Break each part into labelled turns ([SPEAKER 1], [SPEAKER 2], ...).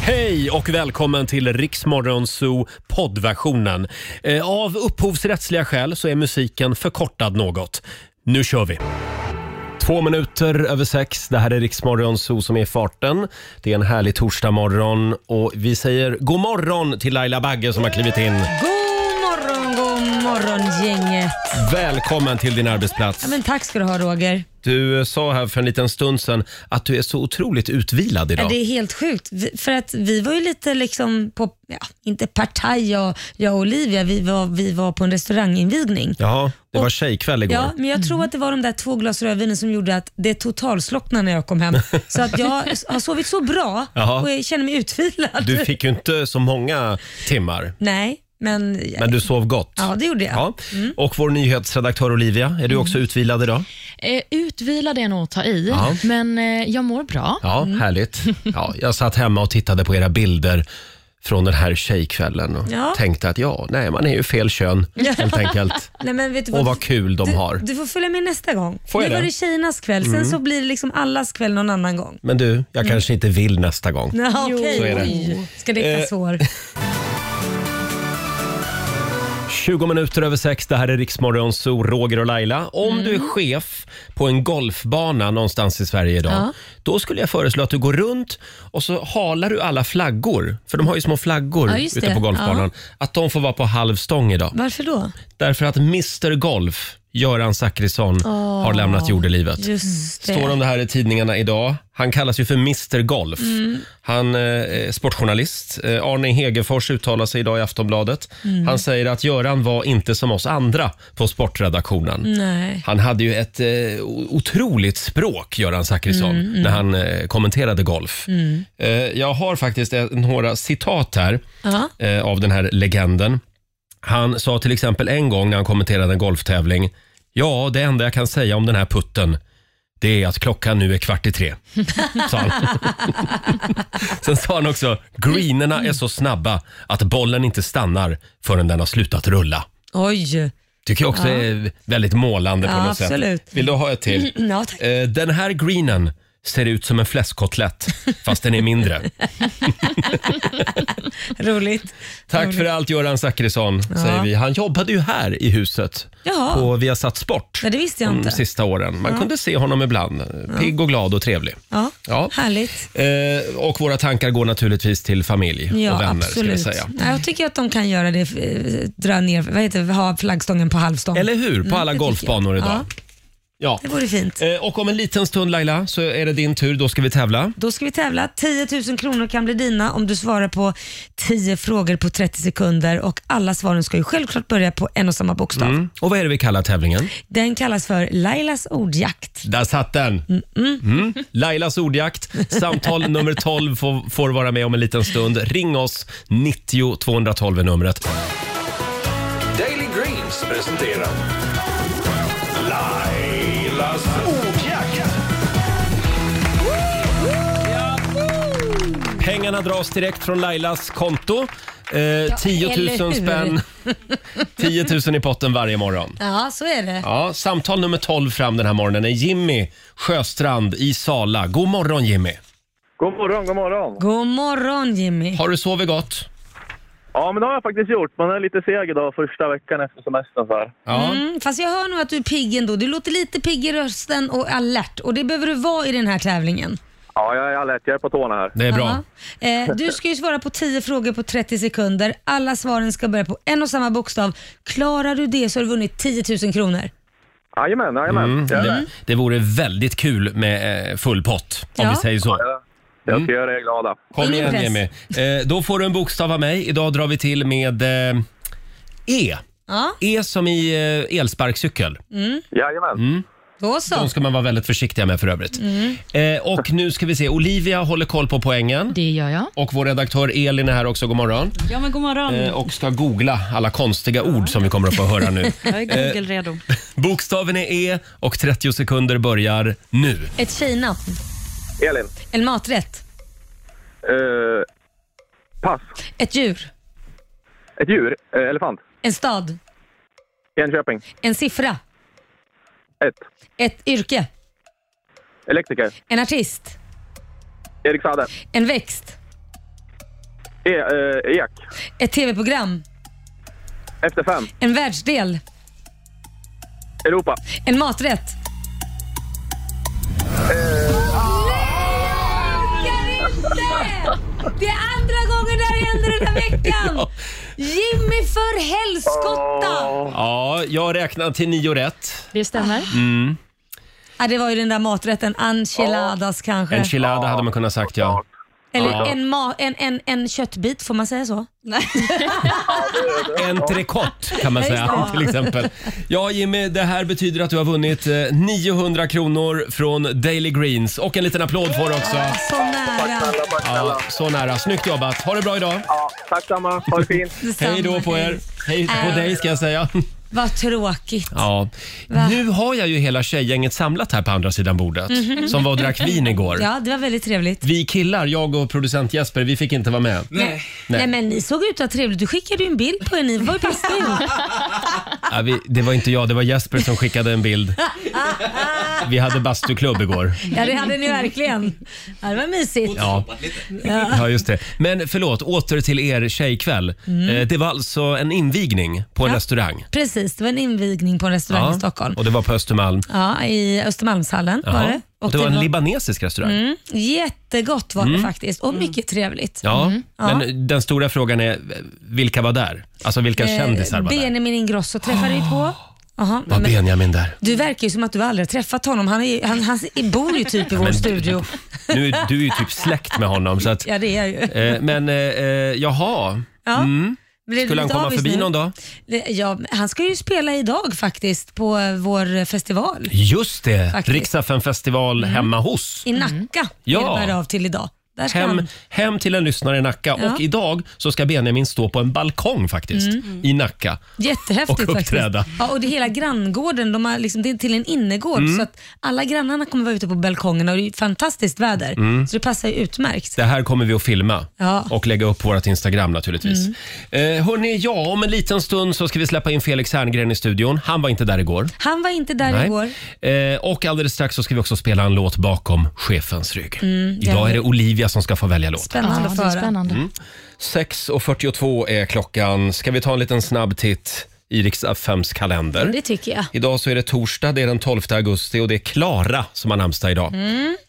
[SPEAKER 1] Hej och välkommen till Riksmorgon Zoo poddversionen. Eh, Av upphovsrättsliga skäl så är musiken förkortad något. Nu kör vi! Två minuter över sex. Det här är Riksmorgon Zoo som är i farten. Det är en härlig torsdagmorgon och vi säger god morgon till Laila Bagge som har klivit in.
[SPEAKER 2] God morgon, god morgon gänget.
[SPEAKER 1] Välkommen till din arbetsplats.
[SPEAKER 2] Ja, men tack ska du ha Roger.
[SPEAKER 1] Du eh, sa här för en liten stund sedan att du är så otroligt utvilad
[SPEAKER 2] Ja.
[SPEAKER 1] idag.
[SPEAKER 2] Det är helt sjukt. Vi- För att vi var ju lite liksom på, ja, inte partaj jag, jag och Olivia, vi var, vi var på en restauranginvigning.
[SPEAKER 1] Jaha, det var tjejkväll igår.
[SPEAKER 2] Ja, men jag tror att det var de där två glas rödvinen som gjorde att det totalslocknade när jag kom hem. Så att jag har sovit så bra
[SPEAKER 1] Jaha.
[SPEAKER 2] och jag känner mig utvilad.
[SPEAKER 1] Du fick ju inte så många timmar,
[SPEAKER 2] Nej, men,
[SPEAKER 1] men du sov gott.
[SPEAKER 2] ja det gjorde jag. Mm.
[SPEAKER 1] Ja. Och vår nyhetsredaktör Olivia, är du också utvilad idag?
[SPEAKER 3] Eh, utvilad är nog att ta i,
[SPEAKER 1] Ja.
[SPEAKER 3] men eh, jag mår bra.
[SPEAKER 1] Ja,
[SPEAKER 2] Mm.
[SPEAKER 1] härligt. Ja, jag satt hemma och tittade på era bilder från den här tjejkvällen och
[SPEAKER 2] Ja.
[SPEAKER 1] tänkte att ja, nej, man är ju fel kön helt enkelt.
[SPEAKER 2] Nej, men vet du
[SPEAKER 1] Och
[SPEAKER 2] vad?
[SPEAKER 1] vad kul de
[SPEAKER 2] du,
[SPEAKER 1] har.
[SPEAKER 2] du får följa med nästa gång.
[SPEAKER 1] Får jag
[SPEAKER 2] nu var
[SPEAKER 1] det? Mm.
[SPEAKER 2] det tjejernas kväll, sen så blir det liksom allas kväll någon annan gång.
[SPEAKER 1] Men du,
[SPEAKER 2] Mm.
[SPEAKER 1] jag kanske inte vill nästa gång.
[SPEAKER 2] Ja,
[SPEAKER 1] Så är det.
[SPEAKER 2] okej. Ska det vara
[SPEAKER 1] Eh.
[SPEAKER 2] svår?
[SPEAKER 1] 20 minuter över sex, det här är Riksmorgon Zoo, Roger och Laila. Om du är
[SPEAKER 3] Mm.
[SPEAKER 1] chef på en golfbana någonstans i Sverige idag,
[SPEAKER 3] Ja.
[SPEAKER 1] då skulle jag föreslå att du går runt och så halar du alla flaggor, för de har ju små flaggor
[SPEAKER 3] Ja, just
[SPEAKER 1] ute
[SPEAKER 3] det.
[SPEAKER 1] på golfbanan, att de får vara på halv stång idag.
[SPEAKER 2] Varför då?
[SPEAKER 1] Därför att Mr Golf, Göran Zachrisson, har lämnat jordelivet.
[SPEAKER 2] Just det.
[SPEAKER 1] Står om det här i tidningarna idag. Han kallas ju för Mr Golf. Han eh, är sportjournalist. Eh, Arne Hegerfors uttalar sig idag i Aftonbladet. Han säger att Göran var inte som oss andra på sportredaktionen.
[SPEAKER 2] Nej.
[SPEAKER 1] Han hade ju ett eh, o- otroligt språk, Göran Zachrisson,
[SPEAKER 2] Mm,
[SPEAKER 1] när han eh, kommenterade golf. Eh, jag har faktiskt eh, några citat här
[SPEAKER 2] Ja.
[SPEAKER 1] eh, av den här legenden. Han sa till exempel en gång när han kommenterade en golftävling. Ja, det enda jag kan säga om den här putten det är att klockan nu är kvart i tre. Sa han. Sen sa han också, greenerna är så snabba att bollen inte stannar förrän den har slutat rulla.
[SPEAKER 2] Oj.
[SPEAKER 1] Tycker jag också är väldigt målande på
[SPEAKER 2] Ja,
[SPEAKER 1] något
[SPEAKER 2] absolut.
[SPEAKER 1] sätt. Vill du ha ett till?
[SPEAKER 2] Ja, tack.
[SPEAKER 1] Eh, Den här greenen ser ut som en fläskkotlett, fast den är mindre. Eh.
[SPEAKER 2] Roligt.
[SPEAKER 1] Tack för allt Göran Zachrisson, säger vi. Han jobbade ju här i huset
[SPEAKER 2] Jaha.
[SPEAKER 1] på Mm, Viasat Sport
[SPEAKER 2] Ja, det visste jag
[SPEAKER 1] de
[SPEAKER 2] inte.
[SPEAKER 1] sista åren. Man kunde se honom ibland. eh, Pigg och glad och trevlig.
[SPEAKER 2] Ja.
[SPEAKER 1] Ja.
[SPEAKER 2] Härligt.
[SPEAKER 1] Eh, Och våra tankar går naturligtvis till familj
[SPEAKER 2] Ja,
[SPEAKER 1] och vänner. Ska jag
[SPEAKER 2] absolut.
[SPEAKER 1] säga.
[SPEAKER 2] Nej, jag tycker att de kan göra det, eh, dra ner, vad heter det, ha flaggstången på halvstång. Mm,
[SPEAKER 1] Eller hur? På alla
[SPEAKER 2] det tycker
[SPEAKER 1] golfbanor
[SPEAKER 2] jag.
[SPEAKER 1] idag. Ja.
[SPEAKER 2] Det vore fint.
[SPEAKER 1] Eh, Och om en liten stund Laila så är det din tur. Då ska vi tävla. Mm.
[SPEAKER 2] Då ska vi tävla. 10 000 kronor kan bli dina om du svarar på 10 frågor på 30 sekunder och alla svaren ska ju självklart börja på en och samma bokstav.
[SPEAKER 1] Och vad är det vi kallar tävlingen?
[SPEAKER 2] Den kallas för Lailas ordjakt.
[SPEAKER 1] Där satt den! Mm. Lailas ordjakt. Samtal nummer 12 får, får vara med om en liten stund. Ring oss. 90 212 är numret.
[SPEAKER 4] Daily Greens presenterar Lailas ordjakt.
[SPEAKER 1] Pengarna dras direkt från Lailas konto. Eh, 10 000
[SPEAKER 2] eller hur?
[SPEAKER 1] spänn. 10 000 i potten varje morgon.
[SPEAKER 2] Ja, så är det.
[SPEAKER 1] Ja, samtal nummer 12 fram den här morgonen är Jimmy Sjöstrand i Sala. God morgon Jimmy!
[SPEAKER 5] God morgon, god morgon.
[SPEAKER 2] God morgon Jimmy.
[SPEAKER 1] Har du sovit gott?
[SPEAKER 5] Ja, men det har jag faktiskt gjort. Man är lite seg idag första veckan efter semestern så här.
[SPEAKER 1] Ja.
[SPEAKER 2] Mm, fast jag hör nog att du är pigg ändå. Du låter lite pigg i rösten och alert och det behöver du vara i den här tävlingen.
[SPEAKER 5] Ja, jag är alert. Jag är på tårna här.
[SPEAKER 1] Det är bra.
[SPEAKER 2] Ja. Eh, du ska ju svara på 10 frågor på 30 sekunder. Alla svaren ska börja på en och samma bokstav. Klarar du det så har du vunnit 10 000 kronor.
[SPEAKER 5] Jajamän, jajamän. Jag,
[SPEAKER 1] Mm, Det, det vore väldigt kul med eh, full pott, om
[SPEAKER 2] Ja.
[SPEAKER 1] vi säger så. mm.
[SPEAKER 5] jag ska göra er glada.
[SPEAKER 1] Kom
[SPEAKER 2] Ingen
[SPEAKER 1] igen
[SPEAKER 2] press.
[SPEAKER 1] Jimmy. Eh, då får du en bokstav av mig. Idag drar vi till med eh, E.
[SPEAKER 2] Ja,
[SPEAKER 1] E som i eh, elsparkcykel.
[SPEAKER 6] Mm.
[SPEAKER 5] Jajamän.
[SPEAKER 1] Mm.
[SPEAKER 2] då
[SPEAKER 1] De
[SPEAKER 2] så.
[SPEAKER 1] ska man vara väldigt försiktiga med för övrigt.
[SPEAKER 6] Mm.
[SPEAKER 1] Eh, och nu ska vi se. Olivia håller koll på poängen.
[SPEAKER 3] Det gör jag.
[SPEAKER 1] Och vår redaktör Elin är här också. God morgon.
[SPEAKER 6] Ja men god morgon.
[SPEAKER 1] Eh, och ska googla alla konstiga ord som vi kommer att få höra nu. Eh,
[SPEAKER 6] Jag är Google-redo.
[SPEAKER 1] Bokstaven är E och 30 sekunder börjar nu.
[SPEAKER 2] Ett tjejnamn.
[SPEAKER 5] Elin.
[SPEAKER 2] En maträtt.
[SPEAKER 5] Eh, pass.
[SPEAKER 2] Ett djur.
[SPEAKER 5] Ett djur. Eh, elefant.
[SPEAKER 2] En stad.
[SPEAKER 5] Enköping.
[SPEAKER 2] En siffra.
[SPEAKER 5] Ett.
[SPEAKER 2] Ett yrke.
[SPEAKER 5] Elektriker.
[SPEAKER 2] En artist.
[SPEAKER 5] Erik Saade.
[SPEAKER 2] En växt.
[SPEAKER 5] E, eh, ek.
[SPEAKER 2] Ett tv-program.
[SPEAKER 5] Efter fem.
[SPEAKER 2] En världsdel.
[SPEAKER 5] Europa.
[SPEAKER 2] En maträtt. Nej, jag orkar inte! Det är andra gången det här händer den här veckan. Jimmy, för helskotta!
[SPEAKER 1] Ja, jag räknar till nio rätt.
[SPEAKER 3] Det stämmer.
[SPEAKER 1] Mm.
[SPEAKER 2] Ja, det var ju den där maträtten, enchiladas
[SPEAKER 6] Eh.
[SPEAKER 2] kanske.
[SPEAKER 1] Enchilada hade man kunnat sagt ja.
[SPEAKER 2] Eller
[SPEAKER 1] Ja.
[SPEAKER 2] en, ma- en, en, en köttbit, får man säga så? Nej.
[SPEAKER 1] Entrecote kan man
[SPEAKER 2] Ja, just
[SPEAKER 1] säga
[SPEAKER 2] det.
[SPEAKER 1] till exempel. Ja Jimmy, det här betyder att du har vunnit eh, 900 kronor från Daily Greens och en liten applåd får du också.
[SPEAKER 2] Så nära.
[SPEAKER 5] Snälla, tack snälla.
[SPEAKER 1] Ja, så nära. Snyggt jobbat. Ha det bra idag.
[SPEAKER 5] Ja, tack samma. Ha det fint.
[SPEAKER 2] Detsamma.
[SPEAKER 1] Hej då på er. Hej på
[SPEAKER 2] Äh.
[SPEAKER 1] dig ska jag säga.
[SPEAKER 2] Vad tråkigt.
[SPEAKER 1] Ja.
[SPEAKER 2] Va?
[SPEAKER 1] Nu har jag ju hela tjejgänget samlat här på andra sidan bordet som var och drack vin igår.
[SPEAKER 2] Mhm. Ja, det var väldigt trevligt.
[SPEAKER 1] Vi killar, jag och producent Jesper, vi fick inte vara med.
[SPEAKER 2] Nej. Nej men ni såg ut att ha trevligt. Du skickade ju en bild på er. Ni var ju bästa ihop.
[SPEAKER 1] Ja, vi, det var inte jag, det var Jesper som skickade en bild. Vi hade bastuklubb igår.
[SPEAKER 2] Ja det hade ni verkligen. Ja, det var mysigt.
[SPEAKER 1] Ja. ja, just det. Men förlåt, åter till er tjejkväll. Eh, Det var alltså en invigning på en
[SPEAKER 2] Mm. Ja.
[SPEAKER 1] restaurang.
[SPEAKER 2] Precis, det var en invigning på en restaurang i Stockholm.
[SPEAKER 1] Och det var på Östermalm.
[SPEAKER 2] Ja, i Östermalmshallen var
[SPEAKER 1] Ja.
[SPEAKER 2] det.
[SPEAKER 1] Och det var en libanesisk restaurang.
[SPEAKER 2] Mm, jättegott var det faktiskt och mycket trevligt.
[SPEAKER 1] Ja, men
[SPEAKER 2] Mm. Ja.
[SPEAKER 1] den stora frågan är vilka var där? Alltså vilka
[SPEAKER 2] Eh,
[SPEAKER 1] kändisar var där? Ah.
[SPEAKER 2] Benjamin Ingrosso träffade vi på. Aha,
[SPEAKER 1] Var
[SPEAKER 2] men-
[SPEAKER 1] Benjamin där?
[SPEAKER 2] du verkar ju som att du aldrig har träffat honom. Han, är, han, han bor ju typ i vår
[SPEAKER 1] Men-
[SPEAKER 2] studio.
[SPEAKER 1] Nu, är- du är ju typ släkt med honom. Så att,
[SPEAKER 2] Ja, det är jag ju.
[SPEAKER 1] eh, men eh, eh, jaha,
[SPEAKER 2] Ja. Blev du
[SPEAKER 1] Mm. skulle han
[SPEAKER 2] lite
[SPEAKER 1] komma
[SPEAKER 2] avis
[SPEAKER 1] förbi
[SPEAKER 2] nu?
[SPEAKER 1] någon dag?
[SPEAKER 2] Det- Ja, han ska ju spela idag faktiskt på eh, vår festival
[SPEAKER 1] Just det,
[SPEAKER 2] Faktiskt. Mm.
[SPEAKER 1] Riksdagen festival hemma hos.
[SPEAKER 2] i Nacka.
[SPEAKER 1] Mm. Ja.
[SPEAKER 2] Ja. av till idag. Där ska
[SPEAKER 1] Hem,
[SPEAKER 2] han.
[SPEAKER 1] hem till en lyssnare i Nacka
[SPEAKER 2] Ja. Mm.
[SPEAKER 1] och idag så ska Benjamin stå på en balkong faktiskt Mm. i Nacka.
[SPEAKER 2] Jättehäftigt
[SPEAKER 1] och uppträda.
[SPEAKER 2] faktiskt. Ja, och det är hela granngården, de har liksom, det är till en innergård
[SPEAKER 1] Mm.
[SPEAKER 2] så att alla grannarna kommer vara ute på balkongerna och det är ju fantastiskt väder.
[SPEAKER 1] Mm.
[SPEAKER 2] Så det passar ju utmärkt.
[SPEAKER 1] Det här kommer vi att filma
[SPEAKER 2] Ja. Mm.
[SPEAKER 1] och lägga upp på vårt Instagram naturligtvis. Eh, hörni, ja, om en liten stund så ska vi släppa in Felix Herngren i studion. Han var inte där igår.
[SPEAKER 2] Han var inte där igår.
[SPEAKER 1] Eh, och alldeles strax så ska vi också spela en låt bakom chefens rygg. Idag
[SPEAKER 2] Mm, ja.
[SPEAKER 1] är det Olivia som ska få välja låt.
[SPEAKER 2] Spännande
[SPEAKER 3] ja,
[SPEAKER 2] att
[SPEAKER 3] det är
[SPEAKER 2] höra.
[SPEAKER 3] spännande.
[SPEAKER 1] Mm. 6.42 är klockan. Ska vi ta en liten snabb titt i Rix FMs kalender?
[SPEAKER 2] Det tycker jag.
[SPEAKER 1] Idag så är det torsdag, det är den 12 augusti och det är Klara som har namnsdag idag.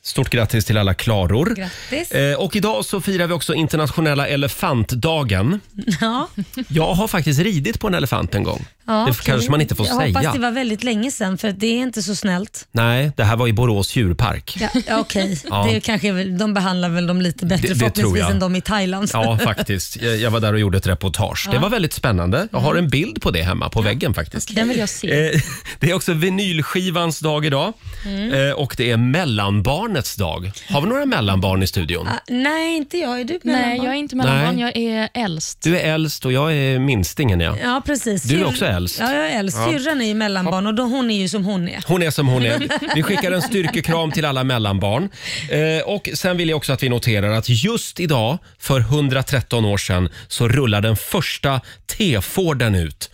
[SPEAKER 1] Stort grattis till alla Klaror.
[SPEAKER 2] Mm. Grattis.
[SPEAKER 1] Eh, och idag så firar vi också internationella elefantdagen.
[SPEAKER 2] Ja,
[SPEAKER 1] Jag har faktiskt ridit på en elefant en gång.
[SPEAKER 2] ja,
[SPEAKER 1] det
[SPEAKER 2] okej.
[SPEAKER 1] kanske man inte får
[SPEAKER 2] jag
[SPEAKER 1] säga.
[SPEAKER 2] hoppas det var väldigt länge sedan för det är inte så snällt.
[SPEAKER 1] Nej, det här var i Borås djurpark.
[SPEAKER 2] Ja, ja, Okej,
[SPEAKER 1] Ja.
[SPEAKER 2] Det är kanske, väl- de behandlar väl dem lite bättre
[SPEAKER 1] Det- det tror
[SPEAKER 2] förhoppningsvis
[SPEAKER 1] jag.
[SPEAKER 2] än de i Thailand.
[SPEAKER 1] Ja, faktiskt. Jag jag var där och gjorde ett reportage. Det var väldigt spännande. Jag
[SPEAKER 2] Mm.
[SPEAKER 1] har en bild på det hemma på väggen faktiskt.
[SPEAKER 3] Den vill jag se.
[SPEAKER 1] Eh, Det är också vinylskivans dag idag
[SPEAKER 2] Mm.
[SPEAKER 1] Eh, och det är mellanbarnets dag. Har vi några mellanbarn i studion?
[SPEAKER 2] Ah, Nej, inte jag. Är du
[SPEAKER 3] Nej,
[SPEAKER 2] mellanbarn?
[SPEAKER 3] jag är inte mellanbarn.
[SPEAKER 1] Nej.
[SPEAKER 3] Jag är äldst.
[SPEAKER 1] Du är äldst och jag är minstingen. Ja.
[SPEAKER 2] Ja, precis.
[SPEAKER 1] Du är
[SPEAKER 2] Syr-
[SPEAKER 1] också äldst.
[SPEAKER 2] Ja, jag är äldst. Syrran är ju mellanbarn och då, hon är ju som hon är.
[SPEAKER 1] Hon är som hon är. Vi skickar en styrkekram till alla mellanbarn. Eh, och Sen vill jag också att vi noterar att just idag för 113 år sedan så rullar den första T-Forden ut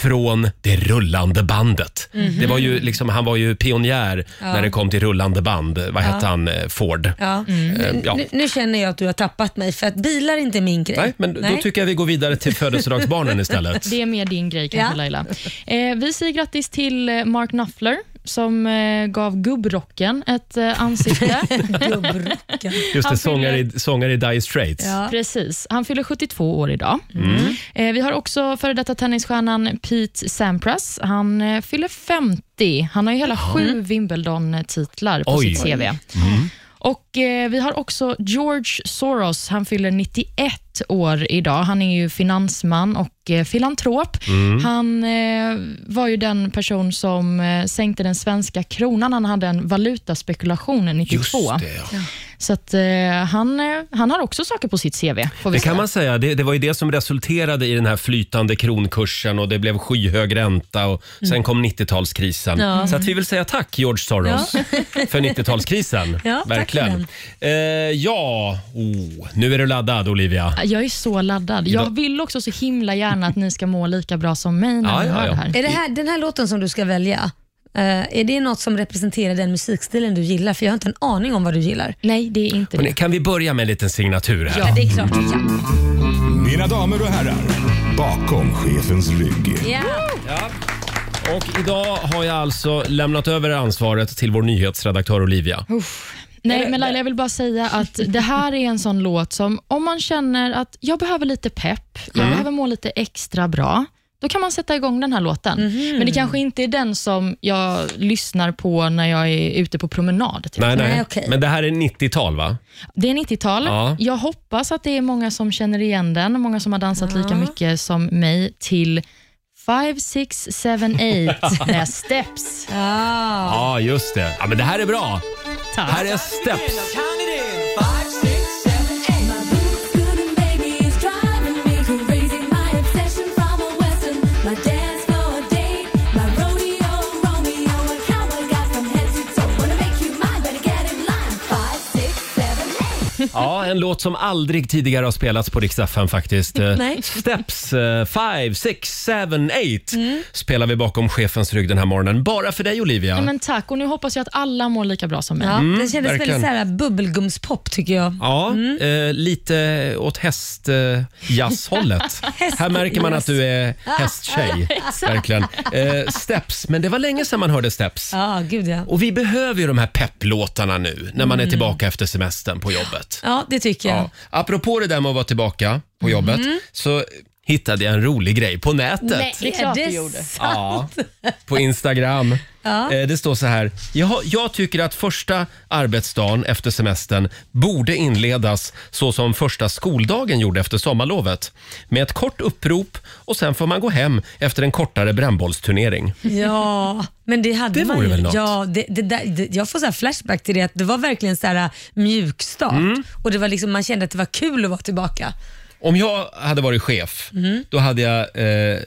[SPEAKER 1] från det rullande bandet. Det var ju liksom, han var ju pionjär när det kom till rullande band. Vad hette han? Eh, Ford.
[SPEAKER 2] Ja.
[SPEAKER 1] Eh, ja.
[SPEAKER 2] Mm. Nu, nu känner jag att du har tappat mig för att bilar är inte min grej.
[SPEAKER 1] Nej, men då tycker jag vi går vidare till födelsedagsbarnen istället.
[SPEAKER 3] Det är mer din grej kanske
[SPEAKER 2] Ja.
[SPEAKER 3] Laila. Eh, vi säger grattis till eh, Mark Knopfler som eh, gav gubbrocken ett eh, ansikte.
[SPEAKER 2] Gubbrocken.
[SPEAKER 1] Just det,
[SPEAKER 3] han
[SPEAKER 1] sångare i, sångare i Dire Straits.
[SPEAKER 2] Ja.
[SPEAKER 3] Precis. Han fyller 72 år idag.
[SPEAKER 1] Mm.
[SPEAKER 3] Eh, vi har också före detta tennisstjärnan Pete Sampras. Han eh, fyller 50. Han har ju hela sju Wimbledon-titlar på
[SPEAKER 1] Mm. Oj. Mm.
[SPEAKER 3] sitt CV. Och eh, Vi har också George Soros. Han fyller 91 år idag. Han är ju finansman och eh, filantrop.
[SPEAKER 1] Mm.
[SPEAKER 3] Han eh, var ju den person som eh, sänkte den svenska kronan. Han hade en valutaspekulation 92.
[SPEAKER 1] Just det. ja.
[SPEAKER 3] Så att, eh, han, eh, han har också saker på sitt CV. Får vi
[SPEAKER 1] Det kan
[SPEAKER 3] säga.
[SPEAKER 1] man säga. Det, det var ju det som resulterade i den här flytande kronkursen och det blev skyhög ränta och sen kom 90-talskrisen.
[SPEAKER 2] Mm. Ja.
[SPEAKER 1] Så att vi vill säga tack George Soros för 90-talskrisen.
[SPEAKER 2] Ja, tack
[SPEAKER 1] Verkligen. Eh, ja, oh, nu är du laddad Olivia.
[SPEAKER 3] Jag är så laddad.
[SPEAKER 1] Idag-
[SPEAKER 3] Jag vill också så himla gärna att ni ska må lika bra som mig när
[SPEAKER 1] Ja,
[SPEAKER 3] ni
[SPEAKER 1] ja,
[SPEAKER 3] hör
[SPEAKER 1] ja.
[SPEAKER 3] det här.
[SPEAKER 2] Är det här, den här låten som du ska välja, eh, är det något som representerar den musikstilen du gillar? För jag har inte en aning om vad du gillar.
[SPEAKER 3] Nej, det är inte
[SPEAKER 1] Hörrni,
[SPEAKER 3] det.
[SPEAKER 1] Kan vi börja med en liten signatur här?
[SPEAKER 2] Ja, det är klart. Ja.
[SPEAKER 6] Mina damer och herrar, bakom chefens rygg.
[SPEAKER 2] Ja.
[SPEAKER 1] Och idag har jag alltså lämnat över ansvaret till vår nyhetsredaktör Olivia.
[SPEAKER 2] Oh,
[SPEAKER 3] Nej, men Laila, jag vill bara säga att det här är en sån låt som om man känner att jag behöver lite pepp, jag
[SPEAKER 1] Mm.
[SPEAKER 3] behöver må lite extra bra, då kan man sätta igång den här låten. Men det kanske inte är den som jag lyssnar på när jag är ute på promenad. Typ.
[SPEAKER 1] Nej, nej.
[SPEAKER 2] Nej, okej.
[SPEAKER 1] Men det här är 90-tal va?
[SPEAKER 3] Det är 90-tal.
[SPEAKER 1] Ja.
[SPEAKER 3] Jag hoppas att det är många som känner igen den, många som har dansat lika mycket som mig till Five, six, seven, eight med Steps.
[SPEAKER 2] Ah.
[SPEAKER 1] Ja, just det. Ja, men det här är bra. Här är Steps. Ja, en låt som aldrig tidigare har spelats på Rix FM faktiskt. Eh,
[SPEAKER 2] Nej.
[SPEAKER 1] Steps eh, 5, 6, 7, 8 spelar vi bakom chefens rygg den här morgonen. Bara för dig Olivia.
[SPEAKER 3] Ja. Men tack, och nu hoppas jag att alla mår lika bra som mig.
[SPEAKER 2] Ja, den kändes
[SPEAKER 1] Mm, verkligen.
[SPEAKER 2] väldigt så här bubbelgumspop tycker jag.
[SPEAKER 1] Ja, eh, lite åt hästjazzhållet. Eh, jazzhållet. Här märker man att du är hästtjej. verkligen. Eh, steps, men det var länge sedan man hörde Steps.
[SPEAKER 2] Ja, gud ja.
[SPEAKER 1] Och vi behöver ju de här pepplåtarna nu när man är tillbaka efter semestern på jobbet.
[SPEAKER 2] Ja, det tycker jag.
[SPEAKER 1] Ja. Apropå det där med att vara tillbaka på jobbet så hittade jag en rolig grej på nätet.
[SPEAKER 3] det är klart
[SPEAKER 2] det
[SPEAKER 3] du gjorde.
[SPEAKER 2] sant?
[SPEAKER 1] Ja, på Instagram. Eh, Det står så här. Jag, jag tycker att första arbetsdagen efter semestern borde inledas så som första skoldagen gjorde efter sommarlovet. Med ett kort upprop och sen får man gå hem efter en kortare brännbollsturnering.
[SPEAKER 2] Ja, men det hade
[SPEAKER 1] Det
[SPEAKER 2] man
[SPEAKER 1] vore
[SPEAKER 2] ju.
[SPEAKER 1] väl något.
[SPEAKER 2] Ja, det, det där, det, jag får så här flashback till det att det var verkligen så här äh, mjukstart
[SPEAKER 1] Mm.
[SPEAKER 2] och det var liksom, man kände att det var kul att vara tillbaka.
[SPEAKER 1] Om jag hade varit chef, då hade jag eh,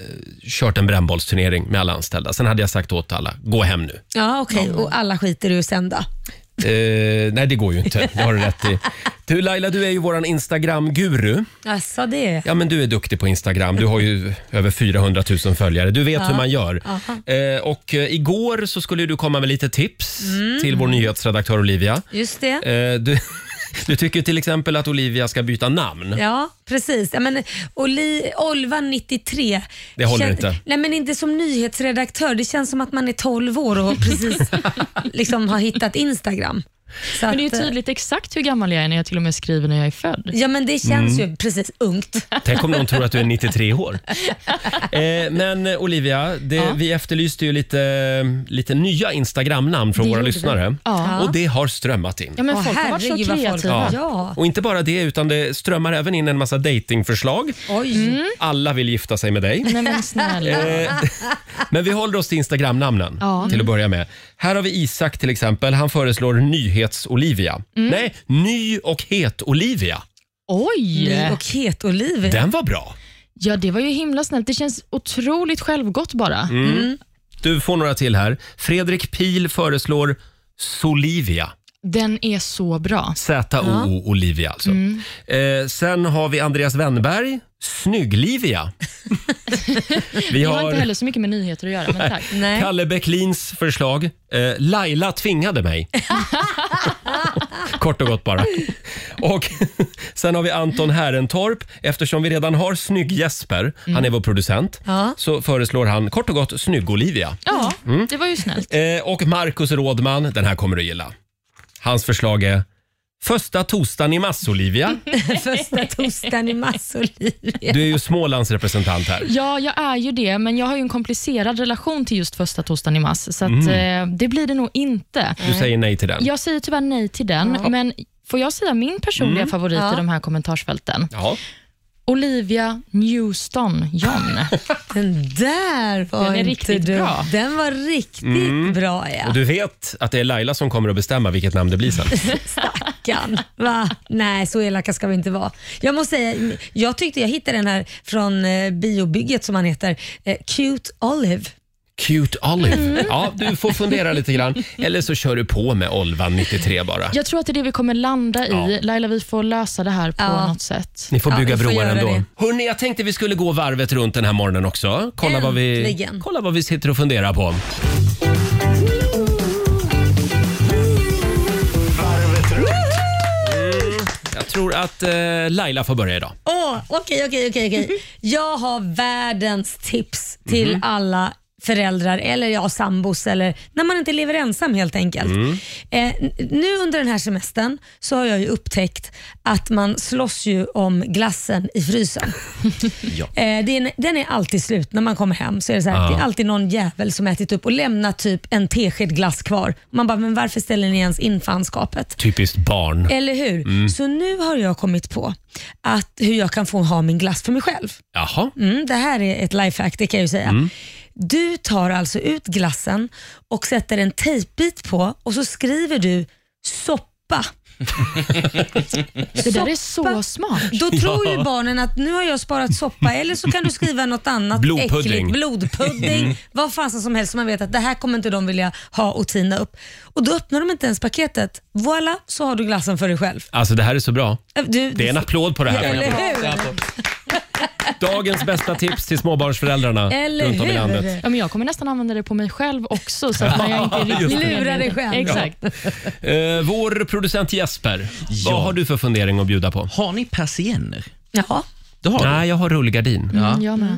[SPEAKER 1] kört en brännbollsturnering med alla anställda. Sen hade jag sagt åt alla, gå hem nu.
[SPEAKER 2] Ja, okej. Och alla skiter ur sen då?
[SPEAKER 1] Eh, nej, det går ju inte. Det har du rätt i. Du Laila, du är ju våran Instagram-guru.
[SPEAKER 2] Alltså det.
[SPEAKER 1] Ja, men du är duktig på Instagram. Du har ju över 400 000 följare. Du vet hur man gör. Eh, och eh, igår så skulle du komma med lite tips
[SPEAKER 2] Mm.
[SPEAKER 1] till vår nyhetsredaktör Olivia.
[SPEAKER 2] Just det.
[SPEAKER 1] Eh, du, du tycker till exempel att Olivia ska byta namn.
[SPEAKER 2] Ja, precis. Ja, men, Oli, Olva 93.
[SPEAKER 1] Det håller inte.
[SPEAKER 2] Nej, men inte som nyhetsredaktör. Det känns som att man är 12 år och precis liksom har hittat Instagram. Så
[SPEAKER 3] Men det är ju
[SPEAKER 2] att, eh,
[SPEAKER 3] tydligt exakt hur gammal jag är när jag till och med skriver när jag är född.
[SPEAKER 2] Ja, men det känns
[SPEAKER 1] Mm.
[SPEAKER 2] ju precis ungt.
[SPEAKER 1] Tänk om någon tror att du är 93 år. Eh, men eh, Olivia, det, vi efterlyste ju lite, lite nya Instagram-namn från
[SPEAKER 2] Det
[SPEAKER 1] våra
[SPEAKER 2] gjorde vi.
[SPEAKER 1] lyssnare.
[SPEAKER 3] Ja.
[SPEAKER 1] Och det har strömmat in.
[SPEAKER 3] Ja, men
[SPEAKER 2] Åh,
[SPEAKER 3] folk har varit så
[SPEAKER 2] herregud, vad folk-
[SPEAKER 3] kreativa.
[SPEAKER 2] Ja.
[SPEAKER 1] Och inte bara det, utan det strömmar även in en massa datingförslag.
[SPEAKER 2] Oj.
[SPEAKER 3] Mm.
[SPEAKER 1] Alla vill gifta sig med dig.
[SPEAKER 3] Nej men snälla.
[SPEAKER 1] Eh, Men vi håller oss till Instagram-namnen
[SPEAKER 3] Ja.
[SPEAKER 1] till att börja med. Här har vi Isak till exempel. Han föreslår Nyhets-Olivia.
[SPEAKER 3] Mm.
[SPEAKER 1] Nej, Ny och Het-Olivia.
[SPEAKER 3] Oj!
[SPEAKER 2] Ny och het oliv.
[SPEAKER 1] Den var bra.
[SPEAKER 3] Ja, det var ju himla snällt. Det känns otroligt självgott bara.
[SPEAKER 1] Mm. Du får några till här. Fredrik Pil föreslår Solivia.
[SPEAKER 3] Den är så bra.
[SPEAKER 1] Z-O-O-Olivia alltså.
[SPEAKER 3] Mm.
[SPEAKER 1] Eh, sen har vi Andreas Wennberg. Snygglivia. vi
[SPEAKER 3] Det har inte
[SPEAKER 1] har
[SPEAKER 3] heller så mycket med nyheter att göra, men tack.
[SPEAKER 2] Nej.
[SPEAKER 1] Kalle Bäcklins förslag. Eh, Laila tvingade mig. Kort och gott bara. Och Sen har vi Anton Härentorp. Eftersom vi redan har Snygg-Jesper, han är vår producent,
[SPEAKER 2] Mm. Ja.
[SPEAKER 1] så föreslår han kort och gott Snygg-Olivia.
[SPEAKER 3] Ja,
[SPEAKER 1] Mm.
[SPEAKER 3] det var ju snällt.
[SPEAKER 1] Eh, och Markus Rådman, den här kommer du gilla. Hans förslag är Första torsdagen i mass, Olivia.
[SPEAKER 2] Första torsdagen i massoliv.
[SPEAKER 1] Du är ju Smålands representant här.
[SPEAKER 3] Ja, jag är ju det, men jag har ju en komplicerad relation till just första torsdagen i mars, så att, eh, det blir det nog inte.
[SPEAKER 1] Du säger nej till den.
[SPEAKER 3] Jag säger tyvärr nej till den, men får jag säga min personliga
[SPEAKER 2] Mm.
[SPEAKER 3] favorit i de här kommentarsfälten?
[SPEAKER 1] Ja.
[SPEAKER 3] Olivia Newston-John.
[SPEAKER 2] Den där var
[SPEAKER 3] Den är
[SPEAKER 2] inte
[SPEAKER 3] riktigt
[SPEAKER 2] dum.
[SPEAKER 3] bra.
[SPEAKER 2] Den var riktigt
[SPEAKER 1] Mm.
[SPEAKER 2] bra ja.
[SPEAKER 1] Och du vet att det är Laila som kommer att bestämma vilket namn det blir sen.
[SPEAKER 2] Stackarn. Va? Nej, så elaka ska vi inte vara. Jag måste säga, jag tyckte jag hittade den här från eh, biobygget som han heter. Eh, Cute Olive.
[SPEAKER 1] Cute Olive.
[SPEAKER 2] Mm.
[SPEAKER 1] Ja, du får fundera lite grann. Eller så kör du på med Olvan 93 bara.
[SPEAKER 3] Jag tror att det är det vi kommer landa i. Laila, vi får lösa det här på
[SPEAKER 2] Ja.
[SPEAKER 3] något sätt.
[SPEAKER 1] Ni får
[SPEAKER 2] Ja,
[SPEAKER 1] bygga
[SPEAKER 2] vi får
[SPEAKER 1] broar
[SPEAKER 2] göra
[SPEAKER 1] ändå.
[SPEAKER 2] det.
[SPEAKER 1] Hörrni, jag tänkte vi skulle gå varvet runt den här morgonen också. Kolla vad, vi,
[SPEAKER 2] Äntligen.
[SPEAKER 1] kolla vad vi sitter och funderar på. Mm. Jag tror att eh, Laila får börja idag.
[SPEAKER 2] Åh, okej, okej, okej. okej. Jag har världens tips till alla föräldrar eller ja, sambos eller när man inte lever ensam helt enkelt. Eh, n- nu under den här semestern så har jag ju upptäckt att man slåss ju om glassen i frysen. Eh, det är, en- den är alltid slut när man kommer hem. Så är det, så här, det är alltid någon jävel som ätit upp och lämnat typ en tesked glass kvar. Man bara, men varför ställer ni ens in fanskapet?
[SPEAKER 1] Typiskt barn.
[SPEAKER 2] Eller hur?
[SPEAKER 1] Mm.
[SPEAKER 2] Så nu har jag kommit på att hur jag kan få ha min glass för mig själv.
[SPEAKER 1] Jaha.
[SPEAKER 2] Mm, det här är ett lifehack, det kan jag ju säga.
[SPEAKER 1] Mm.
[SPEAKER 2] Du tar alltså ut glassen och sätter en tejpbit på och så skriver du soppa.
[SPEAKER 3] Det där är så smart.
[SPEAKER 2] Då tror ju barnen att nu har jag sparat soppa eller så kan du skriva något annat
[SPEAKER 1] Blodpudding. Mm.
[SPEAKER 2] äckligt. Blodpudding. Vad fasen som helst som man vet att det här kommer inte de vilja ha och tina upp. Och Då öppnar de inte ens paketet. Voila, så har du glassen för dig själv. Äh,
[SPEAKER 1] Alltså det här är så bra.
[SPEAKER 2] Du,
[SPEAKER 1] Det är en applåd på det här
[SPEAKER 2] eller
[SPEAKER 1] programmet.
[SPEAKER 2] hur?
[SPEAKER 1] Dagens bästa tips till småbarnsföräldrarna
[SPEAKER 2] Eller
[SPEAKER 1] runt om i
[SPEAKER 2] hur?
[SPEAKER 1] landet.
[SPEAKER 3] Ja, men jag kommer nästan använda det på mig själv också. Så att när jag inte
[SPEAKER 1] Just
[SPEAKER 3] riktigt
[SPEAKER 2] det. Lura dig själv.
[SPEAKER 3] Exakt.
[SPEAKER 1] Eh, vår producent Jesper,
[SPEAKER 7] Ja.
[SPEAKER 1] vad har du för fundering att bjuda på?
[SPEAKER 7] Har ni persienner?
[SPEAKER 2] Ja.
[SPEAKER 7] Det har
[SPEAKER 1] Nej, jag har rullgardin.
[SPEAKER 7] Ja.
[SPEAKER 3] Mm, jag med.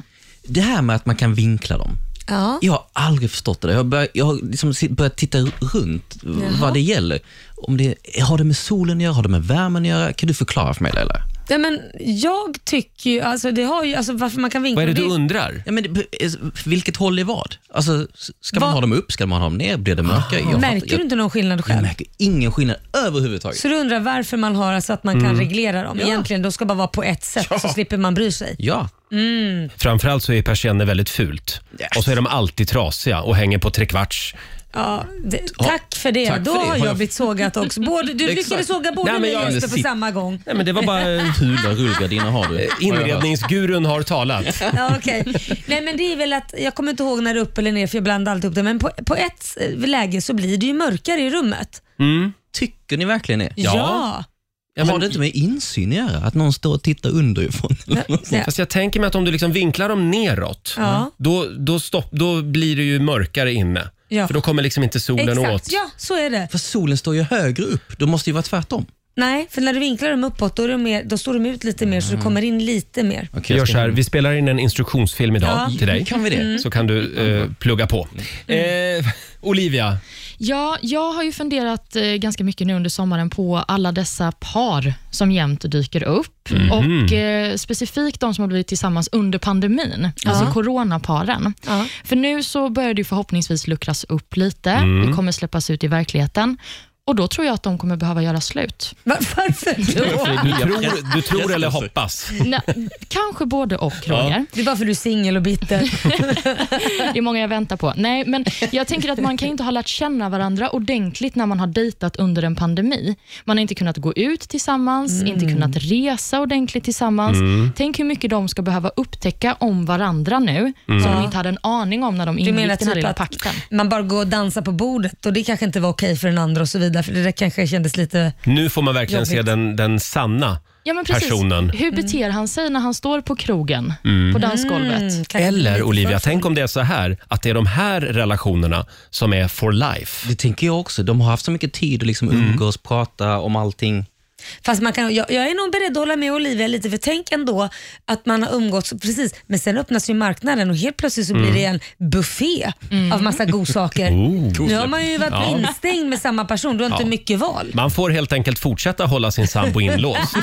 [SPEAKER 7] du. Det här med att man kan vinkla dem.
[SPEAKER 2] ja.
[SPEAKER 7] Jag har aldrig förstått det. där. Jag har börjat, jag har liksom si- börjat titta runt vad det gäller. Om det, har det med solen att göra? Har det med värmen att göra? Kan du förklara för mig Laila?
[SPEAKER 2] Nej, men jag tycker ju, alltså, det har ju, alltså, varför man kan vinkla
[SPEAKER 1] Vad är det du
[SPEAKER 2] det-
[SPEAKER 1] undrar?
[SPEAKER 7] Ja, men, det- eh, vilket håll är vad? Alltså, s- ska man
[SPEAKER 2] Vad- Ah,
[SPEAKER 7] ha dem upp? Ska man ha dem ner? Blir det mörkare? Jag fattar-
[SPEAKER 2] Märker du inte någon skillnad
[SPEAKER 7] Jag, jag
[SPEAKER 2] själv?
[SPEAKER 7] märker ingen skillnad överhuvudtaget.
[SPEAKER 2] Så du undrar varför man har så att man kan reglera dem? Egentligen de ska bara vara på ett sätt så slipper man bry sig.
[SPEAKER 7] Ja.
[SPEAKER 1] Framförallt så är persienner väldigt fult.
[SPEAKER 7] Yes.
[SPEAKER 1] Och så är de alltid trasiga och hänger på trekvarts.
[SPEAKER 2] Ja, det, tack för det.
[SPEAKER 7] tack för
[SPEAKER 2] Då
[SPEAKER 7] det.
[SPEAKER 2] har
[SPEAKER 7] Har
[SPEAKER 2] jag
[SPEAKER 7] jag-
[SPEAKER 2] blivit sågat också. Både, du
[SPEAKER 7] Exakt.
[SPEAKER 2] lyckades såga både
[SPEAKER 1] Nej, men
[SPEAKER 2] mig och
[SPEAKER 1] jag-
[SPEAKER 2] Jesper på
[SPEAKER 7] Sitt-
[SPEAKER 2] samma gång.
[SPEAKER 1] Nej, men det var bara...
[SPEAKER 7] Fula rullgardiner har du.
[SPEAKER 1] Inredningsgurun har talat.
[SPEAKER 2] Ja, okej. Nej, men det är väl att, jag kommer inte ihåg när det är upp eller ner för jag blandar alltid upp det, men på, på ett eh, läge så blir det ju mörkare i rummet.
[SPEAKER 7] Tycker ni verkligen det?
[SPEAKER 1] Ja.
[SPEAKER 2] ja.
[SPEAKER 1] Ja,
[SPEAKER 7] Har det
[SPEAKER 1] men,
[SPEAKER 7] inte med insyn att göra? Att någon står och tittar underifrån?
[SPEAKER 2] Ja.
[SPEAKER 1] fast jag tänker mig att om du liksom vinklar dem neråt,
[SPEAKER 2] Ja.
[SPEAKER 1] då, då, stopp, då blir det ju mörkare inne.
[SPEAKER 2] Ja.
[SPEAKER 1] För då kommer liksom inte solen åt.
[SPEAKER 2] Exakt, ja så är det.
[SPEAKER 7] För solen står ju högre upp. Då måste det ju vara tvärtom.
[SPEAKER 2] Nej, för när du vinklar dem uppåt då, är de mer, då står de ut lite mer så
[SPEAKER 1] Mm.
[SPEAKER 2] du kommer in lite mer.
[SPEAKER 1] Vi gör så här, vi spelar in en instruktionsfilm idag
[SPEAKER 2] Ja. Mm.
[SPEAKER 1] till dig.
[SPEAKER 7] Kan vi det?
[SPEAKER 1] Så kan du eh, plugga på. Eh, Olivia,
[SPEAKER 3] Ja, jag har ju funderat eh, ganska mycket nu under sommaren på alla dessa par som jämt dyker upp. Och eh, Specifikt de som har blivit tillsammans under pandemin, alltså coronaparen.
[SPEAKER 2] Ja.
[SPEAKER 3] För nu så börjar det ju förhoppningsvis luckras upp lite. Det kommer släppas ut i verkligheten. Och Då tror jag att de kommer behöva göra slut.
[SPEAKER 2] Va- Varför då?
[SPEAKER 1] du tror, du tror eller
[SPEAKER 7] Gäster.
[SPEAKER 1] hoppas?
[SPEAKER 3] Nej, kanske både och, Roger.
[SPEAKER 2] Det är bara för du är singel och
[SPEAKER 1] Mm,
[SPEAKER 2] bitter.
[SPEAKER 3] Det är många jag väntar på. Nej, men jag tänker att man kan ju inte ha lärt känna varandra ordentligt när man har dejtat under en pandemi. Man har inte kunnat gå ut tillsammans,
[SPEAKER 2] Mm.
[SPEAKER 3] inte kunnat resa ordentligt tillsammans. Tänk hur mycket de ska behöva upptäcka om varandra nu, som de inte hade en aning om när de
[SPEAKER 2] Mm. Du
[SPEAKER 3] ingick
[SPEAKER 2] menar
[SPEAKER 3] den här
[SPEAKER 2] typ
[SPEAKER 3] lilla
[SPEAKER 2] att
[SPEAKER 3] pakten.
[SPEAKER 2] man bara går och dansar på bordet och det kanske inte var okej för den andra och så vidare för det där kanske kändes lite...
[SPEAKER 1] Nu får man verkligen se
[SPEAKER 2] Jobbigt.
[SPEAKER 1] den, den sanna
[SPEAKER 3] Ja, men precis.
[SPEAKER 1] personen.
[SPEAKER 2] Mm.
[SPEAKER 3] Hur beter han sig när han står på krogen, på dansgolvet?
[SPEAKER 2] Mm, kanske
[SPEAKER 1] Eller
[SPEAKER 2] lite
[SPEAKER 1] Olivia,
[SPEAKER 2] för-
[SPEAKER 1] tänk om det är så här att det är de här relationerna som är for life.
[SPEAKER 7] Det tänker jag också. De har haft så mycket tid att liksom umgås, prata om allting.
[SPEAKER 2] Fast man kan, jag, jag är nog beredd att hålla med Olivia lite för tänk ändå att man har umgåtts, precis, men sen öppnas ju marknaden och helt plötsligt så blir det
[SPEAKER 1] Mm.
[SPEAKER 2] en buffé av massa godsaker. Nu har man ju varit
[SPEAKER 1] Oh. Ja.
[SPEAKER 2] instängd med samma person, du har inte
[SPEAKER 1] Ja.
[SPEAKER 2] mycket val.
[SPEAKER 1] Man får helt enkelt fortsätta hålla sin sambo inlåst.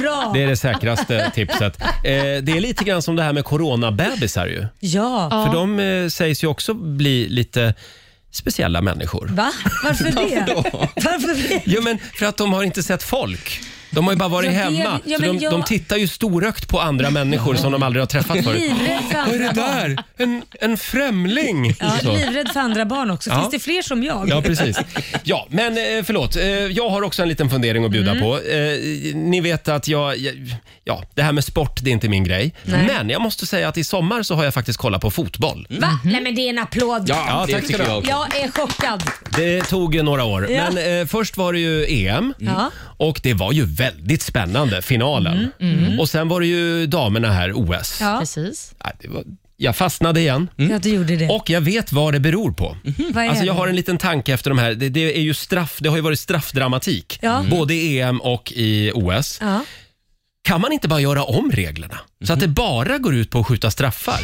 [SPEAKER 2] Bra!
[SPEAKER 1] Det är det säkraste tipset. Eh, det är lite grann som det här med coronabebisar ju.
[SPEAKER 2] Ja.
[SPEAKER 1] För de eh, sägs ju också bli lite speciella människor.
[SPEAKER 2] Va? Varför det? Varför det?
[SPEAKER 1] Jo, men för att de har inte sett folk. De har ju bara varit
[SPEAKER 2] Jag vet-
[SPEAKER 1] hemma.
[SPEAKER 2] ja,
[SPEAKER 1] så
[SPEAKER 2] men
[SPEAKER 1] de,
[SPEAKER 2] jag-
[SPEAKER 1] de tittar ju storögt på andra människor som de aldrig har träffat förut.
[SPEAKER 2] Livrädd för
[SPEAKER 1] Vad är det
[SPEAKER 2] andra barn.
[SPEAKER 1] där? En, en främling?
[SPEAKER 2] Ja,
[SPEAKER 1] Så.
[SPEAKER 2] livrädd för andra barn också.
[SPEAKER 1] Ja.
[SPEAKER 2] Finns det fler som jag?
[SPEAKER 1] Ja, precis. Ja, men eh, förlåt. Eh, Jag har också en liten fundering att bjuda på. Eh, Ni vet att jag, jag- ja, det här med sport, det är inte min grej. Men jag måste säga att i sommar så har jag faktiskt kollat på fotboll.
[SPEAKER 2] Va? Nej men det är en applåd.
[SPEAKER 1] Ja, Mm. det tack tycker jag
[SPEAKER 2] Jag är chockad.
[SPEAKER 1] Det tog ju några år,
[SPEAKER 2] Ja.
[SPEAKER 1] men eh, först var det ju EM
[SPEAKER 2] Ja.
[SPEAKER 1] och det var ju väldigt Mm, spännande, finalen. Och sen var det ju damerna här, OS.
[SPEAKER 2] Ja.
[SPEAKER 3] Precis.
[SPEAKER 1] Nej, Det var Jag fastnade igen.
[SPEAKER 2] Att du gjorde det.
[SPEAKER 1] Mm. Och jag vet vad det beror på.
[SPEAKER 2] Vad är
[SPEAKER 1] Alltså jag
[SPEAKER 2] det?
[SPEAKER 1] har en liten tanke efter de här. Det, det, är ju straff, det har ju varit straffdramatik,
[SPEAKER 2] Ja.
[SPEAKER 1] både i EM och i OS.
[SPEAKER 2] Ja.
[SPEAKER 1] Kan man inte bara göra om reglerna? Så att det bara går ut på att skjuta straffar.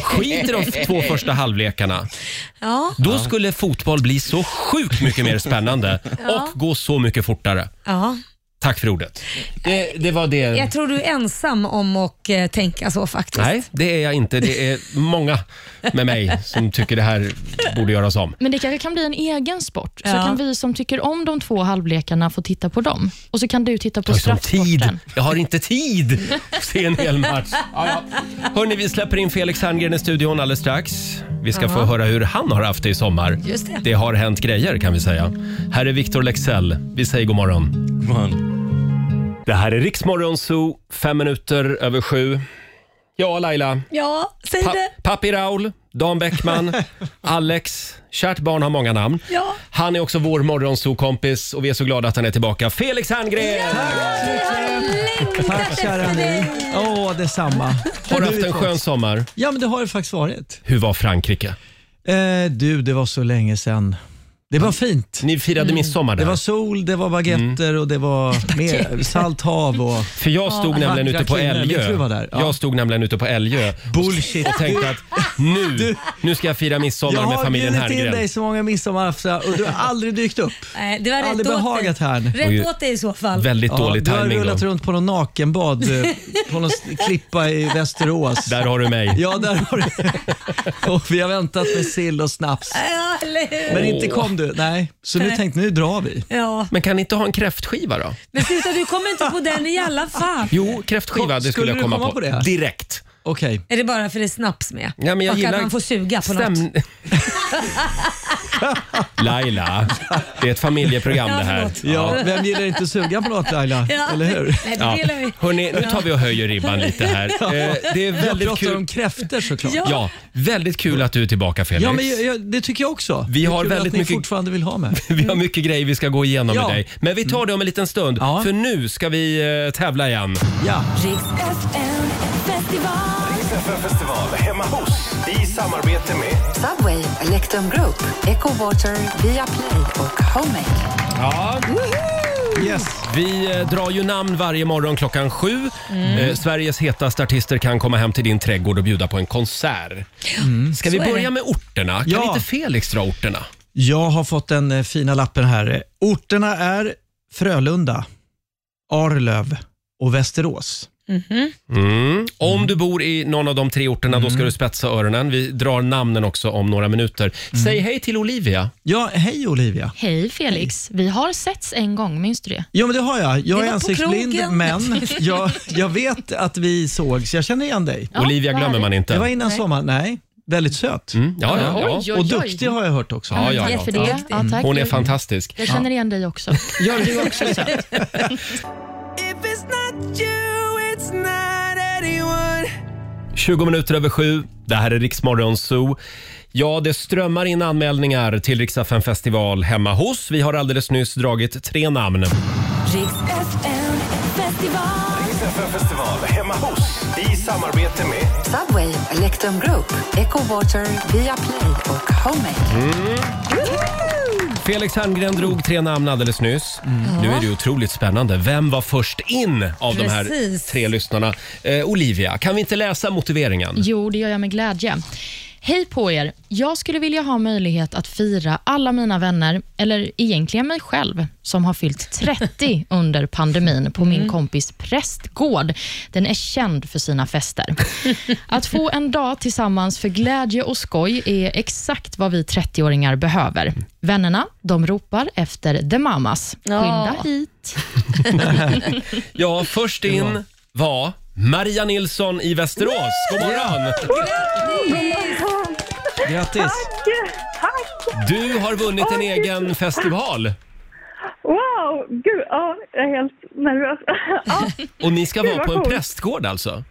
[SPEAKER 1] Skit i de f- två första halvlekarna.
[SPEAKER 2] Ja.
[SPEAKER 1] Då skulle fotboll bli så sjukt mycket mer spännande och gå så mycket fortare.
[SPEAKER 2] ja.
[SPEAKER 1] Mm. Tack för ordet. Det, det var det.
[SPEAKER 2] Jag tror du är ensam om att eh, tänka så faktiskt.
[SPEAKER 1] Nej, det är jag inte. Det är många med mig som tycker det här borde göras om.
[SPEAKER 3] Men det kanske kan bli en egen sport. Så
[SPEAKER 2] Ja.
[SPEAKER 3] kan vi som tycker om de två halvlekarna få titta på dem. Och så kan du titta på
[SPEAKER 1] Det tar ju sån tid.
[SPEAKER 3] straffsporten.
[SPEAKER 1] Jag har inte tid att se en hel match. Ja, ja. Hörni, vi släpper in Felix Herngren i studion alldeles strax. Vi ska få höra hur han har haft det i sommar.
[SPEAKER 2] Just det.
[SPEAKER 1] har hänt grejer kan vi säga. Här är Victor Lexell. Vi säger god morgon. Det här är Riksmorgon Zoo, fem minuter över sju. Ja, Laila.
[SPEAKER 2] Ja, säg
[SPEAKER 1] Pa-
[SPEAKER 2] det.
[SPEAKER 1] Papi Raul, Dan Bäckman, Alex. Kärt barn har många namn.
[SPEAKER 2] Ja.
[SPEAKER 1] Han är också vår morgonsokompis och vi är så glada att han är tillbaka. Felix Herngren!
[SPEAKER 2] Tack kära ni.
[SPEAKER 8] Åh, detsamma.
[SPEAKER 1] Har du haft en skön sommar?
[SPEAKER 8] Ja, men det har det faktiskt varit.
[SPEAKER 1] Hur var Frankrike?
[SPEAKER 8] Eh, du, det var så länge sedan. Det var fint.
[SPEAKER 1] Ni firade midsommar där.
[SPEAKER 8] Mm. Det var sol, det var baguetter och det var mer salt hav och
[SPEAKER 1] För jag stod nämligen
[SPEAKER 8] vackra
[SPEAKER 1] ute på
[SPEAKER 8] kvinnor. Min
[SPEAKER 1] Älgö.
[SPEAKER 8] fru var där. Ja.
[SPEAKER 1] Jag stod nämligen ute på Älgö
[SPEAKER 8] bullshit.
[SPEAKER 1] och tänkte att nu, nu ska jag fira midsommar
[SPEAKER 8] Jag
[SPEAKER 1] med
[SPEAKER 8] har
[SPEAKER 1] familjen
[SPEAKER 8] bjudit in
[SPEAKER 1] Herngren.
[SPEAKER 8] dig så många midsommarafton och du har aldrig dykt upp.
[SPEAKER 2] Nej, det var rätt
[SPEAKER 8] Aldrig
[SPEAKER 2] åt
[SPEAKER 8] behagat
[SPEAKER 2] dig.
[SPEAKER 8] här.
[SPEAKER 1] Oj.
[SPEAKER 2] Rätt åt dig i så fall.
[SPEAKER 1] Väldigt dålig
[SPEAKER 8] du har
[SPEAKER 1] timing
[SPEAKER 8] rullat
[SPEAKER 1] då.
[SPEAKER 8] runt på någon nakenbad eh, på någon s- klippa i Västerås.
[SPEAKER 1] Där har du mig.
[SPEAKER 8] Ja, där har du. Och vi har väntat med sill och snaps.
[SPEAKER 2] Ja, eller hur?
[SPEAKER 8] Men inte kom du. Nej, så nu tänkte nu drar vi.
[SPEAKER 2] Ja,
[SPEAKER 1] Men kan ni inte ha en kräftskiva då?
[SPEAKER 2] men sluta du kommer inte på den i alla fall.
[SPEAKER 1] Jo, kräftskiva det
[SPEAKER 8] Skulle
[SPEAKER 1] skulle jag
[SPEAKER 8] du
[SPEAKER 1] komma,
[SPEAKER 8] komma
[SPEAKER 1] på.
[SPEAKER 8] på det?
[SPEAKER 1] Direkt.
[SPEAKER 8] Okej.
[SPEAKER 2] Är det bara för det är snaps med?
[SPEAKER 1] Ja, men jag
[SPEAKER 2] och
[SPEAKER 1] gillar
[SPEAKER 2] att man får suga på något?
[SPEAKER 1] stäm- Laila, det är ett familjeprogram det här.
[SPEAKER 2] förlåt.
[SPEAKER 8] Ja, vem gillar inte suga på något Laila?
[SPEAKER 2] Ja.
[SPEAKER 8] Eller hur?
[SPEAKER 2] Nej, det
[SPEAKER 1] Ja.
[SPEAKER 2] delar vi.
[SPEAKER 1] Hörni, nu tar vi och höjer ribban lite här. Eh, Det är
[SPEAKER 8] Jag
[SPEAKER 1] väldigt
[SPEAKER 8] pratar
[SPEAKER 1] kul.
[SPEAKER 8] om kräftor såklart.
[SPEAKER 2] Ja.
[SPEAKER 1] Ja, väldigt kul att du är tillbaka Felix.
[SPEAKER 8] Ja, men jag, jag, det tycker jag också.
[SPEAKER 1] Vi
[SPEAKER 8] Det är
[SPEAKER 1] har
[SPEAKER 8] kul
[SPEAKER 1] väldigt
[SPEAKER 8] att ni
[SPEAKER 1] mycket-
[SPEAKER 8] fortfarande vill ha mig.
[SPEAKER 1] Vi har mycket grejer vi ska gå igenom
[SPEAKER 8] Ja.
[SPEAKER 1] med dig. Men vi tar det om en liten stund,
[SPEAKER 8] Ja.
[SPEAKER 1] för nu ska vi eh, tävla igen.
[SPEAKER 8] Ja.
[SPEAKER 9] Riks FM festival.
[SPEAKER 4] festival hemma hos i samarbete med
[SPEAKER 10] Subway, Electrum Group, Echo Water, Viaplay och Homemade.
[SPEAKER 8] Yes.
[SPEAKER 1] Vi eh, drar ju namn varje morgon klockan sju.
[SPEAKER 8] Mm.
[SPEAKER 1] Eh, Sveriges hetaste artister kan komma hem till din trädgård och bjuda på en konsert.
[SPEAKER 8] Mm.
[SPEAKER 1] Ska vi
[SPEAKER 2] Så är
[SPEAKER 1] börja
[SPEAKER 2] det.
[SPEAKER 1] med orterna? Kan
[SPEAKER 8] Ja.
[SPEAKER 1] inte Felix dra orterna?
[SPEAKER 8] Jag har fått den eh, fina lappen här. Orterna är Frölunda, Arlöv och Västerås.
[SPEAKER 1] Mm. Om du bor i någon av de tre orterna, då
[SPEAKER 8] Mm.
[SPEAKER 1] ska du spetsa öronen. Vi drar namnen också om några minuter.
[SPEAKER 8] Mm.
[SPEAKER 1] Säg hej till Olivia.
[SPEAKER 8] Ja, hej Olivia.
[SPEAKER 3] Hej Felix, vi har setts en gång, minns du det?
[SPEAKER 8] Ja, men det har jag. Jag
[SPEAKER 2] Det
[SPEAKER 8] är
[SPEAKER 2] var på
[SPEAKER 8] ansiktsblind,
[SPEAKER 2] krogen.
[SPEAKER 8] men jag, jag vet att vi sågs. Jag känner igen dig.
[SPEAKER 3] Ja,
[SPEAKER 1] Olivia
[SPEAKER 3] vad
[SPEAKER 1] glömmer
[SPEAKER 3] härligt.
[SPEAKER 1] man inte.
[SPEAKER 8] Det var innan sommaren. Nej, väldigt söt.
[SPEAKER 1] Mm. Ja, ja, ja.
[SPEAKER 3] Oj, oj, oj.
[SPEAKER 8] Och duktig har jag hört också.
[SPEAKER 1] Ja, ja,
[SPEAKER 3] Tack
[SPEAKER 1] ja.
[SPEAKER 3] för det. Ja, tack.
[SPEAKER 1] Hon är fantastisk.
[SPEAKER 3] Jag känner igen dig också.
[SPEAKER 8] Gör du också så?
[SPEAKER 9] If it's not you, it's not anyone.
[SPEAKER 1] 20 minuter över sju. Det här är Riksmorgon Zoo. Ja, det strömmar in anmälningar till Riksdagen festival hemma hos. Vi har alldeles nyss dragit tre namn.
[SPEAKER 9] Riks FM festival.
[SPEAKER 4] festival hemma hos i samarbete med
[SPEAKER 10] Subway, Electrum Group, Echo Water, Viaplay och Homemade.
[SPEAKER 1] Felix Herngren drog tre namn alldeles nyss. Nu är det ju otroligt spännande. Vem var först in av de här
[SPEAKER 2] Precis.
[SPEAKER 1] tre lyssnarna? Eh, Olivia, kan vi inte läsa motiveringen?
[SPEAKER 3] Jo, det gör jag med glädje. Hej på er. Jag skulle vilja ha möjlighet att fira alla mina vänner, eller egentligen mig själv, som har fyllt 30 under pandemin på min kompis prästgård. Den är känd för sina fester. Att få en dag tillsammans för glädje och skoj är exakt vad vi 30-åringar behöver. Vännerna, de ropar efter The Mamas. Skynda hit.
[SPEAKER 1] Ja, först in var Maria Nilsson i Västerås. God morgon!
[SPEAKER 8] Grattis.
[SPEAKER 1] Du har vunnit en egen festival
[SPEAKER 11] Wow! Gud, ja, jag är helt nervös. ja,
[SPEAKER 1] och ni ska vara
[SPEAKER 11] vad
[SPEAKER 1] på en
[SPEAKER 11] coolt.
[SPEAKER 1] prästgård alltså?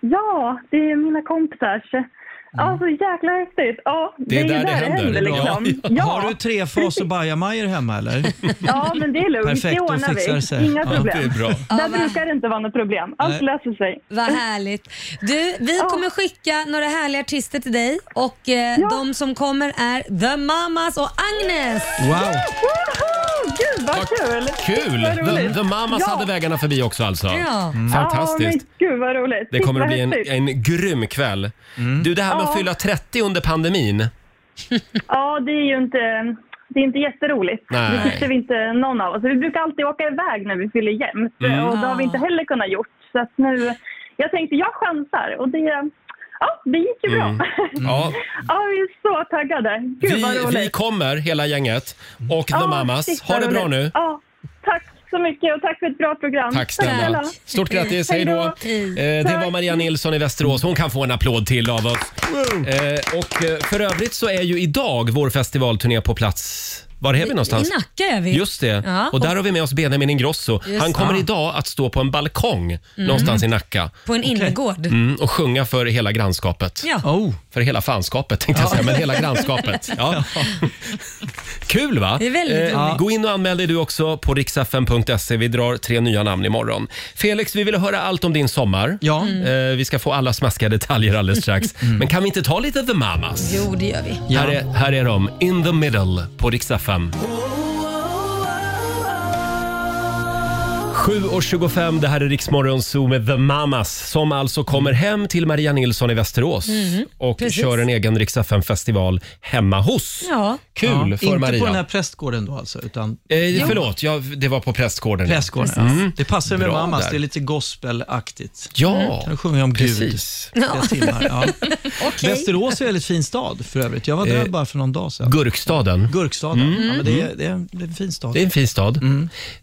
[SPEAKER 11] ja, det är mina kompisars
[SPEAKER 8] Mm.
[SPEAKER 11] Ja, så jäkla häftigt. Ja, det, är ju där, det händer. liksom.
[SPEAKER 8] Ja.
[SPEAKER 11] Ja.
[SPEAKER 8] Har du trefas och bajamajor hemma eller?
[SPEAKER 11] Ja, men det är lugnt.
[SPEAKER 8] Perfekt,
[SPEAKER 11] det
[SPEAKER 8] då
[SPEAKER 11] ordnar
[SPEAKER 8] fixar det sig.
[SPEAKER 11] vi. Inga
[SPEAKER 8] Ja, typ.
[SPEAKER 11] problem.
[SPEAKER 8] det är bra.
[SPEAKER 11] Där brukar det inte vara något problem. Allt löser sig.
[SPEAKER 2] Vad härligt. Du, vi kommer skicka några härliga artister till dig och eh, de som kommer är The Mamas och Agnes.
[SPEAKER 1] Wow.
[SPEAKER 11] Gud vad kul!
[SPEAKER 1] Kul!
[SPEAKER 11] Vad
[SPEAKER 1] The,
[SPEAKER 11] roligt.
[SPEAKER 1] the Mamas
[SPEAKER 11] Ja.
[SPEAKER 1] hade vägarna förbi också alltså.
[SPEAKER 11] Ja.
[SPEAKER 1] Mm. Fantastiskt.
[SPEAKER 11] Ja, men gud vad roligt.
[SPEAKER 1] Det kommer att bli en,
[SPEAKER 11] Titta, häftigt. Mm.
[SPEAKER 1] en grym kväll. Du, det här med att
[SPEAKER 11] Ja.
[SPEAKER 1] fylla 30 under pandemin.
[SPEAKER 11] Ja, det är ju inte... Det är inte jätteroligt.
[SPEAKER 1] Nej.
[SPEAKER 11] Det tyckte vi inte någon av oss. Vi brukar alltid åka iväg när vi fyller jämt
[SPEAKER 1] Mm.
[SPEAKER 11] och det har vi inte heller kunnat gjort. Så att nu... Jag tänkte, jag chansar och det... Ja, det gick ju
[SPEAKER 1] Mm.
[SPEAKER 11] bra.
[SPEAKER 1] Ja.
[SPEAKER 11] ja, vi är så taggade. Gud vad
[SPEAKER 1] Vi,
[SPEAKER 11] roligt.
[SPEAKER 1] vi kommer, hela gänget. Och The
[SPEAKER 11] Ja,
[SPEAKER 1] Mamas.
[SPEAKER 11] shit,
[SPEAKER 1] Ha
[SPEAKER 11] vad
[SPEAKER 1] det bra
[SPEAKER 11] roligt.
[SPEAKER 1] nu.
[SPEAKER 11] Ja, tack så mycket och tack för ett bra program.
[SPEAKER 1] Tack snälla. Stort grattis, hej då. Eh, det var Maria Nilsson i Västerås. Hon kan få en applåd till av oss. Eh, och eh, för övrigt så är ju idag vår festivalturné på plats. Var är vi någonstans?
[SPEAKER 2] I Nacka är vi.
[SPEAKER 1] Just det.
[SPEAKER 2] Ja.
[SPEAKER 1] Och där har vi med oss Benjamin Ingrosso.
[SPEAKER 2] Just
[SPEAKER 1] Han kommer
[SPEAKER 2] det. Mm.
[SPEAKER 1] idag att stå på en balkong någonstans i Nacka.
[SPEAKER 2] På en innergård.
[SPEAKER 1] Mm, och sjunga för hela grannskapet.
[SPEAKER 2] Ja.
[SPEAKER 1] För hela fanskapet tänkte jag
[SPEAKER 2] Ja.
[SPEAKER 1] säga, men hela grannskapet. Ja. Kul va? Eh,
[SPEAKER 2] Det är väldigt roligt.
[SPEAKER 1] gå in och anmäl dig du också på riksfn.se. Vi drar tre nya namn imorgon. Felix, vi vill höra allt om din sommar. Ja.
[SPEAKER 8] Mm.
[SPEAKER 1] Eh, vi ska få alla smaskiga detaljer alldeles strax. Men kan vi inte ta lite The Mamas?
[SPEAKER 2] Jo, det gör vi.
[SPEAKER 1] Här, är, här är de, In the middle på riksfn. 7.25, det här är Riksmorgon Zoo med The Mamas som alltså kommer hem till Maria Nilsson i Västerås
[SPEAKER 8] Mm-hmm.
[SPEAKER 2] Mhm,
[SPEAKER 1] och
[SPEAKER 2] precis.
[SPEAKER 1] kör en egen Rix festival hemma hos.
[SPEAKER 2] Ja.
[SPEAKER 1] Kul
[SPEAKER 8] Ja,
[SPEAKER 1] för
[SPEAKER 8] inte
[SPEAKER 1] Maria.
[SPEAKER 8] på den här prästgården då alltså? Utan...
[SPEAKER 1] Eh, förlåt, jag, det var på prästgården. ja.
[SPEAKER 8] Prästgården, ja.
[SPEAKER 1] Mm.
[SPEAKER 8] Det passar med Mamas, det är lite gospelaktigt.
[SPEAKER 1] Ja,
[SPEAKER 8] Kan sjunga om
[SPEAKER 1] precis.
[SPEAKER 8] Gud. Ja.
[SPEAKER 1] Ja.
[SPEAKER 8] Timmar, ja. Västerås är en väldigt fin stad för övrigt. Jag var där
[SPEAKER 1] Eh,
[SPEAKER 8] bara för någon dag sedan.
[SPEAKER 1] Gurkstaden.
[SPEAKER 8] Gurkstaden.
[SPEAKER 1] Mm.
[SPEAKER 8] Ja, men det, är,
[SPEAKER 1] Mm.
[SPEAKER 8] det, är en, det är en fin stad.
[SPEAKER 1] Det är en fin stad.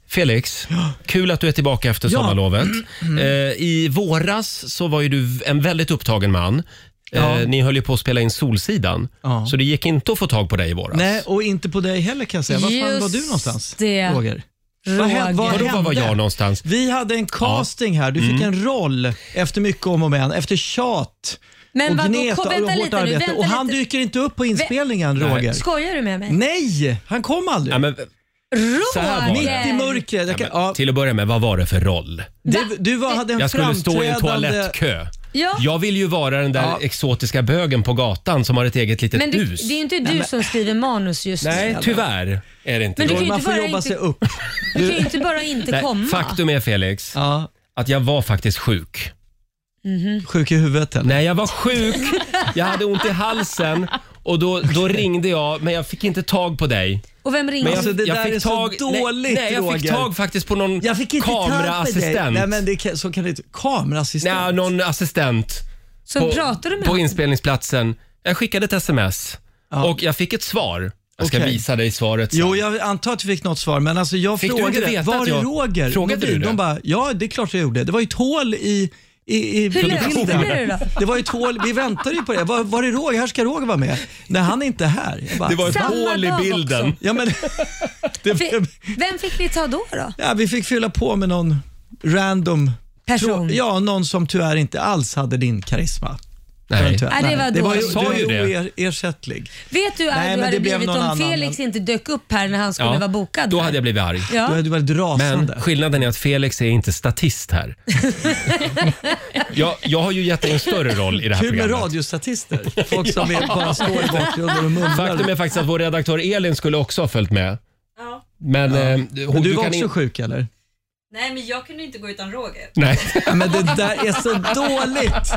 [SPEAKER 1] Felix, kul att du är tillbaka efter
[SPEAKER 8] Mm. Ja.
[SPEAKER 1] sommarlovet.
[SPEAKER 8] Mm.
[SPEAKER 1] Eh, I våras så var ju du en väldigt upptagen man.
[SPEAKER 8] Ja.
[SPEAKER 1] Eh, ni höll ju på att spela in Solsidan, så det gick inte att få tag på dig i våras.
[SPEAKER 8] Nej, och inte på dig heller kan jag säga. Var fan
[SPEAKER 1] Just
[SPEAKER 8] var du någonstans?
[SPEAKER 1] det.
[SPEAKER 8] Roger.
[SPEAKER 1] Roger.
[SPEAKER 8] Vad hände? Vad
[SPEAKER 1] Vadå, var
[SPEAKER 8] hände?
[SPEAKER 1] var jag någonstans?
[SPEAKER 8] Vi hade en casting här. Du fick
[SPEAKER 1] Mm.
[SPEAKER 8] en roll efter mycket om och men, efter tjat
[SPEAKER 2] Men
[SPEAKER 8] och
[SPEAKER 2] vadå?
[SPEAKER 8] gnet
[SPEAKER 2] Ko-
[SPEAKER 8] och
[SPEAKER 2] vänta
[SPEAKER 8] hårt
[SPEAKER 2] lite nu,
[SPEAKER 8] arbete.
[SPEAKER 2] vänta
[SPEAKER 8] och han
[SPEAKER 2] lite.
[SPEAKER 8] dyker inte upp på inspelningen,
[SPEAKER 1] Nej.
[SPEAKER 8] Roger.
[SPEAKER 2] Skojar du med mig?
[SPEAKER 8] Nej, han kom aldrig.
[SPEAKER 1] Ja, men, Mm. så här var
[SPEAKER 2] Roger!
[SPEAKER 1] det.
[SPEAKER 8] Mitt i mörkret. Jag kan, ja,
[SPEAKER 1] Till att börja med, vad var det för roll?
[SPEAKER 8] du, du var, hade en
[SPEAKER 1] Jag skulle stå i en
[SPEAKER 8] framträdande-
[SPEAKER 1] toalettkö.
[SPEAKER 2] Ja.
[SPEAKER 1] Jag vill ju vara den där exotiska bögen på gatan som har ett eget litet
[SPEAKER 2] Men det,
[SPEAKER 1] hus.
[SPEAKER 2] det är ju inte du som skriver manus just nu.
[SPEAKER 1] Nej, tyvärr är det inte.
[SPEAKER 2] Men du
[SPEAKER 1] så.
[SPEAKER 2] kan ju inte Man får bara jobba inte- sig upp. Du kan ju inte bara inte
[SPEAKER 1] Nej,
[SPEAKER 2] komma.
[SPEAKER 1] Faktum är Felix, att jag var faktiskt sjuk.
[SPEAKER 2] Mhm.
[SPEAKER 8] Sjuk i huvudet eller?
[SPEAKER 1] Nej, jag var sjuk. Jag hade ont i halsen och då, då ringde jag men jag fick inte tag på dig.
[SPEAKER 2] Och vem
[SPEAKER 1] Men
[SPEAKER 2] ringer?
[SPEAKER 1] jag- Alltså, det jag där fick är så tag- nej, dåligt, nej, jag fick Roger. tag faktiskt på någon
[SPEAKER 8] jag fick inte
[SPEAKER 1] kameraassistent.
[SPEAKER 8] tag på dig. Nej, men det, kan- så kan det inte... Kameraassistent?
[SPEAKER 1] Nej, någon assistent.
[SPEAKER 2] Så pratar du med
[SPEAKER 1] På
[SPEAKER 2] honom?
[SPEAKER 1] inspelningsplatsen. Jag skickade ett sms och jag fick ett svar. Jag ska
[SPEAKER 8] Okej.
[SPEAKER 1] visa dig svaret sen.
[SPEAKER 8] Jo, jag antar att du fick något svar, men alltså jag
[SPEAKER 1] Fick du
[SPEAKER 8] frågade
[SPEAKER 1] inte veta
[SPEAKER 8] var
[SPEAKER 1] att
[SPEAKER 8] är
[SPEAKER 1] jag-
[SPEAKER 8] Roger?
[SPEAKER 1] Frågade
[SPEAKER 8] Någon
[SPEAKER 1] du
[SPEAKER 8] bil.
[SPEAKER 1] det?
[SPEAKER 8] De bara, ja det är klart jag gjorde. Det var ju ett hål i i, i
[SPEAKER 2] Hur löste
[SPEAKER 8] bilden.
[SPEAKER 2] du det då?
[SPEAKER 8] Det var ju ett hål, vi väntade ju på det. Var, var är Roger? Här ska Roger vara med. Nej, han är inte här. Jag bara,
[SPEAKER 1] Det var ett Samma hål i dag bilden. också.
[SPEAKER 8] Ja, men,
[SPEAKER 2] Fi- Vem fick ni ta då? då?
[SPEAKER 8] ja, vi fick fylla på med någon random
[SPEAKER 2] person.
[SPEAKER 8] ja, någon som tyvärr inte alls hade din karisma.
[SPEAKER 1] Nej.
[SPEAKER 8] Tyvärr.
[SPEAKER 2] Nej, det var
[SPEAKER 8] det var ju,
[SPEAKER 2] dåligt. Jag sa
[SPEAKER 8] du
[SPEAKER 1] ju
[SPEAKER 8] är oer-
[SPEAKER 1] det.
[SPEAKER 8] ersättlig.
[SPEAKER 2] Vet du
[SPEAKER 8] Nej,
[SPEAKER 2] att
[SPEAKER 8] men
[SPEAKER 2] du
[SPEAKER 8] det
[SPEAKER 2] hade
[SPEAKER 8] blev
[SPEAKER 2] blivit
[SPEAKER 8] någon
[SPEAKER 2] om
[SPEAKER 8] annan,
[SPEAKER 2] Felix inte dök upp här när han skulle vara bokad?
[SPEAKER 1] Då hade jag blivit arg.
[SPEAKER 2] Ja. Då hade
[SPEAKER 8] du varit rasande.
[SPEAKER 1] Men skillnaden är att Felix är inte statist här. jag, jag har ju gett dig en större roll i det här
[SPEAKER 8] Kul med
[SPEAKER 1] programmet.
[SPEAKER 8] radiostatister. Folk som är- bara står i bakgrunden och mumlar.
[SPEAKER 1] Faktum är faktiskt att vår redaktör Elin skulle också ha följt med. Men, eh, hon,
[SPEAKER 8] Men du var
[SPEAKER 1] kan
[SPEAKER 8] också
[SPEAKER 1] in-
[SPEAKER 8] sjuk eller?
[SPEAKER 12] Nej, men jag kunde inte gå utan Roger.
[SPEAKER 1] Nej.
[SPEAKER 8] Ja, men det där är så dåligt.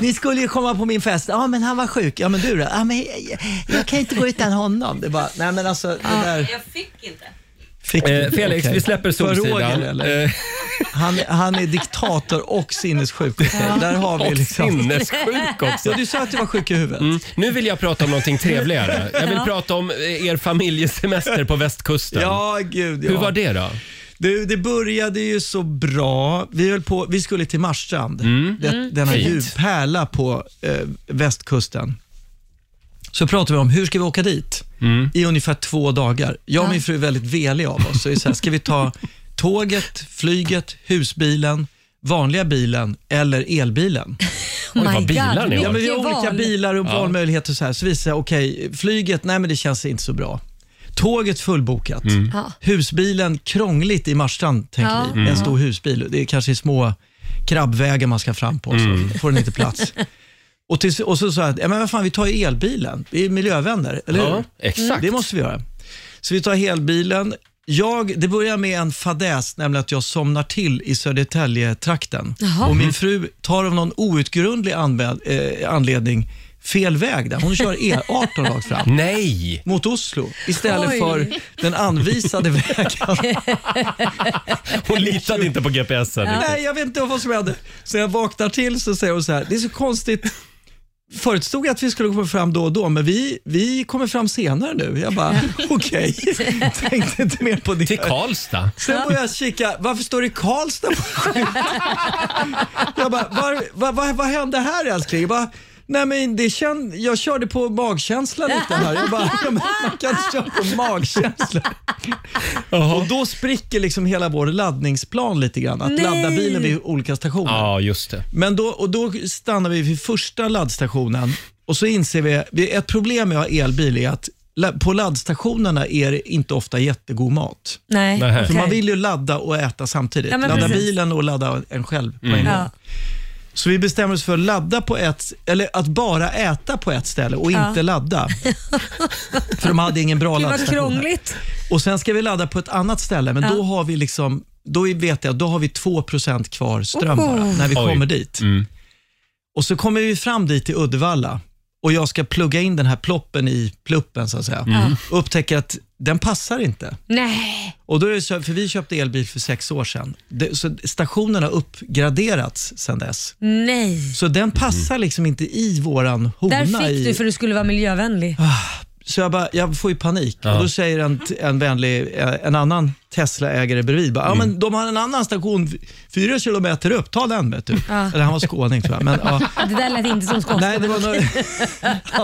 [SPEAKER 8] Ni skulle ju komma på min fest. Ja, men han var sjuk. Ja, men du då? Ja, men jag, jag kan inte gå utan honom. Det är bara, nej men alltså det där.
[SPEAKER 12] Jag fick inte.
[SPEAKER 8] Fick du
[SPEAKER 1] Eh,
[SPEAKER 8] inte.
[SPEAKER 1] Felix,
[SPEAKER 8] Okej.
[SPEAKER 1] vi släpper
[SPEAKER 8] För Roger,
[SPEAKER 1] Solsidan.
[SPEAKER 8] eller?
[SPEAKER 1] Eh,
[SPEAKER 8] Han, han är diktator och sinnessjuk. Där har vi
[SPEAKER 1] Och
[SPEAKER 8] liksom.
[SPEAKER 1] sinnessjuk också.
[SPEAKER 8] Ja, du sa att du var sjuk i huvudet.
[SPEAKER 1] Mm. Nu vill jag prata om någonting trevligare. Jag vill
[SPEAKER 8] Ja.
[SPEAKER 1] prata om eh, er familjesemester på västkusten.
[SPEAKER 8] Ja, gud ja.
[SPEAKER 1] Hur var det då?
[SPEAKER 8] Du, det började ju så bra. Vi, höll på, vi skulle till Marstrand, det,
[SPEAKER 1] Mm.
[SPEAKER 8] denna
[SPEAKER 1] Fint.
[SPEAKER 8] djuphärla på eh, västkusten. Så pratade vi om, hur ska vi åka dit?
[SPEAKER 1] Mm.
[SPEAKER 8] I ungefär två dagar. Jag och min fru är väldigt velig av oss. Så vi är så här, ska vi ta tåget, flyget, husbilen, vanliga bilen eller elbilen?
[SPEAKER 2] Oj, vad Oh My bilar God, ni har.
[SPEAKER 8] ja, men Vi har
[SPEAKER 2] vilket
[SPEAKER 8] olika
[SPEAKER 2] val.
[SPEAKER 8] bilar och
[SPEAKER 2] Ja.
[SPEAKER 8] valmöjligheter. Så, här. så visar jag, okej, flyget, nej men det känns inte så bra. Tåget fullbokat.
[SPEAKER 2] Ja.
[SPEAKER 8] Husbilen krångligt i Marstrand, tänker
[SPEAKER 2] Ja.
[SPEAKER 8] vi.
[SPEAKER 2] Mm.
[SPEAKER 8] En stor husbil. Det är kanske små krabbvägar man ska fram på,
[SPEAKER 2] Mm.
[SPEAKER 8] så får den inte plats. Och, till, och så sa jag, ja, men vad fan, vi tar ju elbilen. Vi är miljövänner, eller
[SPEAKER 1] Ja,
[SPEAKER 8] hur?
[SPEAKER 1] exakt.
[SPEAKER 8] Det måste vi göra. Så vi tar elbilen. Jag, det börjar med en fadäs, nämligen att jag somnar till i Södertälje-trakten.
[SPEAKER 9] Jaha.
[SPEAKER 8] Och
[SPEAKER 9] Mhm.
[SPEAKER 8] min fru tar av någon outgrundlig anbe- eh, anledning fel väg där. Hon kör E18 rakt fram.
[SPEAKER 1] Nej!
[SPEAKER 8] Mot Oslo, istället
[SPEAKER 9] Oj.
[SPEAKER 8] för den anvisade vägen.
[SPEAKER 1] Hon litade inte på GPSen.
[SPEAKER 8] Nej, jag vet inte vad som hände. Så jag vaknar till så säger hon så här, det är så konstigt. Förut stod det att vi skulle komma fram då och då, men vi, vi kommer fram senare nu. Jag bara, okej. Tänkte inte mer på det. Till
[SPEAKER 1] Karlstad.
[SPEAKER 8] Sen började jag kika, varför står det Karlstad på skylten? Jag bara, var, vad- vad- vad hände här älskling? Jag bara, Nej men det känd, jag körde på magkänsla lite här. Jag bara, "Ja, men man kan inte köra på magkänsla. Och då spricker liksom hela vår laddningsplan lite grann. Att
[SPEAKER 9] Nej.
[SPEAKER 8] ladda bilen vid olika stationer.
[SPEAKER 1] Ja, just det.
[SPEAKER 8] Men då, och då stannar vi vid första laddstationen och så inser vi, vi- ett problem med att ha elbil är att la- på laddstationerna är det inte ofta jättegod mat.
[SPEAKER 2] Nej, Nähä.
[SPEAKER 8] För man
[SPEAKER 2] okej.
[SPEAKER 8] vill ju ladda och äta samtidigt.
[SPEAKER 2] Ja, men
[SPEAKER 8] ladda
[SPEAKER 2] precis.
[SPEAKER 8] bilen och ladda en själv på
[SPEAKER 2] Mm.
[SPEAKER 8] en gång.
[SPEAKER 2] Ja.
[SPEAKER 8] Så vi bestämmer oss för att ladda på ett, eller att bara äta på ett ställe och
[SPEAKER 2] Ja.
[SPEAKER 8] inte ladda. för de hade ingen bra
[SPEAKER 2] Gud vad
[SPEAKER 8] laddstation.
[SPEAKER 2] krångligt.
[SPEAKER 8] Och sen ska vi ladda på ett annat ställe, men
[SPEAKER 2] Ja.
[SPEAKER 8] då har vi liksom, då vet jag, då har vi 2% kvar ström bara,
[SPEAKER 9] Oh.
[SPEAKER 8] när vi
[SPEAKER 9] Oj. Mm.
[SPEAKER 8] kommer dit. Och så kommer vi fram dit till Uddevalla och jag ska plugga in den här ploppen i pluppen så att säga.
[SPEAKER 9] Mm.
[SPEAKER 8] Och upptäcker att den passar inte.
[SPEAKER 2] Nej.
[SPEAKER 8] Och då är det så, för vi köpte elbil för sex år sedan. Det, så stationerna har uppgraderats sedan dess.
[SPEAKER 2] Nej.
[SPEAKER 8] Så den passar liksom inte i våran hona.
[SPEAKER 2] Där fick
[SPEAKER 8] i, Ah,
[SPEAKER 2] du för du skulle vara miljövänlig.
[SPEAKER 8] så jag, bara, jag får ju panik. Och då säger en, en vänlig, eh, en annan Tesla-ägare bredvid, bara, ja, men de har en annan station f- fyra kilometer upp, ta den vet du.
[SPEAKER 2] Ja.
[SPEAKER 8] Eller han var skåning tror jag. Men, ja.
[SPEAKER 2] Det där lät inte som skånska.
[SPEAKER 8] Nej, det var
[SPEAKER 2] men-
[SPEAKER 8] nog-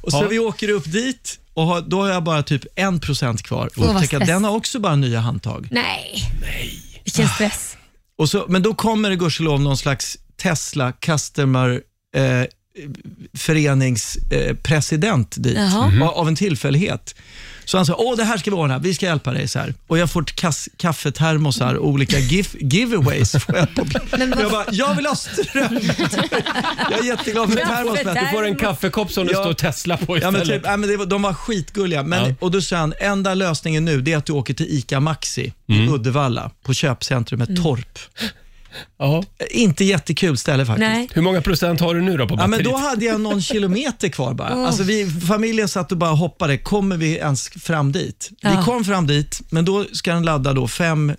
[SPEAKER 8] Och så
[SPEAKER 2] Ja.
[SPEAKER 8] vi åker upp dit och har, då har jag bara typ 1% kvar.
[SPEAKER 2] Åh, vad
[SPEAKER 8] Och upptäcker att
[SPEAKER 2] stress.
[SPEAKER 8] den har också bara nya handtag.
[SPEAKER 2] Nej. Nej. Vilken stress.
[SPEAKER 8] Och så, men då kommer det gudskelov någon slags Tesla Customer eh, föreningspresident eh, president dit
[SPEAKER 9] Jaha.
[SPEAKER 8] av- av en tillfällighet. Så han sa, åh det här ska vi ordna, vi ska hjälpa dig. Så här. Och jag får kass, kaffetermosar och olika gif, giveaways. Får jag, på, jag bara, jag vill ha ström! jag är jätteglad för termos. men-
[SPEAKER 1] Du får en kaffekopp som det står Tesla på
[SPEAKER 8] Ja, men
[SPEAKER 1] istället.
[SPEAKER 8] typ, ja, men det, var- de var skitgulliga. Men, Och då sa han, enda lösningen nu det är att du åker till ICA Maxi i Uddevalla på köpcentrumet
[SPEAKER 1] Mm.
[SPEAKER 8] Torp. Inte jättekul ställe faktiskt.
[SPEAKER 1] Nej. Hur många procent har du nu då på
[SPEAKER 8] Ja, men
[SPEAKER 1] batteriet?
[SPEAKER 8] då hade jag någon kilometer kvar bara.
[SPEAKER 1] Oh.
[SPEAKER 8] Alltså vi, familjen satt och bara hoppade, kommer vi ens fram dit?
[SPEAKER 2] Ja.
[SPEAKER 8] Vi kom fram dit, men då ska den ladda då fem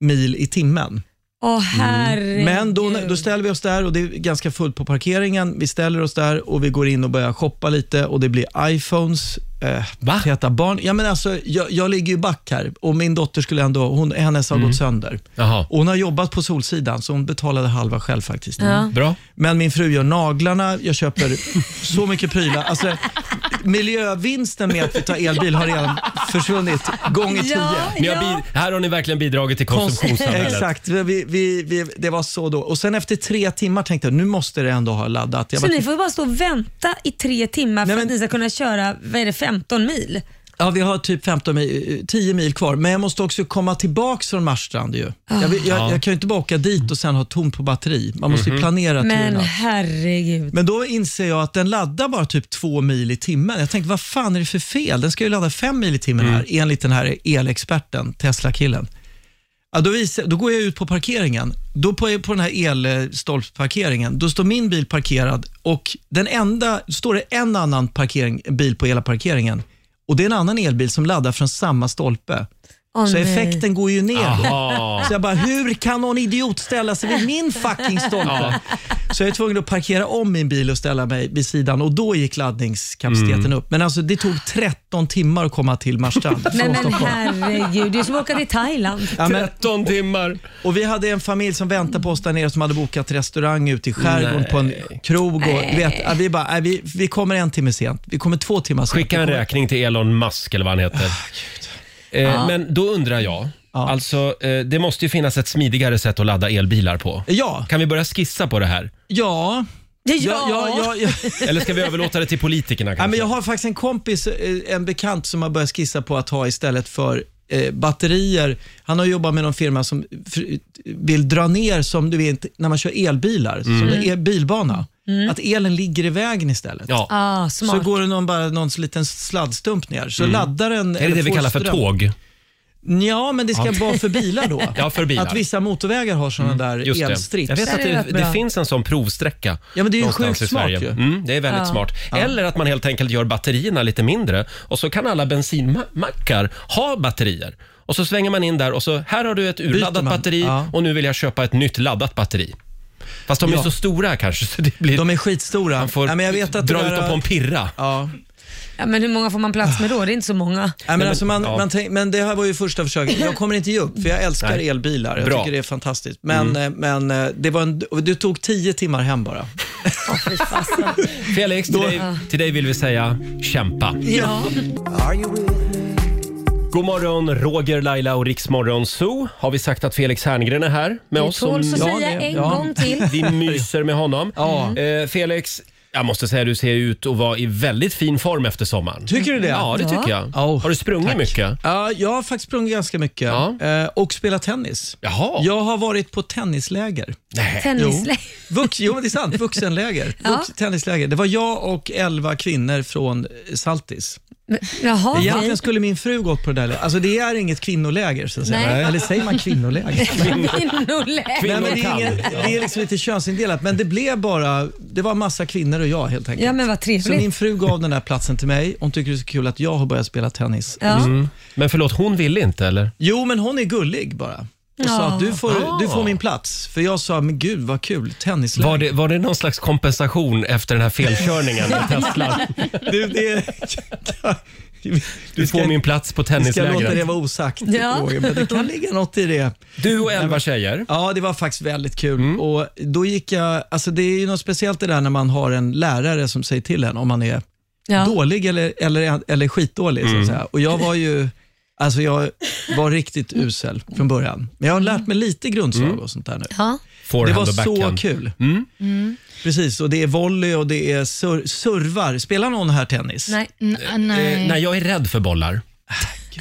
[SPEAKER 8] mil i timmen.
[SPEAKER 2] Åh herregud.
[SPEAKER 8] Mm. Men då, då ställer vi oss där och det är ganska fullt på parkeringen. Vi ställer oss där och vi går in och börjar shoppa lite och det blir iPhones. Eh, täta barn. Ja, men alltså, jag, jag ligger ju back här och min dotter skulle ändå, hon, hennes har
[SPEAKER 1] Mm.
[SPEAKER 8] gått sönder.
[SPEAKER 1] Jaha.
[SPEAKER 8] Och hon har jobbat på Solsidan så hon betalade halva själv faktiskt.
[SPEAKER 1] Ja. Bra.
[SPEAKER 8] Men min fru gör naglarna, jag köper så mycket prylar. Alltså, miljövinsten med att vi tar elbil har redan försvunnit gånger tio.
[SPEAKER 1] Ni har bi- här har ni verkligen bidragit till konsumtionssamhället.
[SPEAKER 8] Exakt, vi, vi, vi, det var så då. Och sen efter tre timmar tänkte jag, nu måste det ändå ha laddat. Jag
[SPEAKER 2] Så
[SPEAKER 8] bara-
[SPEAKER 2] ni får ju bara stå och vänta i tre timmar för att ni ska kunna köra, vad är det, 15 mil?
[SPEAKER 8] Ja, vi har typ 15 mil, 10 mil kvar, men jag måste också komma tillbaks från Marstrand. Ju. Jag, vill-
[SPEAKER 2] Ja.
[SPEAKER 8] jag, jag kan ju inte bara åka dit och sen ha tomt på batteri. Man måste ju
[SPEAKER 2] Mhm.
[SPEAKER 8] planera
[SPEAKER 2] Men
[SPEAKER 8] turerna.
[SPEAKER 2] herregud.
[SPEAKER 8] Men då inser jag att den laddar bara typ två mil i timmen. Jag tänkte, vad fan är det för fel? Den ska ju ladda fem mil i timmen här, enligt den här elexperten, Tesla-killen. Ja, då, visar, då går jag ut på parkeringen. Då på, på den här elstolpsparkeringen, då står min bil parkerad och den enda, står det en annan parkering, bil på hela parkeringen och det är en annan elbil som laddar från samma stolpe.
[SPEAKER 9] Åh,
[SPEAKER 8] så
[SPEAKER 9] nej.
[SPEAKER 8] effekten går ju ner.
[SPEAKER 9] Aha.
[SPEAKER 8] Så jag bara, hur kan någon idiot ställa sig vid min fucking stolpe? Så jag är tvungen att parkera om min bil och ställa mig vid sidan och då gick laddningskapaciteten
[SPEAKER 2] Mm.
[SPEAKER 8] upp. Men alltså det tog 13 timmar att komma till Marstrand
[SPEAKER 2] Nej
[SPEAKER 8] från
[SPEAKER 2] men
[SPEAKER 8] Stockholm.
[SPEAKER 2] herregud, det är som att åka till Thailand.
[SPEAKER 8] Ja, men-
[SPEAKER 1] 13 timmar.
[SPEAKER 8] Och vi hade en familj som väntade på oss där nere som hade bokat restaurang ute i skärgården på en krog. Och, du vet, ja, vi bara, nej, vi, vi kommer en timme sent. Vi kommer två timmar sent.
[SPEAKER 1] Skicka en räkning till Elon Musk eller vad han heter. Eh,
[SPEAKER 8] Ah, Ja.
[SPEAKER 1] Men då undrar jag, alltså eh, det måste ju finnas ett smidigare sätt att ladda elbilar på.
[SPEAKER 8] Ja.
[SPEAKER 1] Kan vi börja skissa på det här?
[SPEAKER 8] Ja,
[SPEAKER 2] Ja.
[SPEAKER 1] Eller ska vi överlåta det till politikerna
[SPEAKER 8] Ja,
[SPEAKER 1] kanske?
[SPEAKER 8] men jag har faktiskt en kompis, eh, en bekant som har börjat skissa på att ha istället för eh, batterier. Han har jobbat med någon firma som fr- vill dra ner, som du vet, när man kör elbilar, som
[SPEAKER 2] Mm.
[SPEAKER 8] en el- bilbana.
[SPEAKER 2] Mm.
[SPEAKER 8] Att elen ligger i vägen istället.
[SPEAKER 2] Ah, smart.
[SPEAKER 8] Så går det någon, bara, någon liten sladdstump ner, så
[SPEAKER 1] Mm.
[SPEAKER 8] laddar den.
[SPEAKER 1] Är det det vi kallar för tåg?
[SPEAKER 8] Ja, men det ska
[SPEAKER 1] Ja.
[SPEAKER 8] vara för bilar då.
[SPEAKER 1] Ja, för bilar. Mm.
[SPEAKER 8] Att vissa motorvägar har sådana
[SPEAKER 1] Just
[SPEAKER 8] där
[SPEAKER 1] det.
[SPEAKER 8] elstrips.
[SPEAKER 1] Jag vet att det, det finns en sån provsträcka
[SPEAKER 8] Ja, men det är ju
[SPEAKER 1] någonstans
[SPEAKER 8] sjukt
[SPEAKER 1] i Sverige.
[SPEAKER 8] smart ju.
[SPEAKER 1] Mm, det är väldigt
[SPEAKER 8] Ja.
[SPEAKER 1] smart.
[SPEAKER 8] Ja.
[SPEAKER 1] Eller att man helt enkelt gör batterierna lite mindre och så kan alla bensinmackar ha batterier. Och så svänger man in där och så här har du ett urladdat
[SPEAKER 8] man.
[SPEAKER 1] batteri
[SPEAKER 8] Ja.
[SPEAKER 1] och nu vill jag köpa ett nytt laddat batteri. Fast de är
[SPEAKER 8] Ja.
[SPEAKER 1] så stora kanske så det blir...
[SPEAKER 8] De är skitstora.
[SPEAKER 1] Man får
[SPEAKER 8] Ja, men jag vet att
[SPEAKER 1] dra
[SPEAKER 8] det där-
[SPEAKER 1] ut dem på en pirra.
[SPEAKER 8] Ja.
[SPEAKER 2] Ja, men hur många får man plats med då? Det är inte så många.
[SPEAKER 8] Nej, men, alltså man, man tänk, men det här var ju första försöket. Jag kommer inte ge upp, för jag älskar
[SPEAKER 1] Nej.
[SPEAKER 8] elbilar. Jag
[SPEAKER 1] Bra. Mm.
[SPEAKER 8] tycker det är fantastiskt. Men, eh, men eh, det, var en, och det tog tio timmar hem bara.
[SPEAKER 1] Felix, till
[SPEAKER 8] Då-
[SPEAKER 1] dig, till dig vill vi säga kämpa.
[SPEAKER 8] Ja.
[SPEAKER 1] God morgon, Roger, Laila och Riksmorgon Zoo. Har vi sagt att Felix Herngren är här med
[SPEAKER 2] Det
[SPEAKER 1] oss?
[SPEAKER 2] tåls
[SPEAKER 1] Som-
[SPEAKER 2] att säga en gång till.
[SPEAKER 1] Vi myser med honom.
[SPEAKER 2] Ja.
[SPEAKER 1] Eh, Felix, jag måste säga du ser ut att vara i väldigt fin form efter sommaren.
[SPEAKER 8] Tycker du det?
[SPEAKER 1] Ja, det tycker jag. Har du sprungit mycket?
[SPEAKER 8] Ja, jag har faktiskt sprungit ganska mycket eh, och spelat tennis.
[SPEAKER 1] Jaha.
[SPEAKER 8] Jag har varit på tennisläger.
[SPEAKER 2] Tennisläger?
[SPEAKER 8] Jo, Vux, jo men det är sant. Vuxenläger. Vux,
[SPEAKER 2] Ja.
[SPEAKER 8] Tennisläger. Det var jag och elva kvinnor från eh, Saltis.
[SPEAKER 2] Men- Jaha,
[SPEAKER 8] Egentligen
[SPEAKER 2] okej.
[SPEAKER 8] skulle min fru gått på det där lägret. Alltså det är inget kvinnoläger. Så att säga.
[SPEAKER 2] Nej.
[SPEAKER 8] Eller säger man kvinnoläger?
[SPEAKER 2] Kvinnoläger.
[SPEAKER 8] Nej, men det, är ingen, det är liksom lite könsindelat, men det blev bara, det var massa kvinnor och jag helt enkelt.
[SPEAKER 2] Ja, men vad trevligt.
[SPEAKER 8] Så min fru gav den där platsen till mig. Hon tycker det är så kul att jag har börjat spela tennis.
[SPEAKER 2] Ja.
[SPEAKER 1] Mm. Men förlåt, hon ville inte eller?
[SPEAKER 8] Jo, men hon är gullig bara. Och sa
[SPEAKER 1] Ja.
[SPEAKER 8] att du
[SPEAKER 1] Ah.
[SPEAKER 8] får, du får min plats. För jag sa, men gud vad kul, tennisläger.
[SPEAKER 1] Var det, var det någon slags kompensation efter den här felkörningen med Tesla?
[SPEAKER 8] Du, det,
[SPEAKER 1] Du får min plats på
[SPEAKER 8] vi ska
[SPEAKER 1] tennislägret.
[SPEAKER 8] låta det vara osagt,
[SPEAKER 2] Ja.
[SPEAKER 8] Roger, men det kan ligga något i det.
[SPEAKER 1] Du och elva tjejer.
[SPEAKER 8] Ja, det var faktiskt väldigt kul.
[SPEAKER 1] Mm.
[SPEAKER 8] Och då gick jag, alltså det är ju något speciellt det där när man har en lärare som säger till en om man är dålig eller, eller, eller skitdålig. Så att
[SPEAKER 13] Mm.
[SPEAKER 8] säga. Och jag var ju, alltså jag var riktigt usel från början. Men jag har lärt mig lite grundslag
[SPEAKER 1] Mm.
[SPEAKER 8] och sånt där nu.
[SPEAKER 2] Ja.
[SPEAKER 8] det
[SPEAKER 1] Forehand
[SPEAKER 8] var
[SPEAKER 1] och
[SPEAKER 8] så
[SPEAKER 1] backhand.
[SPEAKER 8] kul.
[SPEAKER 1] Mm.
[SPEAKER 3] Mm.
[SPEAKER 8] Precis, och det är volley och det är sur- servar. Spelar någon här tennis?
[SPEAKER 2] Nej.
[SPEAKER 1] Eh, nej, jag är rädd för bollar.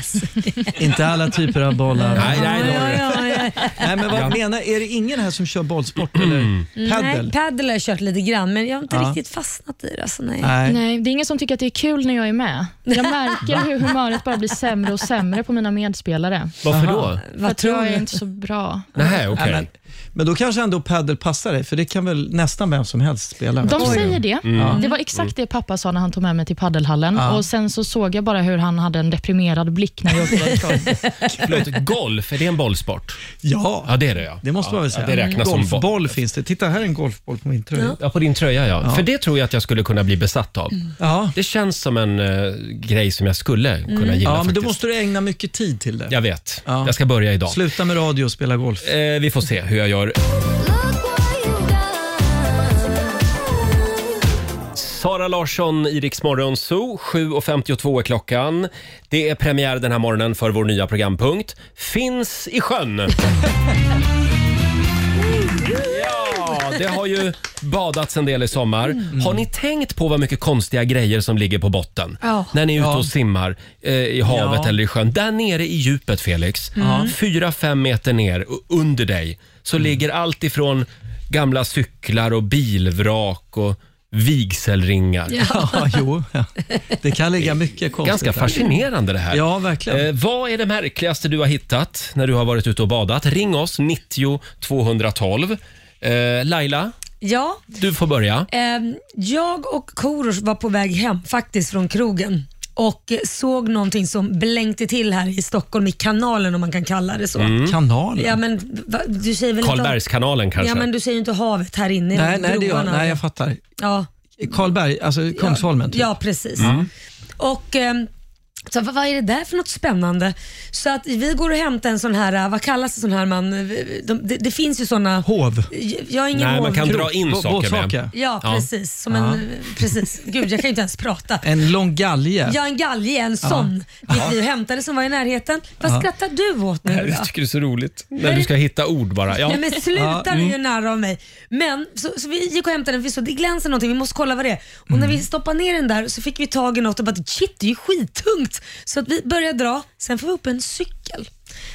[SPEAKER 8] Inte alla typer av bollar.
[SPEAKER 1] Nej, nej, det har du rätt.
[SPEAKER 8] Nej, men vad
[SPEAKER 1] Ja. Mm.
[SPEAKER 8] menar, är det ingen här som kör bollsport eller
[SPEAKER 2] Nej,
[SPEAKER 8] padel?
[SPEAKER 2] padel har jag kört lite grann men jag har inte
[SPEAKER 8] Ja.
[SPEAKER 2] riktigt fastnat i det. Alltså, nej.
[SPEAKER 8] Nej.
[SPEAKER 3] Nej, det är ingen som tycker att det är kul när jag är med. Jag märker hur humöret bara blir sämre och sämre på mina medspelare.
[SPEAKER 1] Varför då?
[SPEAKER 3] För att jag är inte så bra.
[SPEAKER 1] Nej, okej.
[SPEAKER 8] men, men då kanske ändå padel passar dig, för det kan väl nästan vem som helst spela?
[SPEAKER 3] De säger det.
[SPEAKER 8] Ja.
[SPEAKER 3] Det var exakt det pappa sa när han tog med mig till paddelhallen.
[SPEAKER 8] Mm. Ja.
[SPEAKER 3] Och Sen så såg jag bara hur han hade en deprimerad blick när jag åkte därifrån.
[SPEAKER 1] Förlåt, golf, är det en bollsport?
[SPEAKER 8] Ja.
[SPEAKER 1] Ja, det är det ja.
[SPEAKER 8] Det måste
[SPEAKER 1] ja,
[SPEAKER 8] man väl
[SPEAKER 1] ja,
[SPEAKER 8] säga.
[SPEAKER 1] Det räknas som boll.
[SPEAKER 8] Golfboll finns det. Titta, här är en golfboll på min tröja.
[SPEAKER 1] Ja, på din tröja ja.
[SPEAKER 8] Ja. Mm.
[SPEAKER 1] För det tror jag att jag skulle kunna bli besatt av.
[SPEAKER 8] Ja.
[SPEAKER 1] Det känns som en eh, grej som jag skulle kunna gilla
[SPEAKER 8] Mm. ja, men då
[SPEAKER 1] faktiskt.
[SPEAKER 8] måste du ägna mycket tid till det.
[SPEAKER 1] Jag vet. Jag ska börja idag.
[SPEAKER 8] Sluta med radio och spela golf.
[SPEAKER 1] Eh, vi får se hur jag gör. Sara Larsson i Rix Morgon Zoo. 7.52 är klockan. Det är premiär den här morgonen för vår nya programpunkt. Finns i sjön. Ja, det har ju badats en del i sommar. Har ni tänkt på vad mycket konstiga grejer som ligger på botten?
[SPEAKER 2] Ja.
[SPEAKER 1] När ni är ute
[SPEAKER 2] Ja.
[SPEAKER 1] och simmar eh, i havet
[SPEAKER 2] Ja.
[SPEAKER 1] eller i sjön. Där nere i djupet, Felix,
[SPEAKER 2] Mm.
[SPEAKER 1] fyra, fem meter ner och under dig, så
[SPEAKER 8] Mm.
[SPEAKER 1] ligger allt ifrån gamla cyklar och bilvrak och vigselringar.
[SPEAKER 8] Ja, jo. Ja. Det kan ligga mycket konstigt
[SPEAKER 1] Ganska
[SPEAKER 8] där.
[SPEAKER 1] fascinerande det här.
[SPEAKER 8] Ja, verkligen.
[SPEAKER 1] Eh, vad är det märkligaste du har hittat när du har varit ute och badat? Ring oss, 90 212. Eh, Laila,
[SPEAKER 2] Ja,
[SPEAKER 1] du får börja.
[SPEAKER 2] Ehm, jag och Korosh var på väg hem faktiskt från krogen och eh, såg någonting som blänkte till här i Stockholm i kanalen om man kan kalla det så.
[SPEAKER 1] Mm. Kanalen?
[SPEAKER 2] Ja, men, va, du säger väl inte...
[SPEAKER 1] Karlbergskanalen kanske?
[SPEAKER 2] Ja, men du säger ju inte havet här inne.
[SPEAKER 8] Nej, nej, det gör,
[SPEAKER 2] broarna.
[SPEAKER 8] nej, jag fattar.
[SPEAKER 2] Ja,
[SPEAKER 8] Karlberg, alltså Kungsholmen. typ.
[SPEAKER 2] ja precis.
[SPEAKER 8] Mm.
[SPEAKER 2] Och ehm, Så vad vad är det där för något spännande? Så att vi går och hämtar en sån här, eh, vad kallas det sån här man, eh, de, det, det finns ju såna...
[SPEAKER 8] Hov?
[SPEAKER 2] Jag har ingen
[SPEAKER 1] Nej,
[SPEAKER 2] hov.
[SPEAKER 1] man kan dra in
[SPEAKER 8] Bo-
[SPEAKER 1] saker med.
[SPEAKER 8] båsaka.
[SPEAKER 2] Ja, precis. Som en, precis. Gud, jag kan ju inte ens prata.
[SPEAKER 8] En lång galge.
[SPEAKER 2] Ja, en galge, en sån.
[SPEAKER 8] Ja.
[SPEAKER 2] Gick vi och hämtade som var i närheten. Vad
[SPEAKER 1] Ja.
[SPEAKER 2] skrattar du åt nu
[SPEAKER 1] Jag
[SPEAKER 2] då?
[SPEAKER 1] tycker det är så roligt när du ska hitta ord bara. Ja.
[SPEAKER 2] Nej men sluta, du är ju
[SPEAKER 1] Mm.
[SPEAKER 2] nära av mig. Men så, så vi gick och hämtade den, vi såg det glänser någonting, vi måste kolla vad det är. Och när
[SPEAKER 1] Mm.
[SPEAKER 2] vi stoppade ner den där så fick vi tag i något och bara shit det är ju skittungt. Så att vi började dra, sen får vi upp en cykel.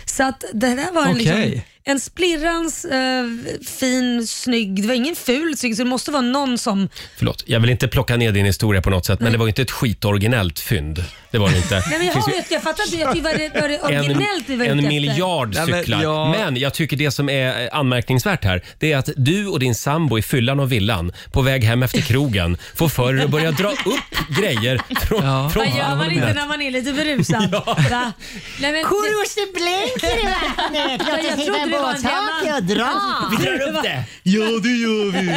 [SPEAKER 2] Så att det där var en, liksom,
[SPEAKER 8] Okej.
[SPEAKER 2] en splirrans eh, fin, snygg, det var ingen ful cykel så det måste vara någon som
[SPEAKER 1] Förlåt, jag vill inte plocka ner din historia på något sätt, men det var ju inte ett skitoriginellt fynd. Det var det inte.
[SPEAKER 2] Nej men jag,
[SPEAKER 1] Finns
[SPEAKER 2] har
[SPEAKER 1] ju-
[SPEAKER 2] ju... jag fattar inte, jag tyckte det var det originellt vi var
[SPEAKER 1] en,
[SPEAKER 2] ute
[SPEAKER 1] en
[SPEAKER 2] efter.
[SPEAKER 1] miljard cyklar. Men,
[SPEAKER 8] ja.
[SPEAKER 1] jag tycker det som är eh, anmärkningsvärt här, det är att du och din sambo i fyllan och villan på väg hem efter krogen får för er att börja dra upp grejer från, från
[SPEAKER 2] Vad gör man inte
[SPEAKER 1] golvet.
[SPEAKER 2] när man är lite berusad? Va? Nej, men, Kuroshe blänker i vattnet!
[SPEAKER 9] Låt oss hitta en båthake och dra. Vi drar upp det.
[SPEAKER 8] Ja, det gör vi,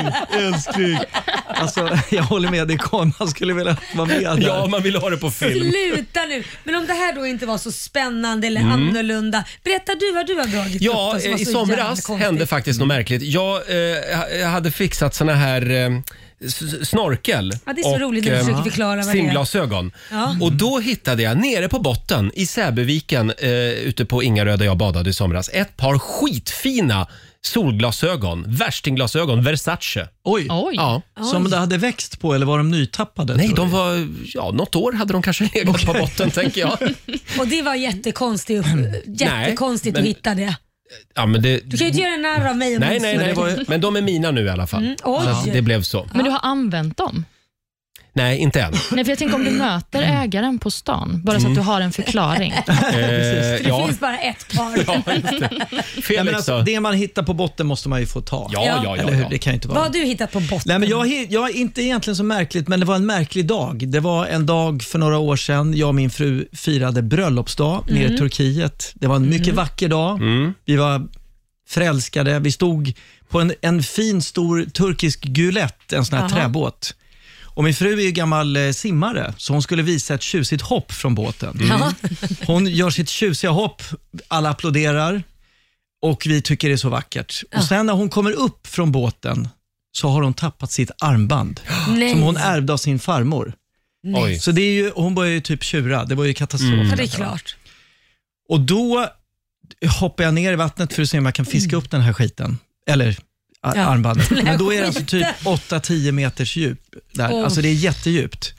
[SPEAKER 8] älskling. Alltså, jag håller med dig Karin. Man skulle vilja vara med där.
[SPEAKER 1] Ja, man vill ha det på film.
[SPEAKER 2] Sluta nu! Men om det här då inte var så spännande eller
[SPEAKER 1] Mm.
[SPEAKER 2] annorlunda. Berätta du vad du har dragit upp
[SPEAKER 1] Ja,
[SPEAKER 2] då, som var
[SPEAKER 1] eh, i
[SPEAKER 2] så jävla
[SPEAKER 1] somras
[SPEAKER 2] konstigt.
[SPEAKER 1] hände faktiskt något märkligt. Jag eh, ha- jag hade fixat såna här eh, s- snorkel
[SPEAKER 2] Ja, det är så roligt när du
[SPEAKER 1] eh,
[SPEAKER 2] försöker förklara vad det är.
[SPEAKER 1] simglasögon.
[SPEAKER 2] Ja.
[SPEAKER 1] Och då hittade jag nere på botten i Säbyviken eh, ute på Ingarö där jag badade i somras ett par skitfina solglasögon, värstingglasögon, Versace.
[SPEAKER 8] Oj!
[SPEAKER 1] Ja.
[SPEAKER 8] Som det hade växt på eller var de nytappade?
[SPEAKER 1] Nej,
[SPEAKER 8] tror
[SPEAKER 1] de
[SPEAKER 8] du?
[SPEAKER 1] var, ja, något år hade de kanske legat på botten tänker jag.
[SPEAKER 2] Och det var jättekonstigt, jättekonstigt
[SPEAKER 1] men-
[SPEAKER 2] att hitta det.
[SPEAKER 1] Ja, men det,
[SPEAKER 2] Du kan ju inte göra narr av mig om
[SPEAKER 1] nej,
[SPEAKER 2] min
[SPEAKER 1] nej,
[SPEAKER 2] snor.
[SPEAKER 1] nej, men de är mina nu i alla fall.
[SPEAKER 2] Mm, oj.
[SPEAKER 1] Så att Det blev så.
[SPEAKER 3] Men du har använt dem?
[SPEAKER 1] Nej, inte än.
[SPEAKER 3] Nej, för jag tänker om du möter
[SPEAKER 8] Mm.
[SPEAKER 3] ägaren på stan, bara så att du har en förklaring.
[SPEAKER 1] Eh,
[SPEAKER 2] Det
[SPEAKER 1] ja.
[SPEAKER 2] finns bara ett par.
[SPEAKER 8] Nej, men
[SPEAKER 1] Felix
[SPEAKER 8] alltså,
[SPEAKER 1] då?
[SPEAKER 8] det man hittar på botten måste man ju få ta.
[SPEAKER 1] Ja, ja, ja,
[SPEAKER 8] Eller hur?
[SPEAKER 1] ja.
[SPEAKER 8] Det kan ju inte
[SPEAKER 2] Vad
[SPEAKER 8] vara.
[SPEAKER 2] har du hittat på botten?
[SPEAKER 8] Nej, men jag, hi- jag är inte egentligen så märkligt, men det var en märklig dag. Det var en dag för några år sedan. Jag och min fru firade bröllopsdag nere
[SPEAKER 6] Mm.
[SPEAKER 8] i Turkiet. Det var en mycket vacker dag. Vi var förälskade. Vi stod på en, en fin stor turkisk gulett, en sån här
[SPEAKER 6] Aha.
[SPEAKER 8] träbåt. Och min fru är ju gammal eh, simmare, så hon skulle visa ett tjusigt hopp från båten.
[SPEAKER 6] Ja.
[SPEAKER 8] Hon gör sitt tjusiga hopp, alla applåderar och vi tycker det är så vackert. Och Sen när hon kommer upp från båten så har hon tappat sitt armband
[SPEAKER 2] Nej.
[SPEAKER 8] som hon ärvde av sin farmor.
[SPEAKER 2] Nej. Oj.
[SPEAKER 8] Så det är ju, och hon börjar ju typ tjura. Det var ju katastrof.
[SPEAKER 2] Mm. Ja, det är
[SPEAKER 8] detta, va?
[SPEAKER 2] klart.
[SPEAKER 8] Och då hoppar jag ner i vattnet för att se om jag kan fiska upp den här skiten. Eller ar-
[SPEAKER 6] Ja.
[SPEAKER 8] armbandet.
[SPEAKER 6] Den här
[SPEAKER 8] Men då är det alltså
[SPEAKER 6] skiten.
[SPEAKER 8] typ 8-10 meters djup. Där.
[SPEAKER 6] Åh.
[SPEAKER 8] Alltså det är jättedjupt.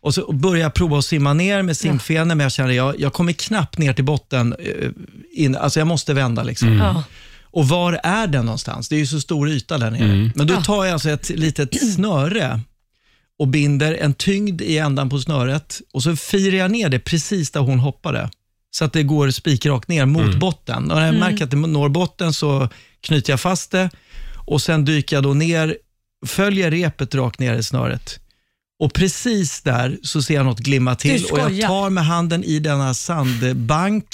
[SPEAKER 8] Och så börjar jag prova att simma ner med simfenen, men jag känner att jag, jag kommer knappt ner till botten. eh, In, alltså jag måste vända liksom.
[SPEAKER 6] Mm. Ja.
[SPEAKER 8] Och var är den någonstans? Det är ju så stor yta där nere.
[SPEAKER 6] Mm.
[SPEAKER 8] Men då tar jag alltså ett litet snöre och binder en tyngd i ändan på snöret och så firar jag ner det precis där hon hoppade. Så att det går spikrakt ner mot botten. Och när jag
[SPEAKER 6] Mm.
[SPEAKER 8] märker att det når botten så knyter jag fast det och sen dyker jag då ner, följer repet rakt ner i snöret. Och precis där så ser jag något glimma till
[SPEAKER 6] Du
[SPEAKER 8] och jag
[SPEAKER 6] skojar.
[SPEAKER 8] tar med handen i denna sandbank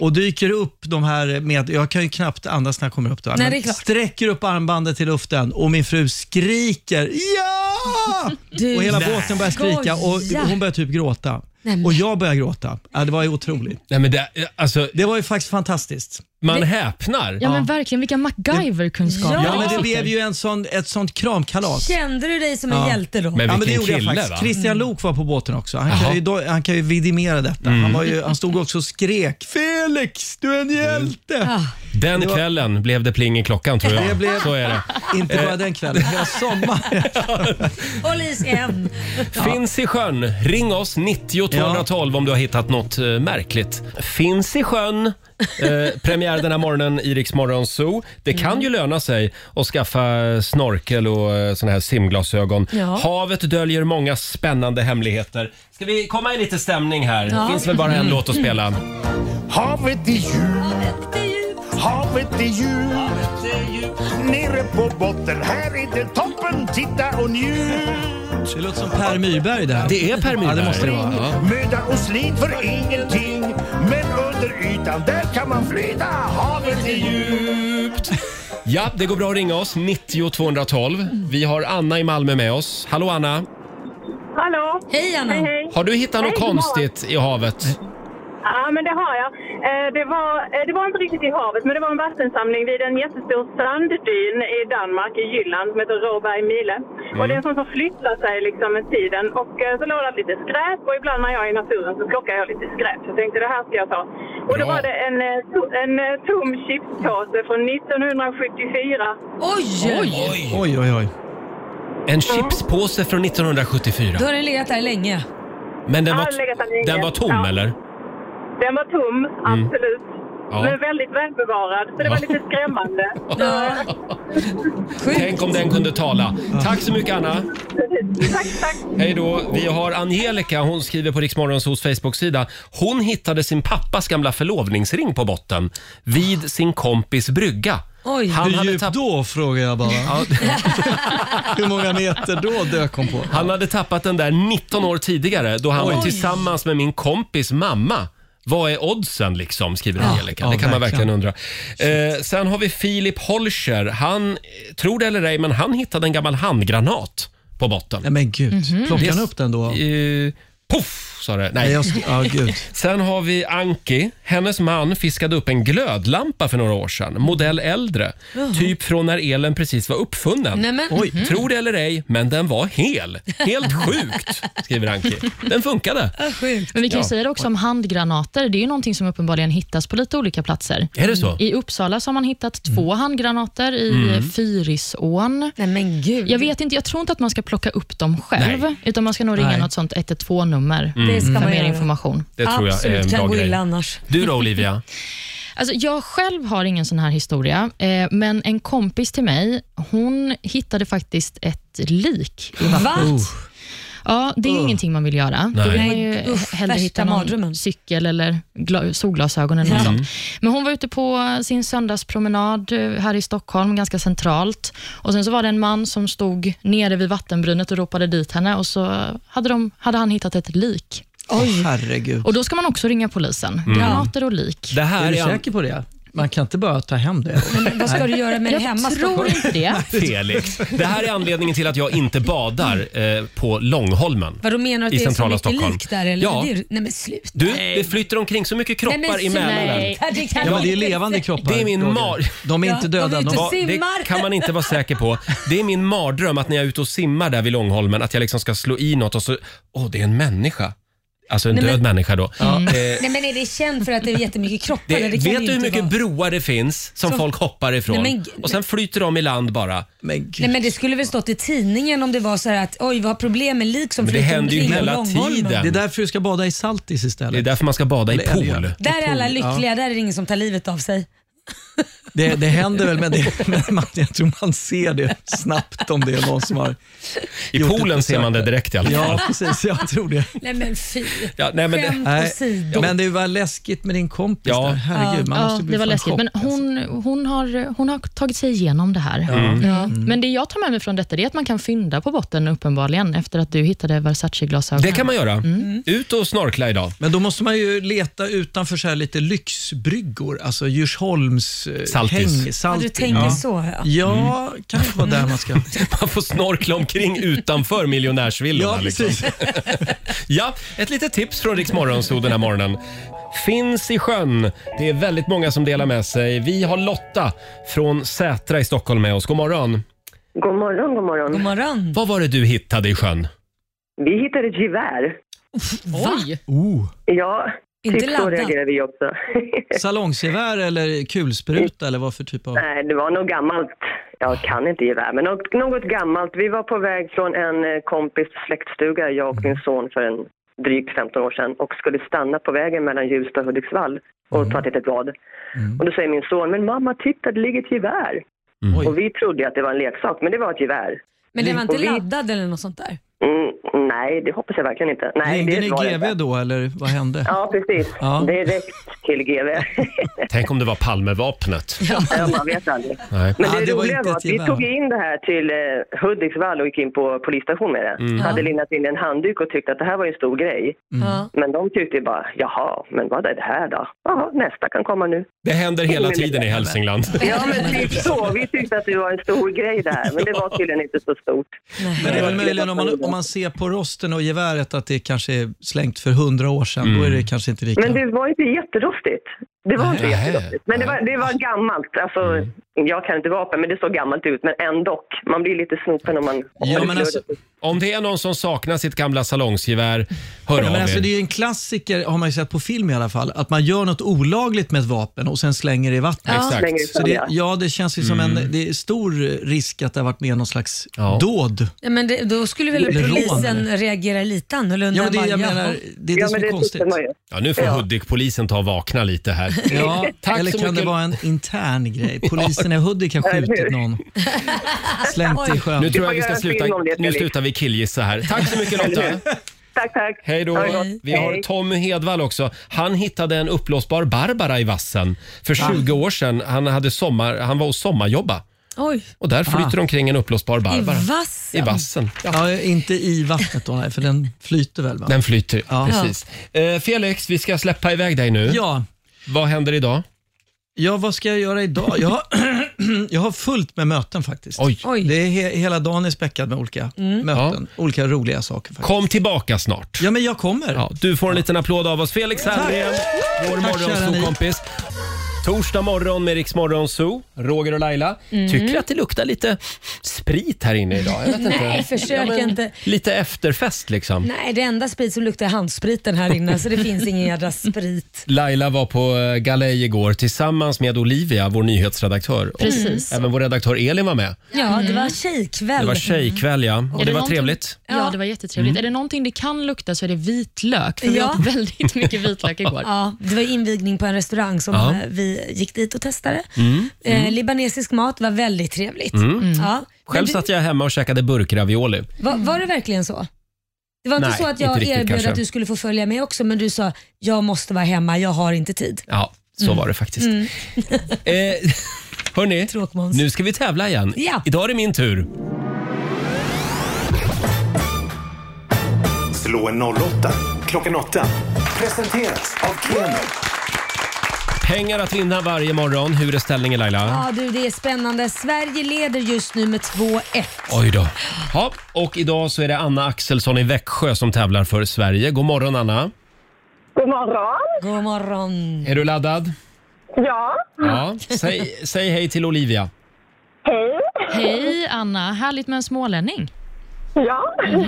[SPEAKER 8] och dyker upp de här med, jag kan ju knappt andas när jag kommer upp där,
[SPEAKER 6] Nej,
[SPEAKER 8] men
[SPEAKER 6] det är klart.
[SPEAKER 8] sträcker upp armbandet till luften och min fru skriker ja!
[SPEAKER 6] Du
[SPEAKER 8] och hela
[SPEAKER 6] Nej.
[SPEAKER 8] båten börjar skrika
[SPEAKER 6] skojar.
[SPEAKER 8] och hon börjar typ gråta.
[SPEAKER 6] Nej, men-
[SPEAKER 8] Och jag börjar gråta. Ja, det var ju otroligt.
[SPEAKER 1] Nej, men det, alltså,
[SPEAKER 8] det var ju faktiskt fantastiskt.
[SPEAKER 1] Man häpnar.
[SPEAKER 3] Ja, men verkligen. Vilka MacGyver-kunskaper.
[SPEAKER 8] Ja, men det blev ju en sån, ett sånt kramkalas.
[SPEAKER 2] Kände du dig som en
[SPEAKER 8] Ja.
[SPEAKER 2] hjälte då?
[SPEAKER 8] ja, men det gjorde jag faktiskt. Christian Lok var på båten också. Han kan, ju, då- han kan ju vidimera detta.
[SPEAKER 1] Mm.
[SPEAKER 8] Han, var ju, han stod också och skrek “Felix, du är en hjälte!”
[SPEAKER 1] Den
[SPEAKER 8] Det var-
[SPEAKER 1] kvällen blev det pling i klockan tror jag.
[SPEAKER 8] Det blev-
[SPEAKER 1] Så är det.
[SPEAKER 8] Inte bara
[SPEAKER 1] Eh,
[SPEAKER 8] den kvällen, det var sommar.
[SPEAKER 2] Håll i sig hem.
[SPEAKER 1] Finns i sjön. Ring oss 90 212 om du har hittat något eh, märkligt. Finns i sjön. Eh, premiär den här morgonen i Rix Morgon Zoo. Det kan ju löna sig att skaffa snorkel och eh, såna här simglasögon.
[SPEAKER 6] Ja.
[SPEAKER 1] Havet döljer många spännande hemligheter. Ska vi komma i lite stämning här?
[SPEAKER 6] Ja.
[SPEAKER 1] Finns väl bara en
[SPEAKER 6] Mm.
[SPEAKER 1] låt att spela.
[SPEAKER 6] Havet är djupt, havet är djupt. Nere på botten, här är det toppen. Titta och njut.
[SPEAKER 8] Det låter som Per Myhrberg där.
[SPEAKER 1] Det är Per
[SPEAKER 8] Ja,
[SPEAKER 1] Myhrberg.
[SPEAKER 8] det måste det vara.
[SPEAKER 6] Möda och slit för ingenting. Men under ytan, där kan man flyta. Havet är djupt.
[SPEAKER 1] Ja, det går bra att ringa oss. 90 212. Vi har Anna i Malmö med oss. Hallå Anna!
[SPEAKER 11] Hallå?
[SPEAKER 2] Hej Anna!
[SPEAKER 11] Hej, hej.
[SPEAKER 1] Har du hittat
[SPEAKER 11] Hej,
[SPEAKER 1] något
[SPEAKER 11] god morgon.
[SPEAKER 1] konstigt i havet?
[SPEAKER 11] Ja, men det har jag. Eh, Det var, eh, det var inte riktigt i havet, men det var en vattensamling vid en jättestor stranddyn i Danmark, i Jylland, som heter Råberg Mile.
[SPEAKER 1] Mm.
[SPEAKER 11] Och det är en sån som flyttar sig liksom med tiden. Och eh, så låg det lite skräp och ibland när jag är i naturen så plockar jag lite skräp. Så jag tänkte det här ska jag ta. Och då
[SPEAKER 13] Bra.
[SPEAKER 11] var det en, eh, to- en eh, tom chipspåse från 1974.
[SPEAKER 2] Oj!
[SPEAKER 1] Oj, oj, oj. En chipspåse från 1974.
[SPEAKER 2] Då har den legat där länge.
[SPEAKER 1] Men den
[SPEAKER 11] Ja,
[SPEAKER 1] var,
[SPEAKER 11] den legat där länge.
[SPEAKER 1] den var tom
[SPEAKER 11] Ja.
[SPEAKER 1] eller? Mm.
[SPEAKER 11] Den var tom, absolut.
[SPEAKER 1] Ja.
[SPEAKER 11] Men väldigt välbevarad, så det var lite skrämmande. Så-
[SPEAKER 1] Tänk om den kunde tala. Tack så mycket Anna.
[SPEAKER 11] tack, tack.
[SPEAKER 1] Hej då. Vi har Angelica, hon skriver på Riksmorgonsos Facebook-sida. Hon hittade sin pappas gamla förlovningsring på botten vid sin kompis brygga.
[SPEAKER 2] Oj. Hur djup
[SPEAKER 1] då frågar jag bara. Hur många meter då dök hon på? Han hade tappat den där 19 år tidigare då han var
[SPEAKER 8] Oj.
[SPEAKER 1] tillsammans med min kompis mamma. Vad är oddsen liksom, skriver
[SPEAKER 8] Ja,
[SPEAKER 1] Angelica.
[SPEAKER 8] ja,
[SPEAKER 1] det kan man verkligen
[SPEAKER 8] verkligen.
[SPEAKER 1] undra. Eh, sen har vi Filip Holscher. Han, tror det eller ej, men han hittade en gammal handgranat på botten. Nej
[SPEAKER 8] men gud, plockade han upp den då?
[SPEAKER 1] Eh, poff, sa det. Nej.
[SPEAKER 8] Nej, jag sk- ja, gud.
[SPEAKER 1] Sen har vi Anki. Hennes man fiskade upp en glödlampa för några år sedan. Modell äldre.
[SPEAKER 2] Jaha.
[SPEAKER 1] Typ från när elen precis var uppfunnen.
[SPEAKER 2] Nej, men-
[SPEAKER 1] Oj,
[SPEAKER 2] Mhm.
[SPEAKER 1] Tro det eller ej, men den var hel. Helt sjukt, skriver Anki. Den funkade.
[SPEAKER 3] Men vi kan ju
[SPEAKER 1] Ja.
[SPEAKER 3] säga det också om handgranater. Det är ju någonting som uppenbarligen hittas på lite olika platser.
[SPEAKER 1] Är det så?
[SPEAKER 3] I Uppsala så har man hittat två handgranater i eh,
[SPEAKER 1] Mm.
[SPEAKER 3] Fyrisån.
[SPEAKER 2] Nej, men gud.
[SPEAKER 3] Jag vet inte, jag tror inte att man ska plocka upp dem själv,
[SPEAKER 1] Nej.
[SPEAKER 3] utan man ska nog ringa
[SPEAKER 1] Nej.
[SPEAKER 3] något sånt 112-nummer
[SPEAKER 1] Mm. Det ska
[SPEAKER 3] för
[SPEAKER 1] man
[SPEAKER 3] mer
[SPEAKER 2] eh,
[SPEAKER 1] göra.
[SPEAKER 3] information.
[SPEAKER 1] Det tror jag eh, är en bra grej. Du då Olivia?
[SPEAKER 3] Alltså, jag själv har ingen sån här historia, eh, men en kompis till mig, hon hittade faktiskt ett lik i vattnet.
[SPEAKER 1] Oh.
[SPEAKER 2] Va?
[SPEAKER 3] Ja, det är ju ingenting man vill göra.
[SPEAKER 2] Nej.
[SPEAKER 3] Då vill man ju
[SPEAKER 2] Nej, usch,
[SPEAKER 3] eh, hellre
[SPEAKER 2] värsta
[SPEAKER 3] hitta någon
[SPEAKER 2] mardrömmen.
[SPEAKER 3] cykel eller gla- solglasögon eller något
[SPEAKER 2] Ja.
[SPEAKER 8] Mm.
[SPEAKER 3] sånt. Men hon var ute på sin söndagspromenad eh, här i Stockholm, ganska centralt. Och Sen så var det en man som stod nere vid vattenbrynet och ropade dit henne och så hade, de, hade han hittat ett lik.
[SPEAKER 8] Oj. Herregud.
[SPEAKER 3] Och Då ska man också ringa polisen.
[SPEAKER 8] Mm.
[SPEAKER 3] Granater och lik.
[SPEAKER 8] Det här är du säker på det? Man kan inte bara ta hem det?
[SPEAKER 2] Vad ska du göra med
[SPEAKER 3] Jag
[SPEAKER 2] det hemma?
[SPEAKER 3] tror inte det.
[SPEAKER 1] Felix. Det här är anledningen till att jag inte badar eh, på Långholmen.
[SPEAKER 2] Vadå menar du
[SPEAKER 1] I
[SPEAKER 2] att det är så
[SPEAKER 1] centrala
[SPEAKER 2] mycket
[SPEAKER 1] Stockholm.
[SPEAKER 2] lik där? Eller?
[SPEAKER 1] Ja.
[SPEAKER 2] Det är, ju- nej men sluta.
[SPEAKER 1] Du, det flyter omkring så mycket kroppar
[SPEAKER 2] Nej, men
[SPEAKER 1] emellan.
[SPEAKER 2] nej. Ja, det kan
[SPEAKER 8] Ja, men det är
[SPEAKER 2] man
[SPEAKER 8] levande
[SPEAKER 2] inte.
[SPEAKER 8] kroppar.
[SPEAKER 1] Det är min
[SPEAKER 8] Roger.
[SPEAKER 1] mar...
[SPEAKER 8] De är inte Ja, de är döda. ute och
[SPEAKER 1] Va-
[SPEAKER 2] simmar.
[SPEAKER 1] det kan man inte vara säker på. Det är min mardröm att när jag är ute och simmar där vid Långholmen att jag liksom ska slå i något och så, åh det är en människa. Alltså en
[SPEAKER 2] Nej,
[SPEAKER 1] död
[SPEAKER 2] men- Mm.
[SPEAKER 1] människa då. Eh,
[SPEAKER 2] Nej men är det känt för att det är jättemycket kroppar
[SPEAKER 1] det,
[SPEAKER 2] där? Det kan
[SPEAKER 1] vet
[SPEAKER 2] ju
[SPEAKER 1] du hur
[SPEAKER 2] inte
[SPEAKER 1] mycket
[SPEAKER 2] vara.
[SPEAKER 1] broar det finns som
[SPEAKER 2] Så-
[SPEAKER 1] folk hoppar ifrån?
[SPEAKER 2] Nej, men-
[SPEAKER 1] och sen flyter de i land bara. Men,
[SPEAKER 2] Nej men det skulle väl stått i tidningen om det var så här att oj vi har problem med lik som
[SPEAKER 1] Men det
[SPEAKER 2] flyter
[SPEAKER 1] händer ju
[SPEAKER 2] omkring på
[SPEAKER 1] hela
[SPEAKER 2] Långholmen.
[SPEAKER 1] tiden.
[SPEAKER 8] Det är därför du ska bada i Saltis istället.
[SPEAKER 1] Det är därför man ska bada i
[SPEAKER 8] Eller älgar.
[SPEAKER 1] pool.
[SPEAKER 2] Där är alla lyckliga, där är det ingen som tar livet av sig.
[SPEAKER 8] Det, det händer väl, men, det, men man, jag tror man ser det snabbt om det är någon som har
[SPEAKER 1] I
[SPEAKER 8] gjort
[SPEAKER 1] poolen
[SPEAKER 8] ett
[SPEAKER 1] ser man det
[SPEAKER 8] försök.
[SPEAKER 1] direkt i alla fall.
[SPEAKER 8] Ja, precis. Jag tror det.
[SPEAKER 2] Nej men fy.
[SPEAKER 1] Ja, nej, men det-
[SPEAKER 2] Skämt
[SPEAKER 1] Nej,
[SPEAKER 2] åsido.
[SPEAKER 8] Men det var läskigt med din kompis
[SPEAKER 1] Ja.
[SPEAKER 8] där. Herregud, man
[SPEAKER 3] Ja,
[SPEAKER 8] måste bli
[SPEAKER 3] det var
[SPEAKER 8] fan alltså.
[SPEAKER 3] läskigt,
[SPEAKER 8] chock.
[SPEAKER 3] men hon, hon, har, hon har tagit sig igenom det här.
[SPEAKER 8] Mm.
[SPEAKER 3] Ja.
[SPEAKER 8] Mm.
[SPEAKER 3] Men det jag tar med mig från detta det är att man kan fynda på botten uppenbarligen efter att du hittade Versace-glasögon.
[SPEAKER 1] Det kan man göra.
[SPEAKER 2] Mm.
[SPEAKER 1] Ut och snorkla idag.
[SPEAKER 8] Men då måste man ju leta utanför så här lite lyxbryggor, alltså Djursholms eh,
[SPEAKER 1] Saltis. Mm.
[SPEAKER 8] häng.
[SPEAKER 2] Ja, du tänker
[SPEAKER 8] ja.
[SPEAKER 2] så ja.
[SPEAKER 8] Ja, kan det inte vara där man ska...
[SPEAKER 1] Man får snorkla omkring utanför miljonärsvillorna. Ja, liksom. ja, ett litet tips från Rix Morgonzoo den här morgonen. Finns i sjön. Det är väldigt många som delar med sig. Vi har Lotta från Sätra i Stockholm med oss. God morgon.
[SPEAKER 14] God morgon, god morgon.
[SPEAKER 2] God morgon.
[SPEAKER 1] Vad var det du hittade i sjön?
[SPEAKER 14] Vi hittade ett gevär.
[SPEAKER 2] Oj!
[SPEAKER 1] Oh.
[SPEAKER 14] Ja,
[SPEAKER 2] Inte
[SPEAKER 14] typ så
[SPEAKER 2] laddat.
[SPEAKER 14] reagerar vi också.
[SPEAKER 8] Salongsgevär eller kulspruta eller vad för typ av...
[SPEAKER 14] Nej, det var något gammalt. Jag kan inte gevär, men något, något gammalt. Vi var på väg från en eh, kompis släktstuga, jag och
[SPEAKER 8] Mm.
[SPEAKER 14] min son, för en drygt 15 år sedan och skulle stanna på vägen mellan Hjulsta och Hudiksvall och
[SPEAKER 8] Mm.
[SPEAKER 14] ta ett litet bad. Och då säger min son, men mamma titta det ligger ett gevär.
[SPEAKER 8] Mm.
[SPEAKER 14] Och vi trodde ju att det var en leksak, men det var ett gevär.
[SPEAKER 2] Men den var inte
[SPEAKER 14] Och vi-
[SPEAKER 2] laddad eller något sånt där?
[SPEAKER 14] Mm, nej, det hoppas jag verkligen inte. Nej,
[SPEAKER 8] Hängde
[SPEAKER 14] det
[SPEAKER 8] ni
[SPEAKER 14] var det inte.
[SPEAKER 8] GV då eller vad hände?
[SPEAKER 14] Ja, precis.
[SPEAKER 8] Ja.
[SPEAKER 14] Direkt till GV.
[SPEAKER 1] Tänk om det var Palmevapnet.
[SPEAKER 14] Ja, man vet aldrig.
[SPEAKER 1] Nej.
[SPEAKER 14] Men
[SPEAKER 1] Ja,
[SPEAKER 14] det,
[SPEAKER 1] det var
[SPEAKER 14] roliga
[SPEAKER 1] inte
[SPEAKER 14] var
[SPEAKER 1] ett
[SPEAKER 14] att vi
[SPEAKER 1] gevär.
[SPEAKER 14] tog in det här till eh, Hudiksvall och gick in på polisstationen med det.
[SPEAKER 1] Mm.
[SPEAKER 14] Hade
[SPEAKER 1] Ja.
[SPEAKER 14] lindat in en handduk och tyckte att det här var ju en stor grej.
[SPEAKER 1] Mm.
[SPEAKER 2] Ja.
[SPEAKER 14] Men de tyckte ju bara, jaha, men vad är det här då? Jaha, nästa kan komma nu.
[SPEAKER 1] Det händer hela tiden i Hälsingland.
[SPEAKER 14] Ja, men typ så. Vi tyckte att det var en stor grej det här, men det var tydligen inte så stort.
[SPEAKER 8] Men det är väl möjligen om man, om man ser på på rosten och geväret att det kanske är slängt för hundra år sedan,
[SPEAKER 1] Mm.
[SPEAKER 8] då är det kanske inte lika...
[SPEAKER 14] Men det var inte jätterostigt. Det var inte
[SPEAKER 8] Nej.
[SPEAKER 14] jätterostigt. Men det var, det var gammalt. Alltså,
[SPEAKER 1] Mm.
[SPEAKER 14] Jag kan inte vapen, men det såg gammalt ut. Men ändå. Man blir lite snopen om man...
[SPEAKER 1] Ja, men alltså, om det är någon som saknar sitt gamla salongsgevär, hör
[SPEAKER 8] Ja,
[SPEAKER 1] av
[SPEAKER 8] men alltså,
[SPEAKER 1] er.
[SPEAKER 8] det är ju en klassiker, har man ju sett på film i alla fall, att man gör något olagligt med ett vapen och sen slänger det i vattnet.
[SPEAKER 1] Ja, Exakt. slänger i
[SPEAKER 8] Så det,
[SPEAKER 1] sjön,
[SPEAKER 8] ja, det känns ju som
[SPEAKER 1] Mm.
[SPEAKER 8] en det är stor risk att det har varit med någon slags dåd.
[SPEAKER 2] Ja, men det, då skulle väl
[SPEAKER 8] Eller rån,
[SPEAKER 2] polisen
[SPEAKER 8] eller?
[SPEAKER 2] reagera lite annorlunda?
[SPEAKER 8] Ja, men det-
[SPEAKER 2] än bara,
[SPEAKER 8] jag
[SPEAKER 2] "Jaha."
[SPEAKER 8] menar, det är det Ja, som men är det konstigt. tycker man ju.
[SPEAKER 1] Ja, nu får Hudik-polisen ta och vakna lite här.
[SPEAKER 8] Ja,
[SPEAKER 1] Tack
[SPEAKER 8] eller
[SPEAKER 1] så
[SPEAKER 8] kan
[SPEAKER 1] mycket.
[SPEAKER 8] det vara en intern grej? Polisen i Hudik har skjutit någon. Slängt i sjön.
[SPEAKER 1] Nu tror jag vi ska sluta, nu slutar vi killgissa här. Tack så mycket Lotta.
[SPEAKER 14] Tack, tack.
[SPEAKER 1] Hej då.
[SPEAKER 14] Ha det gott.
[SPEAKER 1] Vi har
[SPEAKER 14] Hej.
[SPEAKER 1] Tommy Hedvall också. Han hittade en uppblåsbar Barbara i vassen för
[SPEAKER 2] Va?
[SPEAKER 1] 20 år sedan. Han, hade sommar, han var och sommarjobba.
[SPEAKER 2] Oj.
[SPEAKER 1] Och där flyter omkring en uppblåsbar Barbara.
[SPEAKER 2] I vassen?
[SPEAKER 1] I vassen.
[SPEAKER 8] Ja, inte i vattnet då, nej, för den flyter väl? Va?
[SPEAKER 1] Den flyter,
[SPEAKER 8] Ja.
[SPEAKER 1] precis. Eh, Felix, vi ska släppa iväg dig nu.
[SPEAKER 8] Ja.
[SPEAKER 1] Vad händer idag?
[SPEAKER 8] Ja, vad ska jag göra idag? Jag har, jag har fullt med möten faktiskt. Det är he, hela dagen är späckad med olika
[SPEAKER 1] Mm.
[SPEAKER 8] möten. Olika roliga saker. Faktiskt.
[SPEAKER 1] Kom tillbaka snart.
[SPEAKER 8] Ja, men jag kommer.
[SPEAKER 1] Ja, du får en liten applåd av oss. Felix
[SPEAKER 8] Tack.
[SPEAKER 1] Herngren, vår
[SPEAKER 8] Tack, kära ni.
[SPEAKER 1] morgonsokompis. Torsdag morgon med Rix Morgon Zoo, Roger och Laila.
[SPEAKER 2] Mm.
[SPEAKER 1] Tycker att det luktar lite sprit här inne idag? Jag vet inte.
[SPEAKER 2] Nej, försök
[SPEAKER 1] Ja, men
[SPEAKER 2] inte.
[SPEAKER 1] Lite efterfest liksom.
[SPEAKER 2] Nej, det enda sprit som luktar är handspriten här inne, så det finns ingen jädra sprit.
[SPEAKER 1] Laila var på eh, galej igår tillsammans med Olivia, vår nyhetsredaktör. Och
[SPEAKER 2] Precis.
[SPEAKER 1] Även vår redaktör Elin var med.
[SPEAKER 2] Ja, det var tjejkväll.
[SPEAKER 1] Det var tjejkväll
[SPEAKER 2] Mm.
[SPEAKER 1] ja, och
[SPEAKER 3] Är
[SPEAKER 1] det var
[SPEAKER 3] någonting-
[SPEAKER 1] trevligt. Mm.
[SPEAKER 3] Ja, det var jättetrevligt. Är det någonting det kan lukta så är det vitlök, för vi
[SPEAKER 2] Ja.
[SPEAKER 3] åt väldigt mycket vitlök igår.
[SPEAKER 2] Ja, det var invigning på en restaurang som
[SPEAKER 3] Ja.
[SPEAKER 2] eh, vi gick dit och testade.
[SPEAKER 1] Mm.
[SPEAKER 2] Eh, libanesisk mat var väldigt trevligt.
[SPEAKER 1] Mm. Mm.
[SPEAKER 2] Ja.
[SPEAKER 1] Själv
[SPEAKER 2] Men
[SPEAKER 1] satt jag hemma och käkade burkravioli.
[SPEAKER 2] Var, var det verkligen så? Det var inte
[SPEAKER 1] Nej,
[SPEAKER 2] så att jag
[SPEAKER 1] inte riktigt
[SPEAKER 2] erbjöd
[SPEAKER 1] kanske.
[SPEAKER 2] att du skulle få följa med också, men du sa jag måste vara hemma, jag har inte tid.
[SPEAKER 1] Ja, så
[SPEAKER 2] Mm.
[SPEAKER 1] var det faktiskt.
[SPEAKER 2] Mm.
[SPEAKER 1] Eh, hörni,
[SPEAKER 2] Tråkmåns.
[SPEAKER 1] nu ska vi tävla igen.
[SPEAKER 2] Ja.
[SPEAKER 1] Idag är det min tur.
[SPEAKER 4] Slå en 08 klockan 8. Presenteras av Keno.
[SPEAKER 1] Pengar att vinna varje morgon. Hur är ställningen Laila?
[SPEAKER 2] Ja du, det är spännande. Sverige leder just nu med 2-1.
[SPEAKER 1] Oj då. Ja, och idag så är det Anna Axelsson i Växjö som tävlar för Sverige. God morgon Anna.
[SPEAKER 2] God morgon. God morgon.
[SPEAKER 1] Är du laddad?
[SPEAKER 2] Ja.
[SPEAKER 1] Ja. Säg, säg hej till Olivia.
[SPEAKER 3] Hej! Hej Anna, härligt med en smålänning.
[SPEAKER 13] Ja.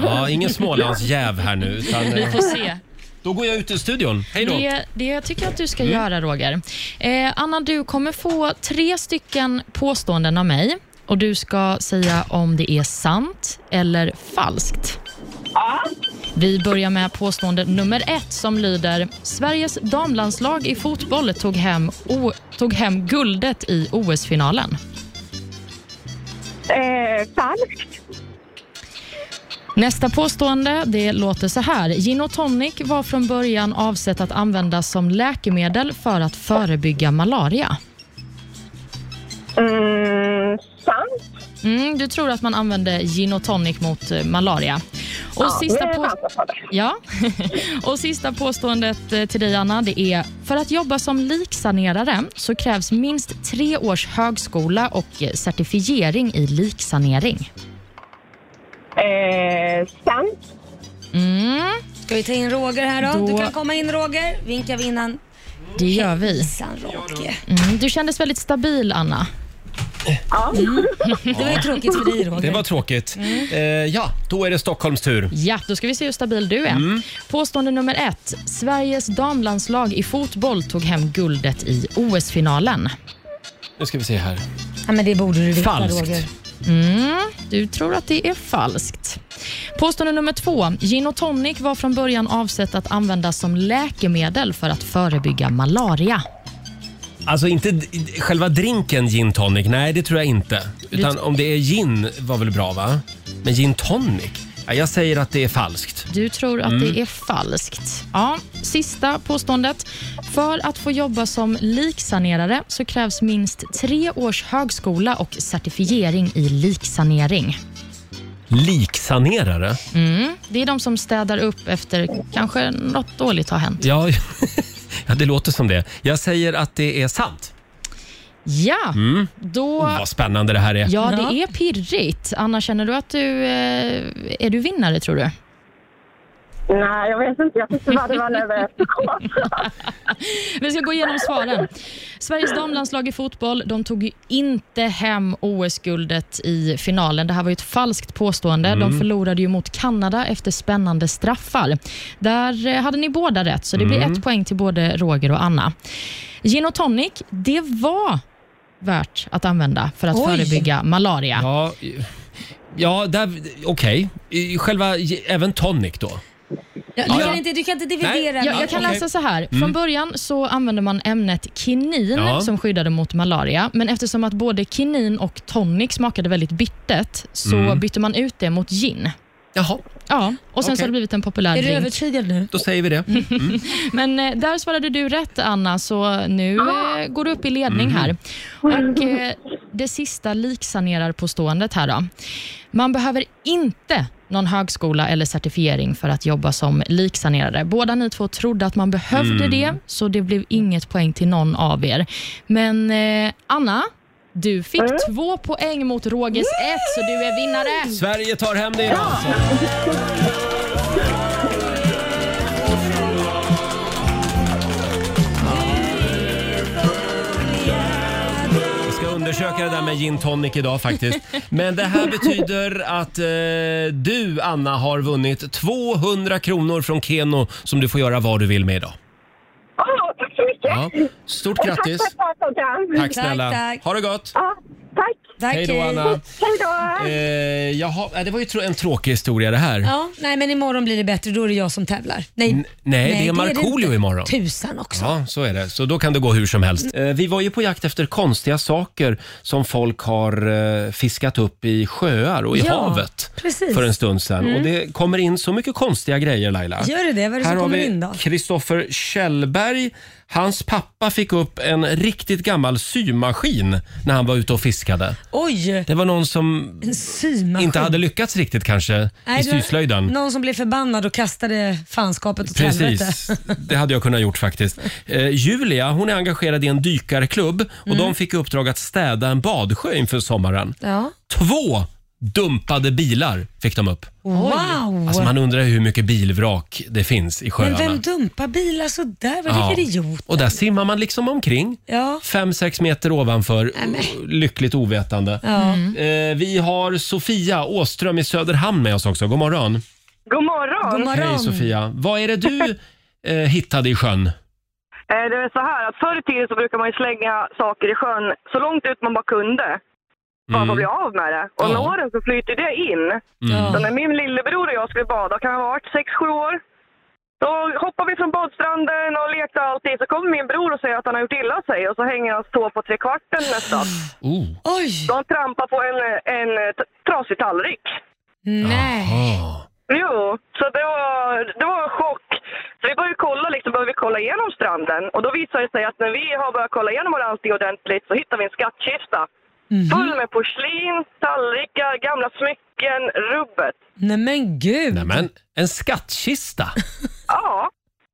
[SPEAKER 1] Ja, ingen smålandsjäv här nu. Utan, eh,
[SPEAKER 3] Vi får se.
[SPEAKER 1] Då går jag ut ur studion. Hej då.
[SPEAKER 3] Det, det jag tycker att du ska
[SPEAKER 1] Mm.
[SPEAKER 3] göra, Roger. Eh, Anna, du kommer få tre stycken påståenden av mig och du ska säga om det är sant eller falskt. Vi börjar med påstående nummer ett som lyder Sveriges damlandslag i fotboll tog hem, o, tog hem guldet i OS-finalen.
[SPEAKER 13] Eh, falskt.
[SPEAKER 3] Nästa påstående det låter så här. Gin och tonic var från början avsett att användas som läkemedel för att förebygga malaria.
[SPEAKER 13] Mm, sant.
[SPEAKER 3] Mm, du tror att man använde gin och tonic mot eh, malaria. Och,
[SPEAKER 13] Ja,
[SPEAKER 3] sista
[SPEAKER 13] det är
[SPEAKER 3] på...
[SPEAKER 13] sant, jag sa det.
[SPEAKER 3] ja. och sista påståendet eh, till dig, Anna, det är för att jobba som liksanerare så krävs minst tre års högskola och eh, certifiering i liksanering.
[SPEAKER 13] Eh, sant.
[SPEAKER 3] Mm.
[SPEAKER 2] Ska vi ta in Roger här då?
[SPEAKER 3] Då-
[SPEAKER 2] Du kan komma in Roger. Vinkar vi innan.
[SPEAKER 3] Det gör vi.
[SPEAKER 2] Hejsan Roger.
[SPEAKER 3] Mm, du kändes väldigt stabil, Anna.
[SPEAKER 13] Ja.
[SPEAKER 3] Mm.
[SPEAKER 2] Det var ju tråkigt för dig Roger.
[SPEAKER 1] Det var tråkigt. Eh, ja, då är det Stockholms tur.
[SPEAKER 3] Ja, då ska vi se hur stabil du är.
[SPEAKER 1] Mm.
[SPEAKER 3] Påstående nummer ett. Sveriges damlandslag i fotboll tog hem guldet i OS-finalen.
[SPEAKER 1] Nu ska vi se här.
[SPEAKER 2] Ja, men det borde du veta
[SPEAKER 3] Falskt.
[SPEAKER 2] Roger.
[SPEAKER 3] Mm, du tror att det är falskt. Påstående nummer två. Gin och tonic var från början avsett att användas som läkemedel för att förebygga malaria.
[SPEAKER 1] Alltså inte d- själva drinken gin tonic, nej det tror jag inte. Utan om det är gin var väl bra va? Men gin tonic? Ja, jag säger att det är falskt.
[SPEAKER 3] Du tror att
[SPEAKER 1] Mm.
[SPEAKER 3] det är falskt. Ja, sista påståendet. För att få jobba som liksanerare så krävs minst tre års högskola och certifiering i liksanering.
[SPEAKER 1] Liksanerare?
[SPEAKER 3] Mm. Det är de som städar upp efter kanske något dåligt har hänt.
[SPEAKER 1] Ja, ja, det låter som det. Jag säger att det är sant.
[SPEAKER 3] Ja,
[SPEAKER 1] Mm.
[SPEAKER 3] då...
[SPEAKER 1] Oh, vad spännande det här är.
[SPEAKER 3] Ja, det är pirrigt. Anna, känner du att du... Eh, är du vinnare, tror du?
[SPEAKER 13] Nej, jag vet inte. Jag tyckte bara det var nervöst.
[SPEAKER 3] Vi ska gå igenom svaren. Sveriges damlandslag i fotboll de tog ju inte hem OS-guldet i finalen. Det här var ju ett falskt påstående.
[SPEAKER 15] Mm.
[SPEAKER 3] De förlorade ju mot Kanada efter spännande straffar. Där eh, hade ni båda rätt, så det blir
[SPEAKER 15] Mm.
[SPEAKER 3] ett poäng till både Roger och Anna. Gin och tonic, det var värt att använda för att
[SPEAKER 1] Oj.
[SPEAKER 3] förebygga malaria.
[SPEAKER 1] Ja, ja där- okej. I Själva, även tonic då?
[SPEAKER 3] Ja,
[SPEAKER 1] Ja, ja.
[SPEAKER 3] du kan inte
[SPEAKER 1] dividera Nej.
[SPEAKER 3] Jag, jag kan
[SPEAKER 1] Okej.
[SPEAKER 3] läsa så här.
[SPEAKER 1] Mm.
[SPEAKER 3] Från början så använde man ämnet kinin
[SPEAKER 15] Ja.
[SPEAKER 3] som skyddade mot malaria. Men eftersom att både kinin och tonic smakade väldigt bittert så
[SPEAKER 1] Mm.
[SPEAKER 3] bytte man ut det mot gin.
[SPEAKER 1] Jaha.
[SPEAKER 3] Ja, och sen så
[SPEAKER 1] Okej.
[SPEAKER 3] har det blivit en populär
[SPEAKER 2] Är du
[SPEAKER 3] drink.
[SPEAKER 2] övertygad nu?
[SPEAKER 1] Då säger vi det. Mm.
[SPEAKER 3] Men eh, där svarade du rätt, Anna, så nu eh, går du upp i ledning
[SPEAKER 15] Mhm.
[SPEAKER 3] här. Och eh, Det sista liksanerarpåståendet här då. Man behöver inte någon högskola eller certifiering för att jobba som liksanerare. Båda ni två trodde att man behövde
[SPEAKER 15] Mm.
[SPEAKER 3] det, så det blev inget poäng till någon av er. Men eh, Anna, du fick två poäng mot Rogers ett, så du är vinnare.
[SPEAKER 1] Sverige tar hem det idag alltså. Jag ska undersöka det där med gin tonic idag faktiskt. Men det här betyder att eh, du, Anna, har vunnit 200 kronor från Keno som du får göra vad du vill med idag.
[SPEAKER 13] Åh, tack så mycket!
[SPEAKER 1] Ja. Stort
[SPEAKER 13] Och
[SPEAKER 1] grattis.
[SPEAKER 13] Tack för ett bra program.
[SPEAKER 1] Tack snälla. Ha det gott!
[SPEAKER 13] Ja, tack.
[SPEAKER 1] Hej då Anna.
[SPEAKER 13] Hej då.
[SPEAKER 1] Eh, jaha, eh, det var ju tro- en tråkig historia det här.
[SPEAKER 2] Ja, nej men imorgon blir det bättre. Då är det jag som tävlar. Nej,
[SPEAKER 1] N- nej, det är Markoolio
[SPEAKER 2] inte.
[SPEAKER 1] imorgon.
[SPEAKER 2] Tusan också.
[SPEAKER 1] Ja, så är det. Så då kan det gå hur som helst.
[SPEAKER 2] Mm.
[SPEAKER 1] Eh, vi var ju på jakt efter konstiga saker som folk har eh, fiskat upp i sjöar och i
[SPEAKER 2] Ja,
[SPEAKER 1] havet
[SPEAKER 2] precis.
[SPEAKER 1] för en stund sedan.
[SPEAKER 2] Mm.
[SPEAKER 1] Och det kommer in så mycket konstiga grejer Laila.
[SPEAKER 2] Gör det det? Vad är det som
[SPEAKER 1] Här har
[SPEAKER 2] kommer
[SPEAKER 1] vi
[SPEAKER 2] in då?
[SPEAKER 1] Kristoffer Kjellberg. Hans pappa fick upp en riktigt gammal symaskin när han var ute och fiskade.
[SPEAKER 2] Oj!
[SPEAKER 1] Det var någon som
[SPEAKER 2] En symaskin.
[SPEAKER 1] inte hade lyckats riktigt kanske
[SPEAKER 2] Nej,
[SPEAKER 1] i
[SPEAKER 2] det var
[SPEAKER 1] syslöjden.
[SPEAKER 2] Någon som blev förbannad och kastade fanskapet åt helvete.
[SPEAKER 1] Precis, det hade jag kunnat gjort faktiskt. Eh, Julia hon är engagerad i en dykarklubb och
[SPEAKER 2] Mm.
[SPEAKER 1] de fick i uppdrag att städa en badsjö inför sommaren.
[SPEAKER 2] Ja.
[SPEAKER 1] Två dumpade bilar fick de upp.
[SPEAKER 2] Wow!
[SPEAKER 1] Alltså man undrar hur mycket bilvrak det finns i
[SPEAKER 2] men
[SPEAKER 1] sjöarna.
[SPEAKER 2] vem dumpar bilar sådär? Vad är det för idiot?
[SPEAKER 1] Och där simmar man liksom omkring.
[SPEAKER 2] Ja.
[SPEAKER 1] fem sex meter ovanför,
[SPEAKER 2] Nej, men.
[SPEAKER 1] lyckligt ovetande.
[SPEAKER 2] Ja.
[SPEAKER 1] Eh, vi har Sofia Åström i Söderhamn med oss också. God morgon.
[SPEAKER 13] God morgon.
[SPEAKER 1] Hej Sofia. Vad är det du eh, hittade i sjön?
[SPEAKER 13] Eh, Det är så här att förr i tiden så brukar man ju slänga saker i sjön så långt ut man bara kunde. Bara för
[SPEAKER 15] Mm.
[SPEAKER 13] att bli av med det. Och med åren så flyter det in.
[SPEAKER 15] Mm.
[SPEAKER 13] Så när min lillebror och jag skulle bada, kan han ha varit 6-7 år, då hoppar vi från badstranden och lekte alltid. Så kommer min bror och säger att han har gjort illa sig och så hänger hans tå på trekvarten nästan.
[SPEAKER 1] Oh.
[SPEAKER 2] Oj!
[SPEAKER 13] De trampar på en, en t- trasig tallrik.
[SPEAKER 2] Nej.
[SPEAKER 13] Jo, så det var, det var en chock. Så vi började kolla, liksom, började vi kolla igenom stranden och då visade det sig att när vi har börjat kolla igenom allting ordentligt så hittar vi en skattkista. Full med porslin, tallrikar, gamla smycken, rubbet.
[SPEAKER 2] Nej men gud!
[SPEAKER 1] Nej, men, en skattkista?
[SPEAKER 13] Ja,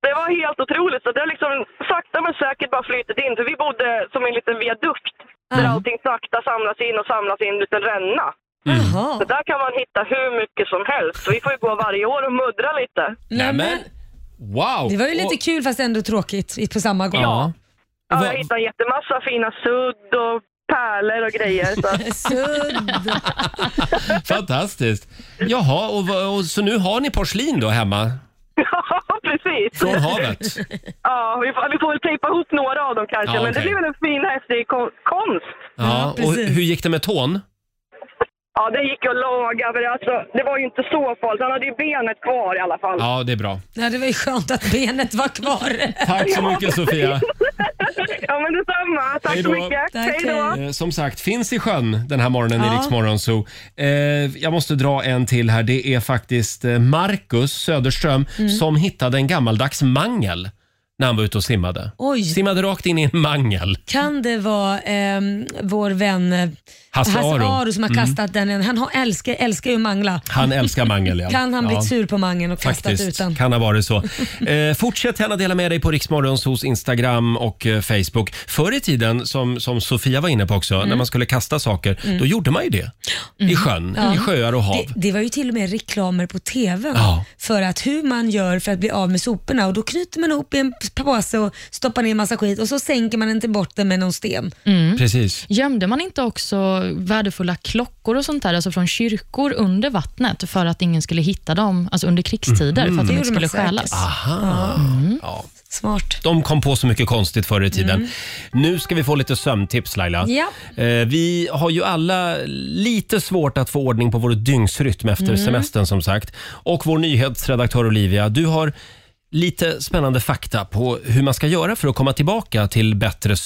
[SPEAKER 13] det var helt otroligt. Så det har liksom sakta men säkert bara flytit in. För vi bodde som en liten viadukt där allting sakta samlas in och samlas in i en ränna.
[SPEAKER 1] Mm.
[SPEAKER 13] Så där kan man hitta hur mycket som helst. Så vi får ju gå varje år och muddra lite.
[SPEAKER 1] Nej, men. Wow!
[SPEAKER 2] Det var ju lite
[SPEAKER 1] Och-
[SPEAKER 2] kul fast ändå tråkigt i- på samma gång.
[SPEAKER 1] Ja.
[SPEAKER 13] Ja, jag hittade en jättemassa fina sudd och pärlor och grejer. Så.
[SPEAKER 2] sudd!
[SPEAKER 1] Fantastiskt. Jaha, och, vad- och, så nu har ni porslin då hemma?
[SPEAKER 13] Ja, precis.
[SPEAKER 1] Från havet?
[SPEAKER 13] Ja, vi får, vi får väl tejpa ihop några av dem kanske.
[SPEAKER 1] Ja,
[SPEAKER 13] Men det
[SPEAKER 1] okej.
[SPEAKER 13] blir väl en fin, häftig kon- konst.
[SPEAKER 1] Ja, och hur gick det med tån?
[SPEAKER 13] Ja, det gick att laga. Men alltså, det var ju inte så farligt. Han hade ju benet kvar i alla fall.
[SPEAKER 1] Ja, det är bra.
[SPEAKER 2] Nej, det var ju skönt att benet var kvar.
[SPEAKER 1] Tack så mycket Sofia.
[SPEAKER 13] Ja, men detsamma. Tack
[SPEAKER 1] Hej
[SPEAKER 13] så
[SPEAKER 1] då.
[SPEAKER 13] mycket.
[SPEAKER 2] Tack,
[SPEAKER 13] Hej då.
[SPEAKER 1] Eh, Som sagt, finns i sjön den här morgonen
[SPEAKER 13] Ja.
[SPEAKER 1] i Rix Morgon Zoo. Eh, jag måste dra en till här.
[SPEAKER 2] Mm.
[SPEAKER 1] Det är faktiskt eh, Marcus Söderström som hittade en gammaldags mangel när han var ute och simmade.
[SPEAKER 2] Oj.
[SPEAKER 1] Simmade rakt in i en mangel.
[SPEAKER 2] Kan det vara ehm, vår vän eh,
[SPEAKER 1] Hasse Aro.
[SPEAKER 2] som har
[SPEAKER 1] Mm.
[SPEAKER 2] kastat den? Han har, älskar, älskar ju mangla.
[SPEAKER 1] Han älskar mangel, ja.
[SPEAKER 2] Kan han
[SPEAKER 1] ja.
[SPEAKER 2] blivit sur på mangeln och kastat ut
[SPEAKER 1] Faktiskt,
[SPEAKER 2] den?
[SPEAKER 1] kan ha varit så. Eh, fortsätt gärna dela med dig på Riksmorgons hos Instagram och eh, Facebook. Förr i tiden, som, som Sofia var inne på också,
[SPEAKER 2] Mm.
[SPEAKER 1] när man skulle kasta saker,
[SPEAKER 2] Mm.
[SPEAKER 1] då gjorde man ju det. I sjön,
[SPEAKER 2] Ja.
[SPEAKER 1] i sjöar och hav.
[SPEAKER 2] Det, det var ju till och med reklamer på TV
[SPEAKER 1] Ja.
[SPEAKER 2] för att hur man gör för att bli av med soporna och då knyter man ihop i en påse och stoppar ner massa skit och så sänker man den till botten med någon sten.
[SPEAKER 1] Mm. Precis.
[SPEAKER 3] Gömde man inte också värdefulla klockor och sånt där, alltså från kyrkor under vattnet för att ingen skulle hitta dem alltså under krigstider, för att de
[SPEAKER 1] Mm.
[SPEAKER 3] inte skulle
[SPEAKER 1] Det gjorde man
[SPEAKER 3] stjälas?
[SPEAKER 1] säkert.
[SPEAKER 2] Ah.
[SPEAKER 1] Aha. Ja.
[SPEAKER 2] Smart.
[SPEAKER 1] De kom på så mycket konstigt förr i tiden. Nu ska vi få lite sömntips Laila.
[SPEAKER 2] Ja.
[SPEAKER 1] Eh, vi har ju alla lite svårt att få ordning på vår dygnsrytm efter
[SPEAKER 15] Mm.
[SPEAKER 1] semestern som sagt. Och vår nyhetsredaktör Olivia, du har lite spännande fakta på hur man ska göra för att komma tillbaka till bättre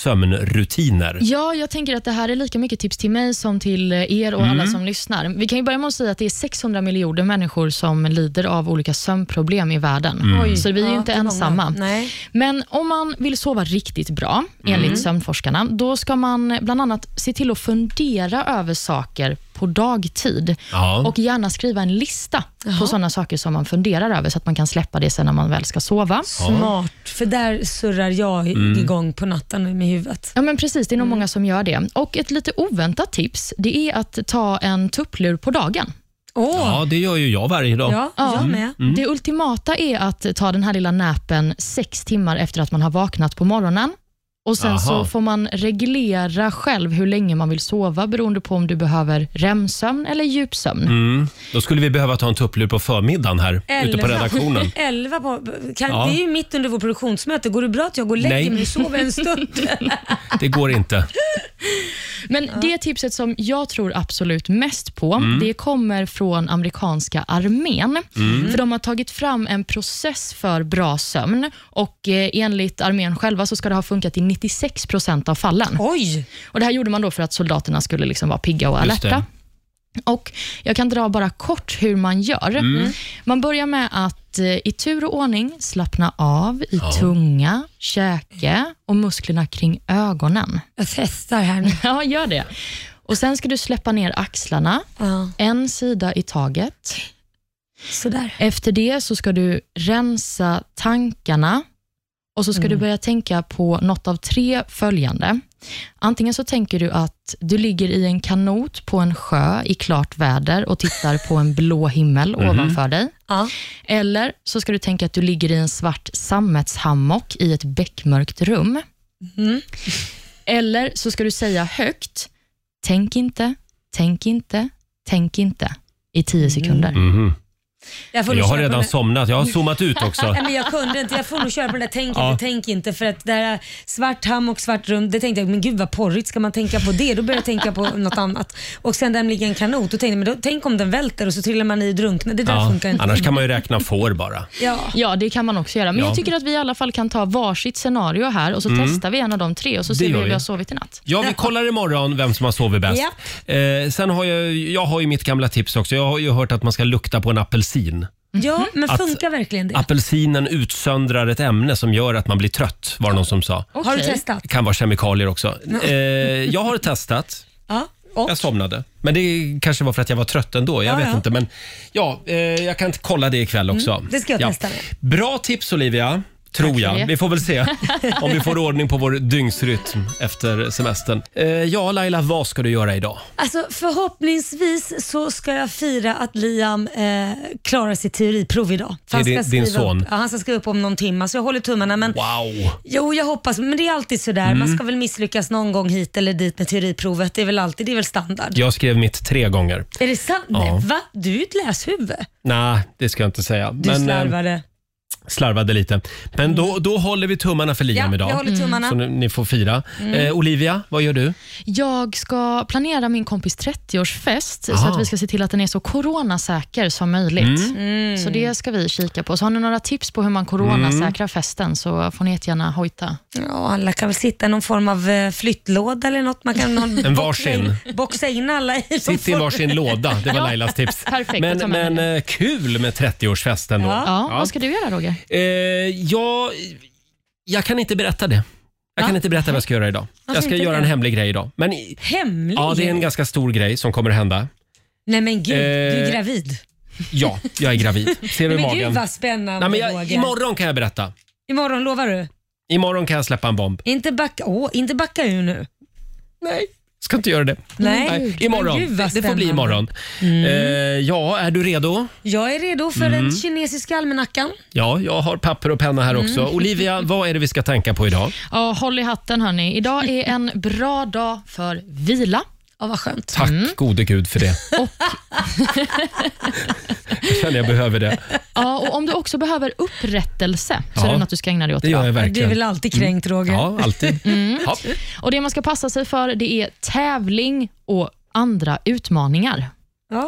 [SPEAKER 1] sömnrutiner.
[SPEAKER 3] Ja, jag tänker att det här är lika mycket tips till mig som till er och alla
[SPEAKER 1] Mm.
[SPEAKER 3] som lyssnar. Vi kan ju börja med att säga att det är 600 miljoner människor som lider av olika sömnproblem i världen.
[SPEAKER 16] Mm. Oj,
[SPEAKER 3] Så vi är ju
[SPEAKER 16] ja,
[SPEAKER 3] inte
[SPEAKER 16] det är många.
[SPEAKER 3] ensamma.
[SPEAKER 2] Nej.
[SPEAKER 3] Men om man vill sova riktigt bra, enligt
[SPEAKER 16] Mm.
[SPEAKER 3] sömnforskarna, då ska man bland annat se till att fundera över saker på dagtid
[SPEAKER 16] Ja.
[SPEAKER 3] och gärna skriva en lista på sådana saker som man funderar över så att man kan släppa det sen när man väl ska sova.
[SPEAKER 2] Smart, för där surrar jag i-
[SPEAKER 3] Mm.
[SPEAKER 2] igång på natten med huvudet.
[SPEAKER 3] Ja, men precis. Det är nog många som gör det. Och Ett lite oväntat tips det är att ta en tupplur på dagen.
[SPEAKER 1] Ja, det gör ju jag varje dag. Mm.
[SPEAKER 3] Det ultimata är att ta den här lilla näpen sex timmar efter att man har vaknat på morgonen. Och Sen
[SPEAKER 16] Aha.
[SPEAKER 3] så får man reglera själv hur länge man vill sova beroende på om du behöver REM-sömn eller djupsömn.
[SPEAKER 1] Mm. Då skulle vi behöva ta en tupplur på förmiddagen här ute på redaktionen.
[SPEAKER 2] Elva på, kan,
[SPEAKER 1] Ja.
[SPEAKER 2] Det är ju mitt under vårt produktionsmöte. Går det bra att jag går och
[SPEAKER 1] Nej.
[SPEAKER 2] lägger mig och sover en stund?
[SPEAKER 1] Det går inte.
[SPEAKER 3] Men det tipset som jag tror absolut mest på,
[SPEAKER 1] Mm.
[SPEAKER 3] det kommer från amerikanska armén.
[SPEAKER 16] Mm.
[SPEAKER 3] För de har tagit fram en process för bra sömn och eh, enligt armén själva så ska det ha funkat i 96 procent av fallen.
[SPEAKER 2] Oj!
[SPEAKER 3] Och Det här gjorde man då för att soldaterna skulle liksom vara pigga och
[SPEAKER 16] Just det.
[SPEAKER 3] alerta. Och Jag kan dra bara kort hur man gör.
[SPEAKER 16] Mm.
[SPEAKER 3] Man börjar med att eh, i tur och ordning slappna av i
[SPEAKER 16] Ja.
[SPEAKER 3] tunga, käke och musklerna kring ögonen.
[SPEAKER 2] Jag testar här nu.
[SPEAKER 3] Ja, gör det. Och Sen ska du släppa ner axlarna, en sida i taget.
[SPEAKER 2] Sådär.
[SPEAKER 3] Efter det så ska du rensa tankarna och så ska
[SPEAKER 16] Mm.
[SPEAKER 3] du börja tänka på något av tre följande. Antingen så tänker du att du ligger i en kanot på en sjö i klart väder och tittar på en blå himmel
[SPEAKER 16] Mhm.
[SPEAKER 3] ovanför dig. Eller så ska du tänka att du ligger i en svart sammetshammock i ett beckmörkt rum.
[SPEAKER 16] Mhm.
[SPEAKER 3] Eller så ska du säga högt, tänk inte, tänk inte, tänk inte i
[SPEAKER 16] Mm.
[SPEAKER 3] tio sekunder.
[SPEAKER 1] Mhm.
[SPEAKER 2] Jag, får nog
[SPEAKER 1] Jag har
[SPEAKER 2] köra på
[SPEAKER 1] redan
[SPEAKER 2] det.
[SPEAKER 1] somnat. Jag har zoomat ut också.
[SPEAKER 2] Nej, men jag kunde inte. Jag får nog köra på det där tänk
[SPEAKER 1] Ja.
[SPEAKER 2] inte, tänk inte. För att det där svart ham och svart rum, det tänkte jag, men gud vad porrigt, ska man tänka på det? Då började jag tänka på något annat. Och sen där ligger en kanot, då tänkte jag, men då, tänk om den välter och så trillar man i och drunknar. Det där
[SPEAKER 1] Ja.
[SPEAKER 2] funkar inte.
[SPEAKER 1] Annars kan man ju räkna får bara.
[SPEAKER 2] Ja.
[SPEAKER 3] det kan man också göra. Men
[SPEAKER 1] Ja.
[SPEAKER 3] jag tycker att vi i alla fall kan ta varsitt scenario här och så
[SPEAKER 1] Mm.
[SPEAKER 3] testar vi en av de tre och så
[SPEAKER 1] Det
[SPEAKER 3] ser vi
[SPEAKER 1] gör
[SPEAKER 3] hur vi
[SPEAKER 1] vi.
[SPEAKER 3] har sovit i natt.
[SPEAKER 1] Ja, vi kollar imorgon vem som har sovit bäst. Eh, sen har jag, jag har ju mitt gamla tips också. Jag har ju hört att man ska lukta på en apelsin.
[SPEAKER 2] Ja, men
[SPEAKER 1] Att-
[SPEAKER 2] funkar verkligen det?
[SPEAKER 1] Apelsinen utsöndrar ett ämne som gör att man blir trött, var det någon som sa.
[SPEAKER 2] Har du testat?
[SPEAKER 1] Det kan vara kemikalier också.
[SPEAKER 2] Ja.
[SPEAKER 1] Eh, jag har testat.
[SPEAKER 2] Ja. Och?
[SPEAKER 1] Jag somnade. Men det kanske var för att jag var trött ändå. Jag
[SPEAKER 2] Ja,
[SPEAKER 1] vet
[SPEAKER 2] ja.
[SPEAKER 1] inte. Men ja, eh, jag kan kolla det ikväll också.
[SPEAKER 2] Mm, det ska jag
[SPEAKER 1] ja.
[SPEAKER 2] testa med.
[SPEAKER 1] Bra tips Olivia, tror jag.
[SPEAKER 2] det.
[SPEAKER 1] Vi får väl se om vi får ordning på vår dygnsrytm efter semestern. Eh, ja, Laila, vad ska du göra idag?
[SPEAKER 2] Alltså förhoppningsvis så ska jag fira att Liam eh, klarar sitt teoriprov idag.
[SPEAKER 1] Det är din-
[SPEAKER 2] skriva
[SPEAKER 1] din son.
[SPEAKER 2] Upp, ja, han ska skriva upp om någon timme, så jag håller tummarna. Men,
[SPEAKER 1] wow!
[SPEAKER 2] Jo, jag hoppas, men det är alltid sådär.
[SPEAKER 1] Mm.
[SPEAKER 2] Man ska väl misslyckas någon gång hit eller dit med teoriprovet. Det är väl alltid, det är väl standard.
[SPEAKER 1] Jag skrev mitt tre gånger.
[SPEAKER 2] Är det sant?
[SPEAKER 1] Ja.
[SPEAKER 2] Nej, va? Du är ju ett läshuvud.
[SPEAKER 1] Nej, det ska jag inte säga.
[SPEAKER 2] Du Mm.
[SPEAKER 1] Men, eh,
[SPEAKER 2] slarvade.
[SPEAKER 1] Slarvade lite. Men då, då håller vi tummarna för Liam
[SPEAKER 3] Ja,
[SPEAKER 1] idag.
[SPEAKER 3] jag håller tummarna.
[SPEAKER 1] Så ni, ni får fira.
[SPEAKER 3] Mm.
[SPEAKER 1] Eh, Olivia, vad gör du?
[SPEAKER 3] Jag ska planera min kompis 30-årsfest så
[SPEAKER 1] Ah.
[SPEAKER 3] att vi ska se till att den är så coronasäker som möjligt.
[SPEAKER 1] Mm.
[SPEAKER 3] Så det ska vi kika på. Så har ni några tips på hur man coronasäkrar
[SPEAKER 1] Mm.
[SPEAKER 3] festen så får ni jättegärna hojta.
[SPEAKER 2] Ja, alla kan väl sitta i någon form av eh, flyttlåda eller något. Man kan någon
[SPEAKER 1] En
[SPEAKER 2] boxa in-
[SPEAKER 1] varsin.
[SPEAKER 2] Boxa in alla i någon
[SPEAKER 1] Sitt i
[SPEAKER 2] form.
[SPEAKER 1] varsin låda. Det var Lailas tips.
[SPEAKER 3] Perfekt, jag tar
[SPEAKER 1] men
[SPEAKER 3] med
[SPEAKER 1] men eh, kul med 30-årsfesten då.
[SPEAKER 3] Ja. vad ska du göra Roger?
[SPEAKER 1] Eh, jag Jag kan inte berätta det. Jag kan inte berätta vad jag ska göra idag.
[SPEAKER 2] Varför
[SPEAKER 1] jag ska
[SPEAKER 2] inte
[SPEAKER 1] göra
[SPEAKER 2] det?
[SPEAKER 1] en hemlig grej idag. Men i-
[SPEAKER 2] Hemlig?
[SPEAKER 1] ja, det är en ganska stor grej som kommer att hända.
[SPEAKER 2] Nej men gud, du är
[SPEAKER 1] Eh,
[SPEAKER 2] gravid.
[SPEAKER 1] Ja, jag är gravid. Ser du
[SPEAKER 2] Nej,
[SPEAKER 1] i
[SPEAKER 2] men
[SPEAKER 1] magen?
[SPEAKER 2] gud vad spännande
[SPEAKER 1] Nej, men jag,
[SPEAKER 2] Roger.
[SPEAKER 1] imorgon kan jag berätta.
[SPEAKER 2] Imorgon lovar du?
[SPEAKER 1] Imorgon kan jag släppa en bomb.
[SPEAKER 2] Inte backa, åh, inte backa ur
[SPEAKER 1] Mm,
[SPEAKER 2] nu.
[SPEAKER 1] Nej. Ska inte göra det.
[SPEAKER 2] Nej.
[SPEAKER 1] Imorgon.
[SPEAKER 2] Men gud, vad
[SPEAKER 1] det får bli
[SPEAKER 2] spännande. Mm.
[SPEAKER 1] imorgon. Eh, ja, är du redo?
[SPEAKER 2] Jag är redo för
[SPEAKER 1] Mm.
[SPEAKER 2] den kinesiska almanackan.
[SPEAKER 1] Ja, jag har papper och penna här också.
[SPEAKER 3] Mm.
[SPEAKER 1] Olivia, vad är det vi ska tänka på idag?
[SPEAKER 3] Ja, håll i hatten hörni. Idag är en bra dag för vila.
[SPEAKER 2] Ja, vad skönt.
[SPEAKER 1] Tack gode gud för det. Jag känner jag behöver det.
[SPEAKER 3] Ja, och om du också behöver upprättelse så
[SPEAKER 1] Ja.
[SPEAKER 3] är det något du ska ägna dig åt
[SPEAKER 1] Det gör jag
[SPEAKER 3] idag.
[SPEAKER 1] verkligen. Mm. Ja, alltid.
[SPEAKER 3] Mm.
[SPEAKER 1] Ja.
[SPEAKER 3] Och Det man ska passa sig för det är tävling och andra utmaningar.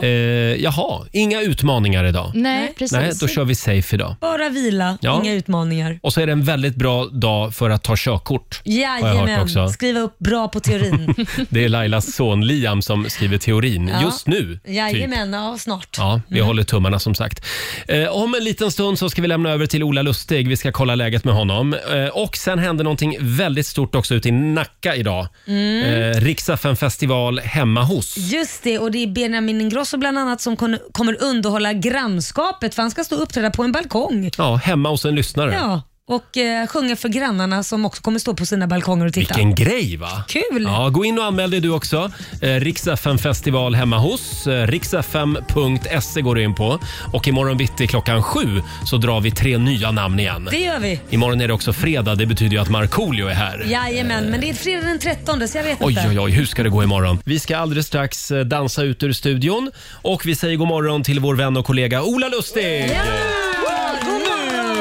[SPEAKER 1] Eh, jaha, inga utmaningar idag?
[SPEAKER 3] Nej, Mm, precis.
[SPEAKER 1] Nej, då kör vi safe idag.
[SPEAKER 2] Bara vila,
[SPEAKER 1] Ja.
[SPEAKER 2] inga utmaningar.
[SPEAKER 1] Och så är det en väldigt bra dag för att ta körkort. har jag hört också.
[SPEAKER 2] Jajamän, skriva upp bra på teorin.
[SPEAKER 1] Det är Lailas son Liam som skriver teorin
[SPEAKER 2] Ja.
[SPEAKER 1] just nu. Typ.
[SPEAKER 2] Jajamän, ja, snart.
[SPEAKER 1] Ja, vi håller tummarna som sagt. Eh, om en liten stund så ska vi lämna över till Ola Lustig. Vi ska kolla läget med honom. Eh, och sen hände någonting väldigt stort också ute i Nacka idag.
[SPEAKER 2] Mm.
[SPEAKER 1] Eh, Riksdagen festival hemma hos.
[SPEAKER 2] Just det, och det är Benjamin Ingrosso bland annat som kon- kommer underhålla grannskapet för han ska stå och uppträda på en balkong.
[SPEAKER 1] Ja, hemma hos en lyssnare.
[SPEAKER 2] Ja, och eh, sjunga för grannarna som också kommer stå på sina balkonger och titta.
[SPEAKER 1] Vilken grej va?
[SPEAKER 2] Kul!
[SPEAKER 1] Ja, gå in och anmäl dig du också. Eh, Riksfm festival hemma hos. Eh, Riksfm.se går du in på. Och imorgon bitti klockan sju så drar vi tre nya namn igen.
[SPEAKER 2] Det gör vi.
[SPEAKER 1] Imorgon är det också fredag. Det betyder ju att Markoolio är här.
[SPEAKER 2] Jajamän, men det är fredag den 13 så jag vet
[SPEAKER 1] Oj,
[SPEAKER 2] inte.
[SPEAKER 1] oj, oj, hur ska det gå imorgon? Vi ska alldeles strax eh, dansa ut ur studion och vi säger god morgon till vår vän och kollega Ola Lustig!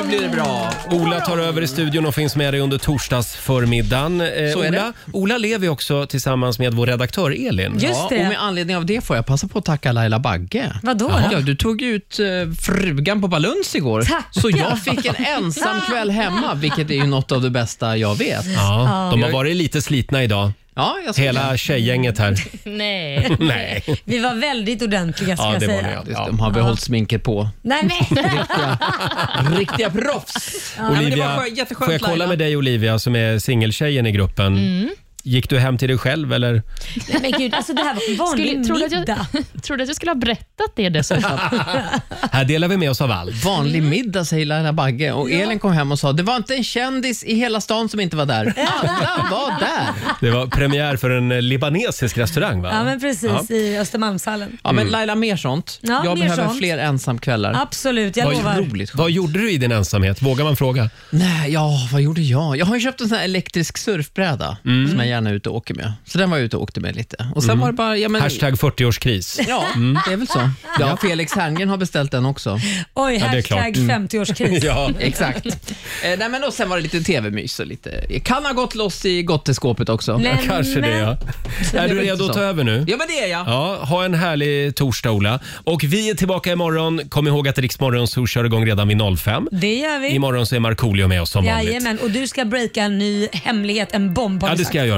[SPEAKER 7] Nu blir det bra.
[SPEAKER 1] Ola tar över i studion och finns med dig under torsdagsförmiddagen. Eh,
[SPEAKER 7] Så är
[SPEAKER 1] Ola, Ola lever ju också tillsammans med vår redaktör Elin.
[SPEAKER 7] ja, Och med anledning av det får jag passa på att tacka Laila Bagge.
[SPEAKER 2] Vadå
[SPEAKER 7] Ja,
[SPEAKER 2] då?
[SPEAKER 7] Ja, du tog ju ut eh, frugan på Baluns igår,
[SPEAKER 2] Tack.
[SPEAKER 7] så jag fick en ensam kväll hemma, vilket är ju något av det bästa jag vet.
[SPEAKER 1] Ja, de har varit lite slitna idag.
[SPEAKER 7] Ja, jag
[SPEAKER 1] Hela tjejgänget här.
[SPEAKER 2] Nej.
[SPEAKER 1] Nej.
[SPEAKER 2] Vi var väldigt ordentliga ska
[SPEAKER 7] Ja,
[SPEAKER 2] jag
[SPEAKER 7] det var
[SPEAKER 2] säga.
[SPEAKER 7] det. Ja. De har behållit sminket på.
[SPEAKER 2] Nej, men.
[SPEAKER 7] Riktiga proffs! Ja, men det
[SPEAKER 1] Olivia,
[SPEAKER 7] var skö- jätteskönt,
[SPEAKER 1] får jag kolla
[SPEAKER 7] Laila.
[SPEAKER 1] med dig Olivia som är singeltjejen i gruppen?
[SPEAKER 3] Mm.
[SPEAKER 1] Gick du hem till dig själv eller?
[SPEAKER 2] Nej, men gud, alltså det här var en vanlig
[SPEAKER 3] Skulle- trodde att jag-
[SPEAKER 2] middag.
[SPEAKER 3] Trodde att jag skulle ha berättat det dessutom.
[SPEAKER 1] Här delar vi med oss av allt.
[SPEAKER 7] Vanlig
[SPEAKER 2] Mm.
[SPEAKER 7] middag säger Laila Bagge och Elin kom hem och sa det var inte en kändis i hela stan som inte var där. Alla var där.
[SPEAKER 1] Det var premiär för en eh, libanesisk restaurang va?
[SPEAKER 2] Ja, men precis.
[SPEAKER 1] Ja.
[SPEAKER 2] I Östermalmshallen.
[SPEAKER 7] Ja, men Laila, mer sånt.
[SPEAKER 2] Ja,
[SPEAKER 7] jag
[SPEAKER 2] mer
[SPEAKER 7] behöver
[SPEAKER 2] sånt.
[SPEAKER 7] fler ensamkvällar.
[SPEAKER 2] Absolut, jag
[SPEAKER 7] Vad
[SPEAKER 2] lovar.
[SPEAKER 7] roligt.
[SPEAKER 1] Vad gjorde du i din ensamhet? Vågar man fråga?
[SPEAKER 7] Nej, ja, vad gjorde jag? Jag har ju köpt en sån här elektrisk surfbräda som jag gärna är ute och åker med. Så den var jag ute och åkte med lite. Och sen
[SPEAKER 1] Mm.
[SPEAKER 7] var det bara... Ja, men,
[SPEAKER 1] Hashtag 40-årskris.
[SPEAKER 7] Ja, det är väl så. Mm. Ja, Felix Herngren har beställt den också.
[SPEAKER 2] Oj,
[SPEAKER 7] Ja, det är
[SPEAKER 2] hashtag
[SPEAKER 7] klart. Mm.
[SPEAKER 2] 50-årskris.
[SPEAKER 7] Exakt. Eh, nej, men och sen var det lite tv-mys och lite... Jag kan ha gått loss i gotteskåpet också.
[SPEAKER 1] Ja, Kanske det ja. Är du redo att ta över nu?
[SPEAKER 7] Ja, men det är jag.
[SPEAKER 1] Ja, ha en härlig torsdag Ola. Och vi är tillbaka imorgon. Kom ihåg att Riksmorgon så kör igång redan vid 05.
[SPEAKER 2] Det gör vi.
[SPEAKER 1] Imorgon så är Markoolio med oss som vanligt.
[SPEAKER 2] Jajamän, och du ska breaka en ny hemlighet, en bomb har
[SPEAKER 1] Ja,
[SPEAKER 2] du
[SPEAKER 1] det
[SPEAKER 2] sagt.
[SPEAKER 1] ska jag göra.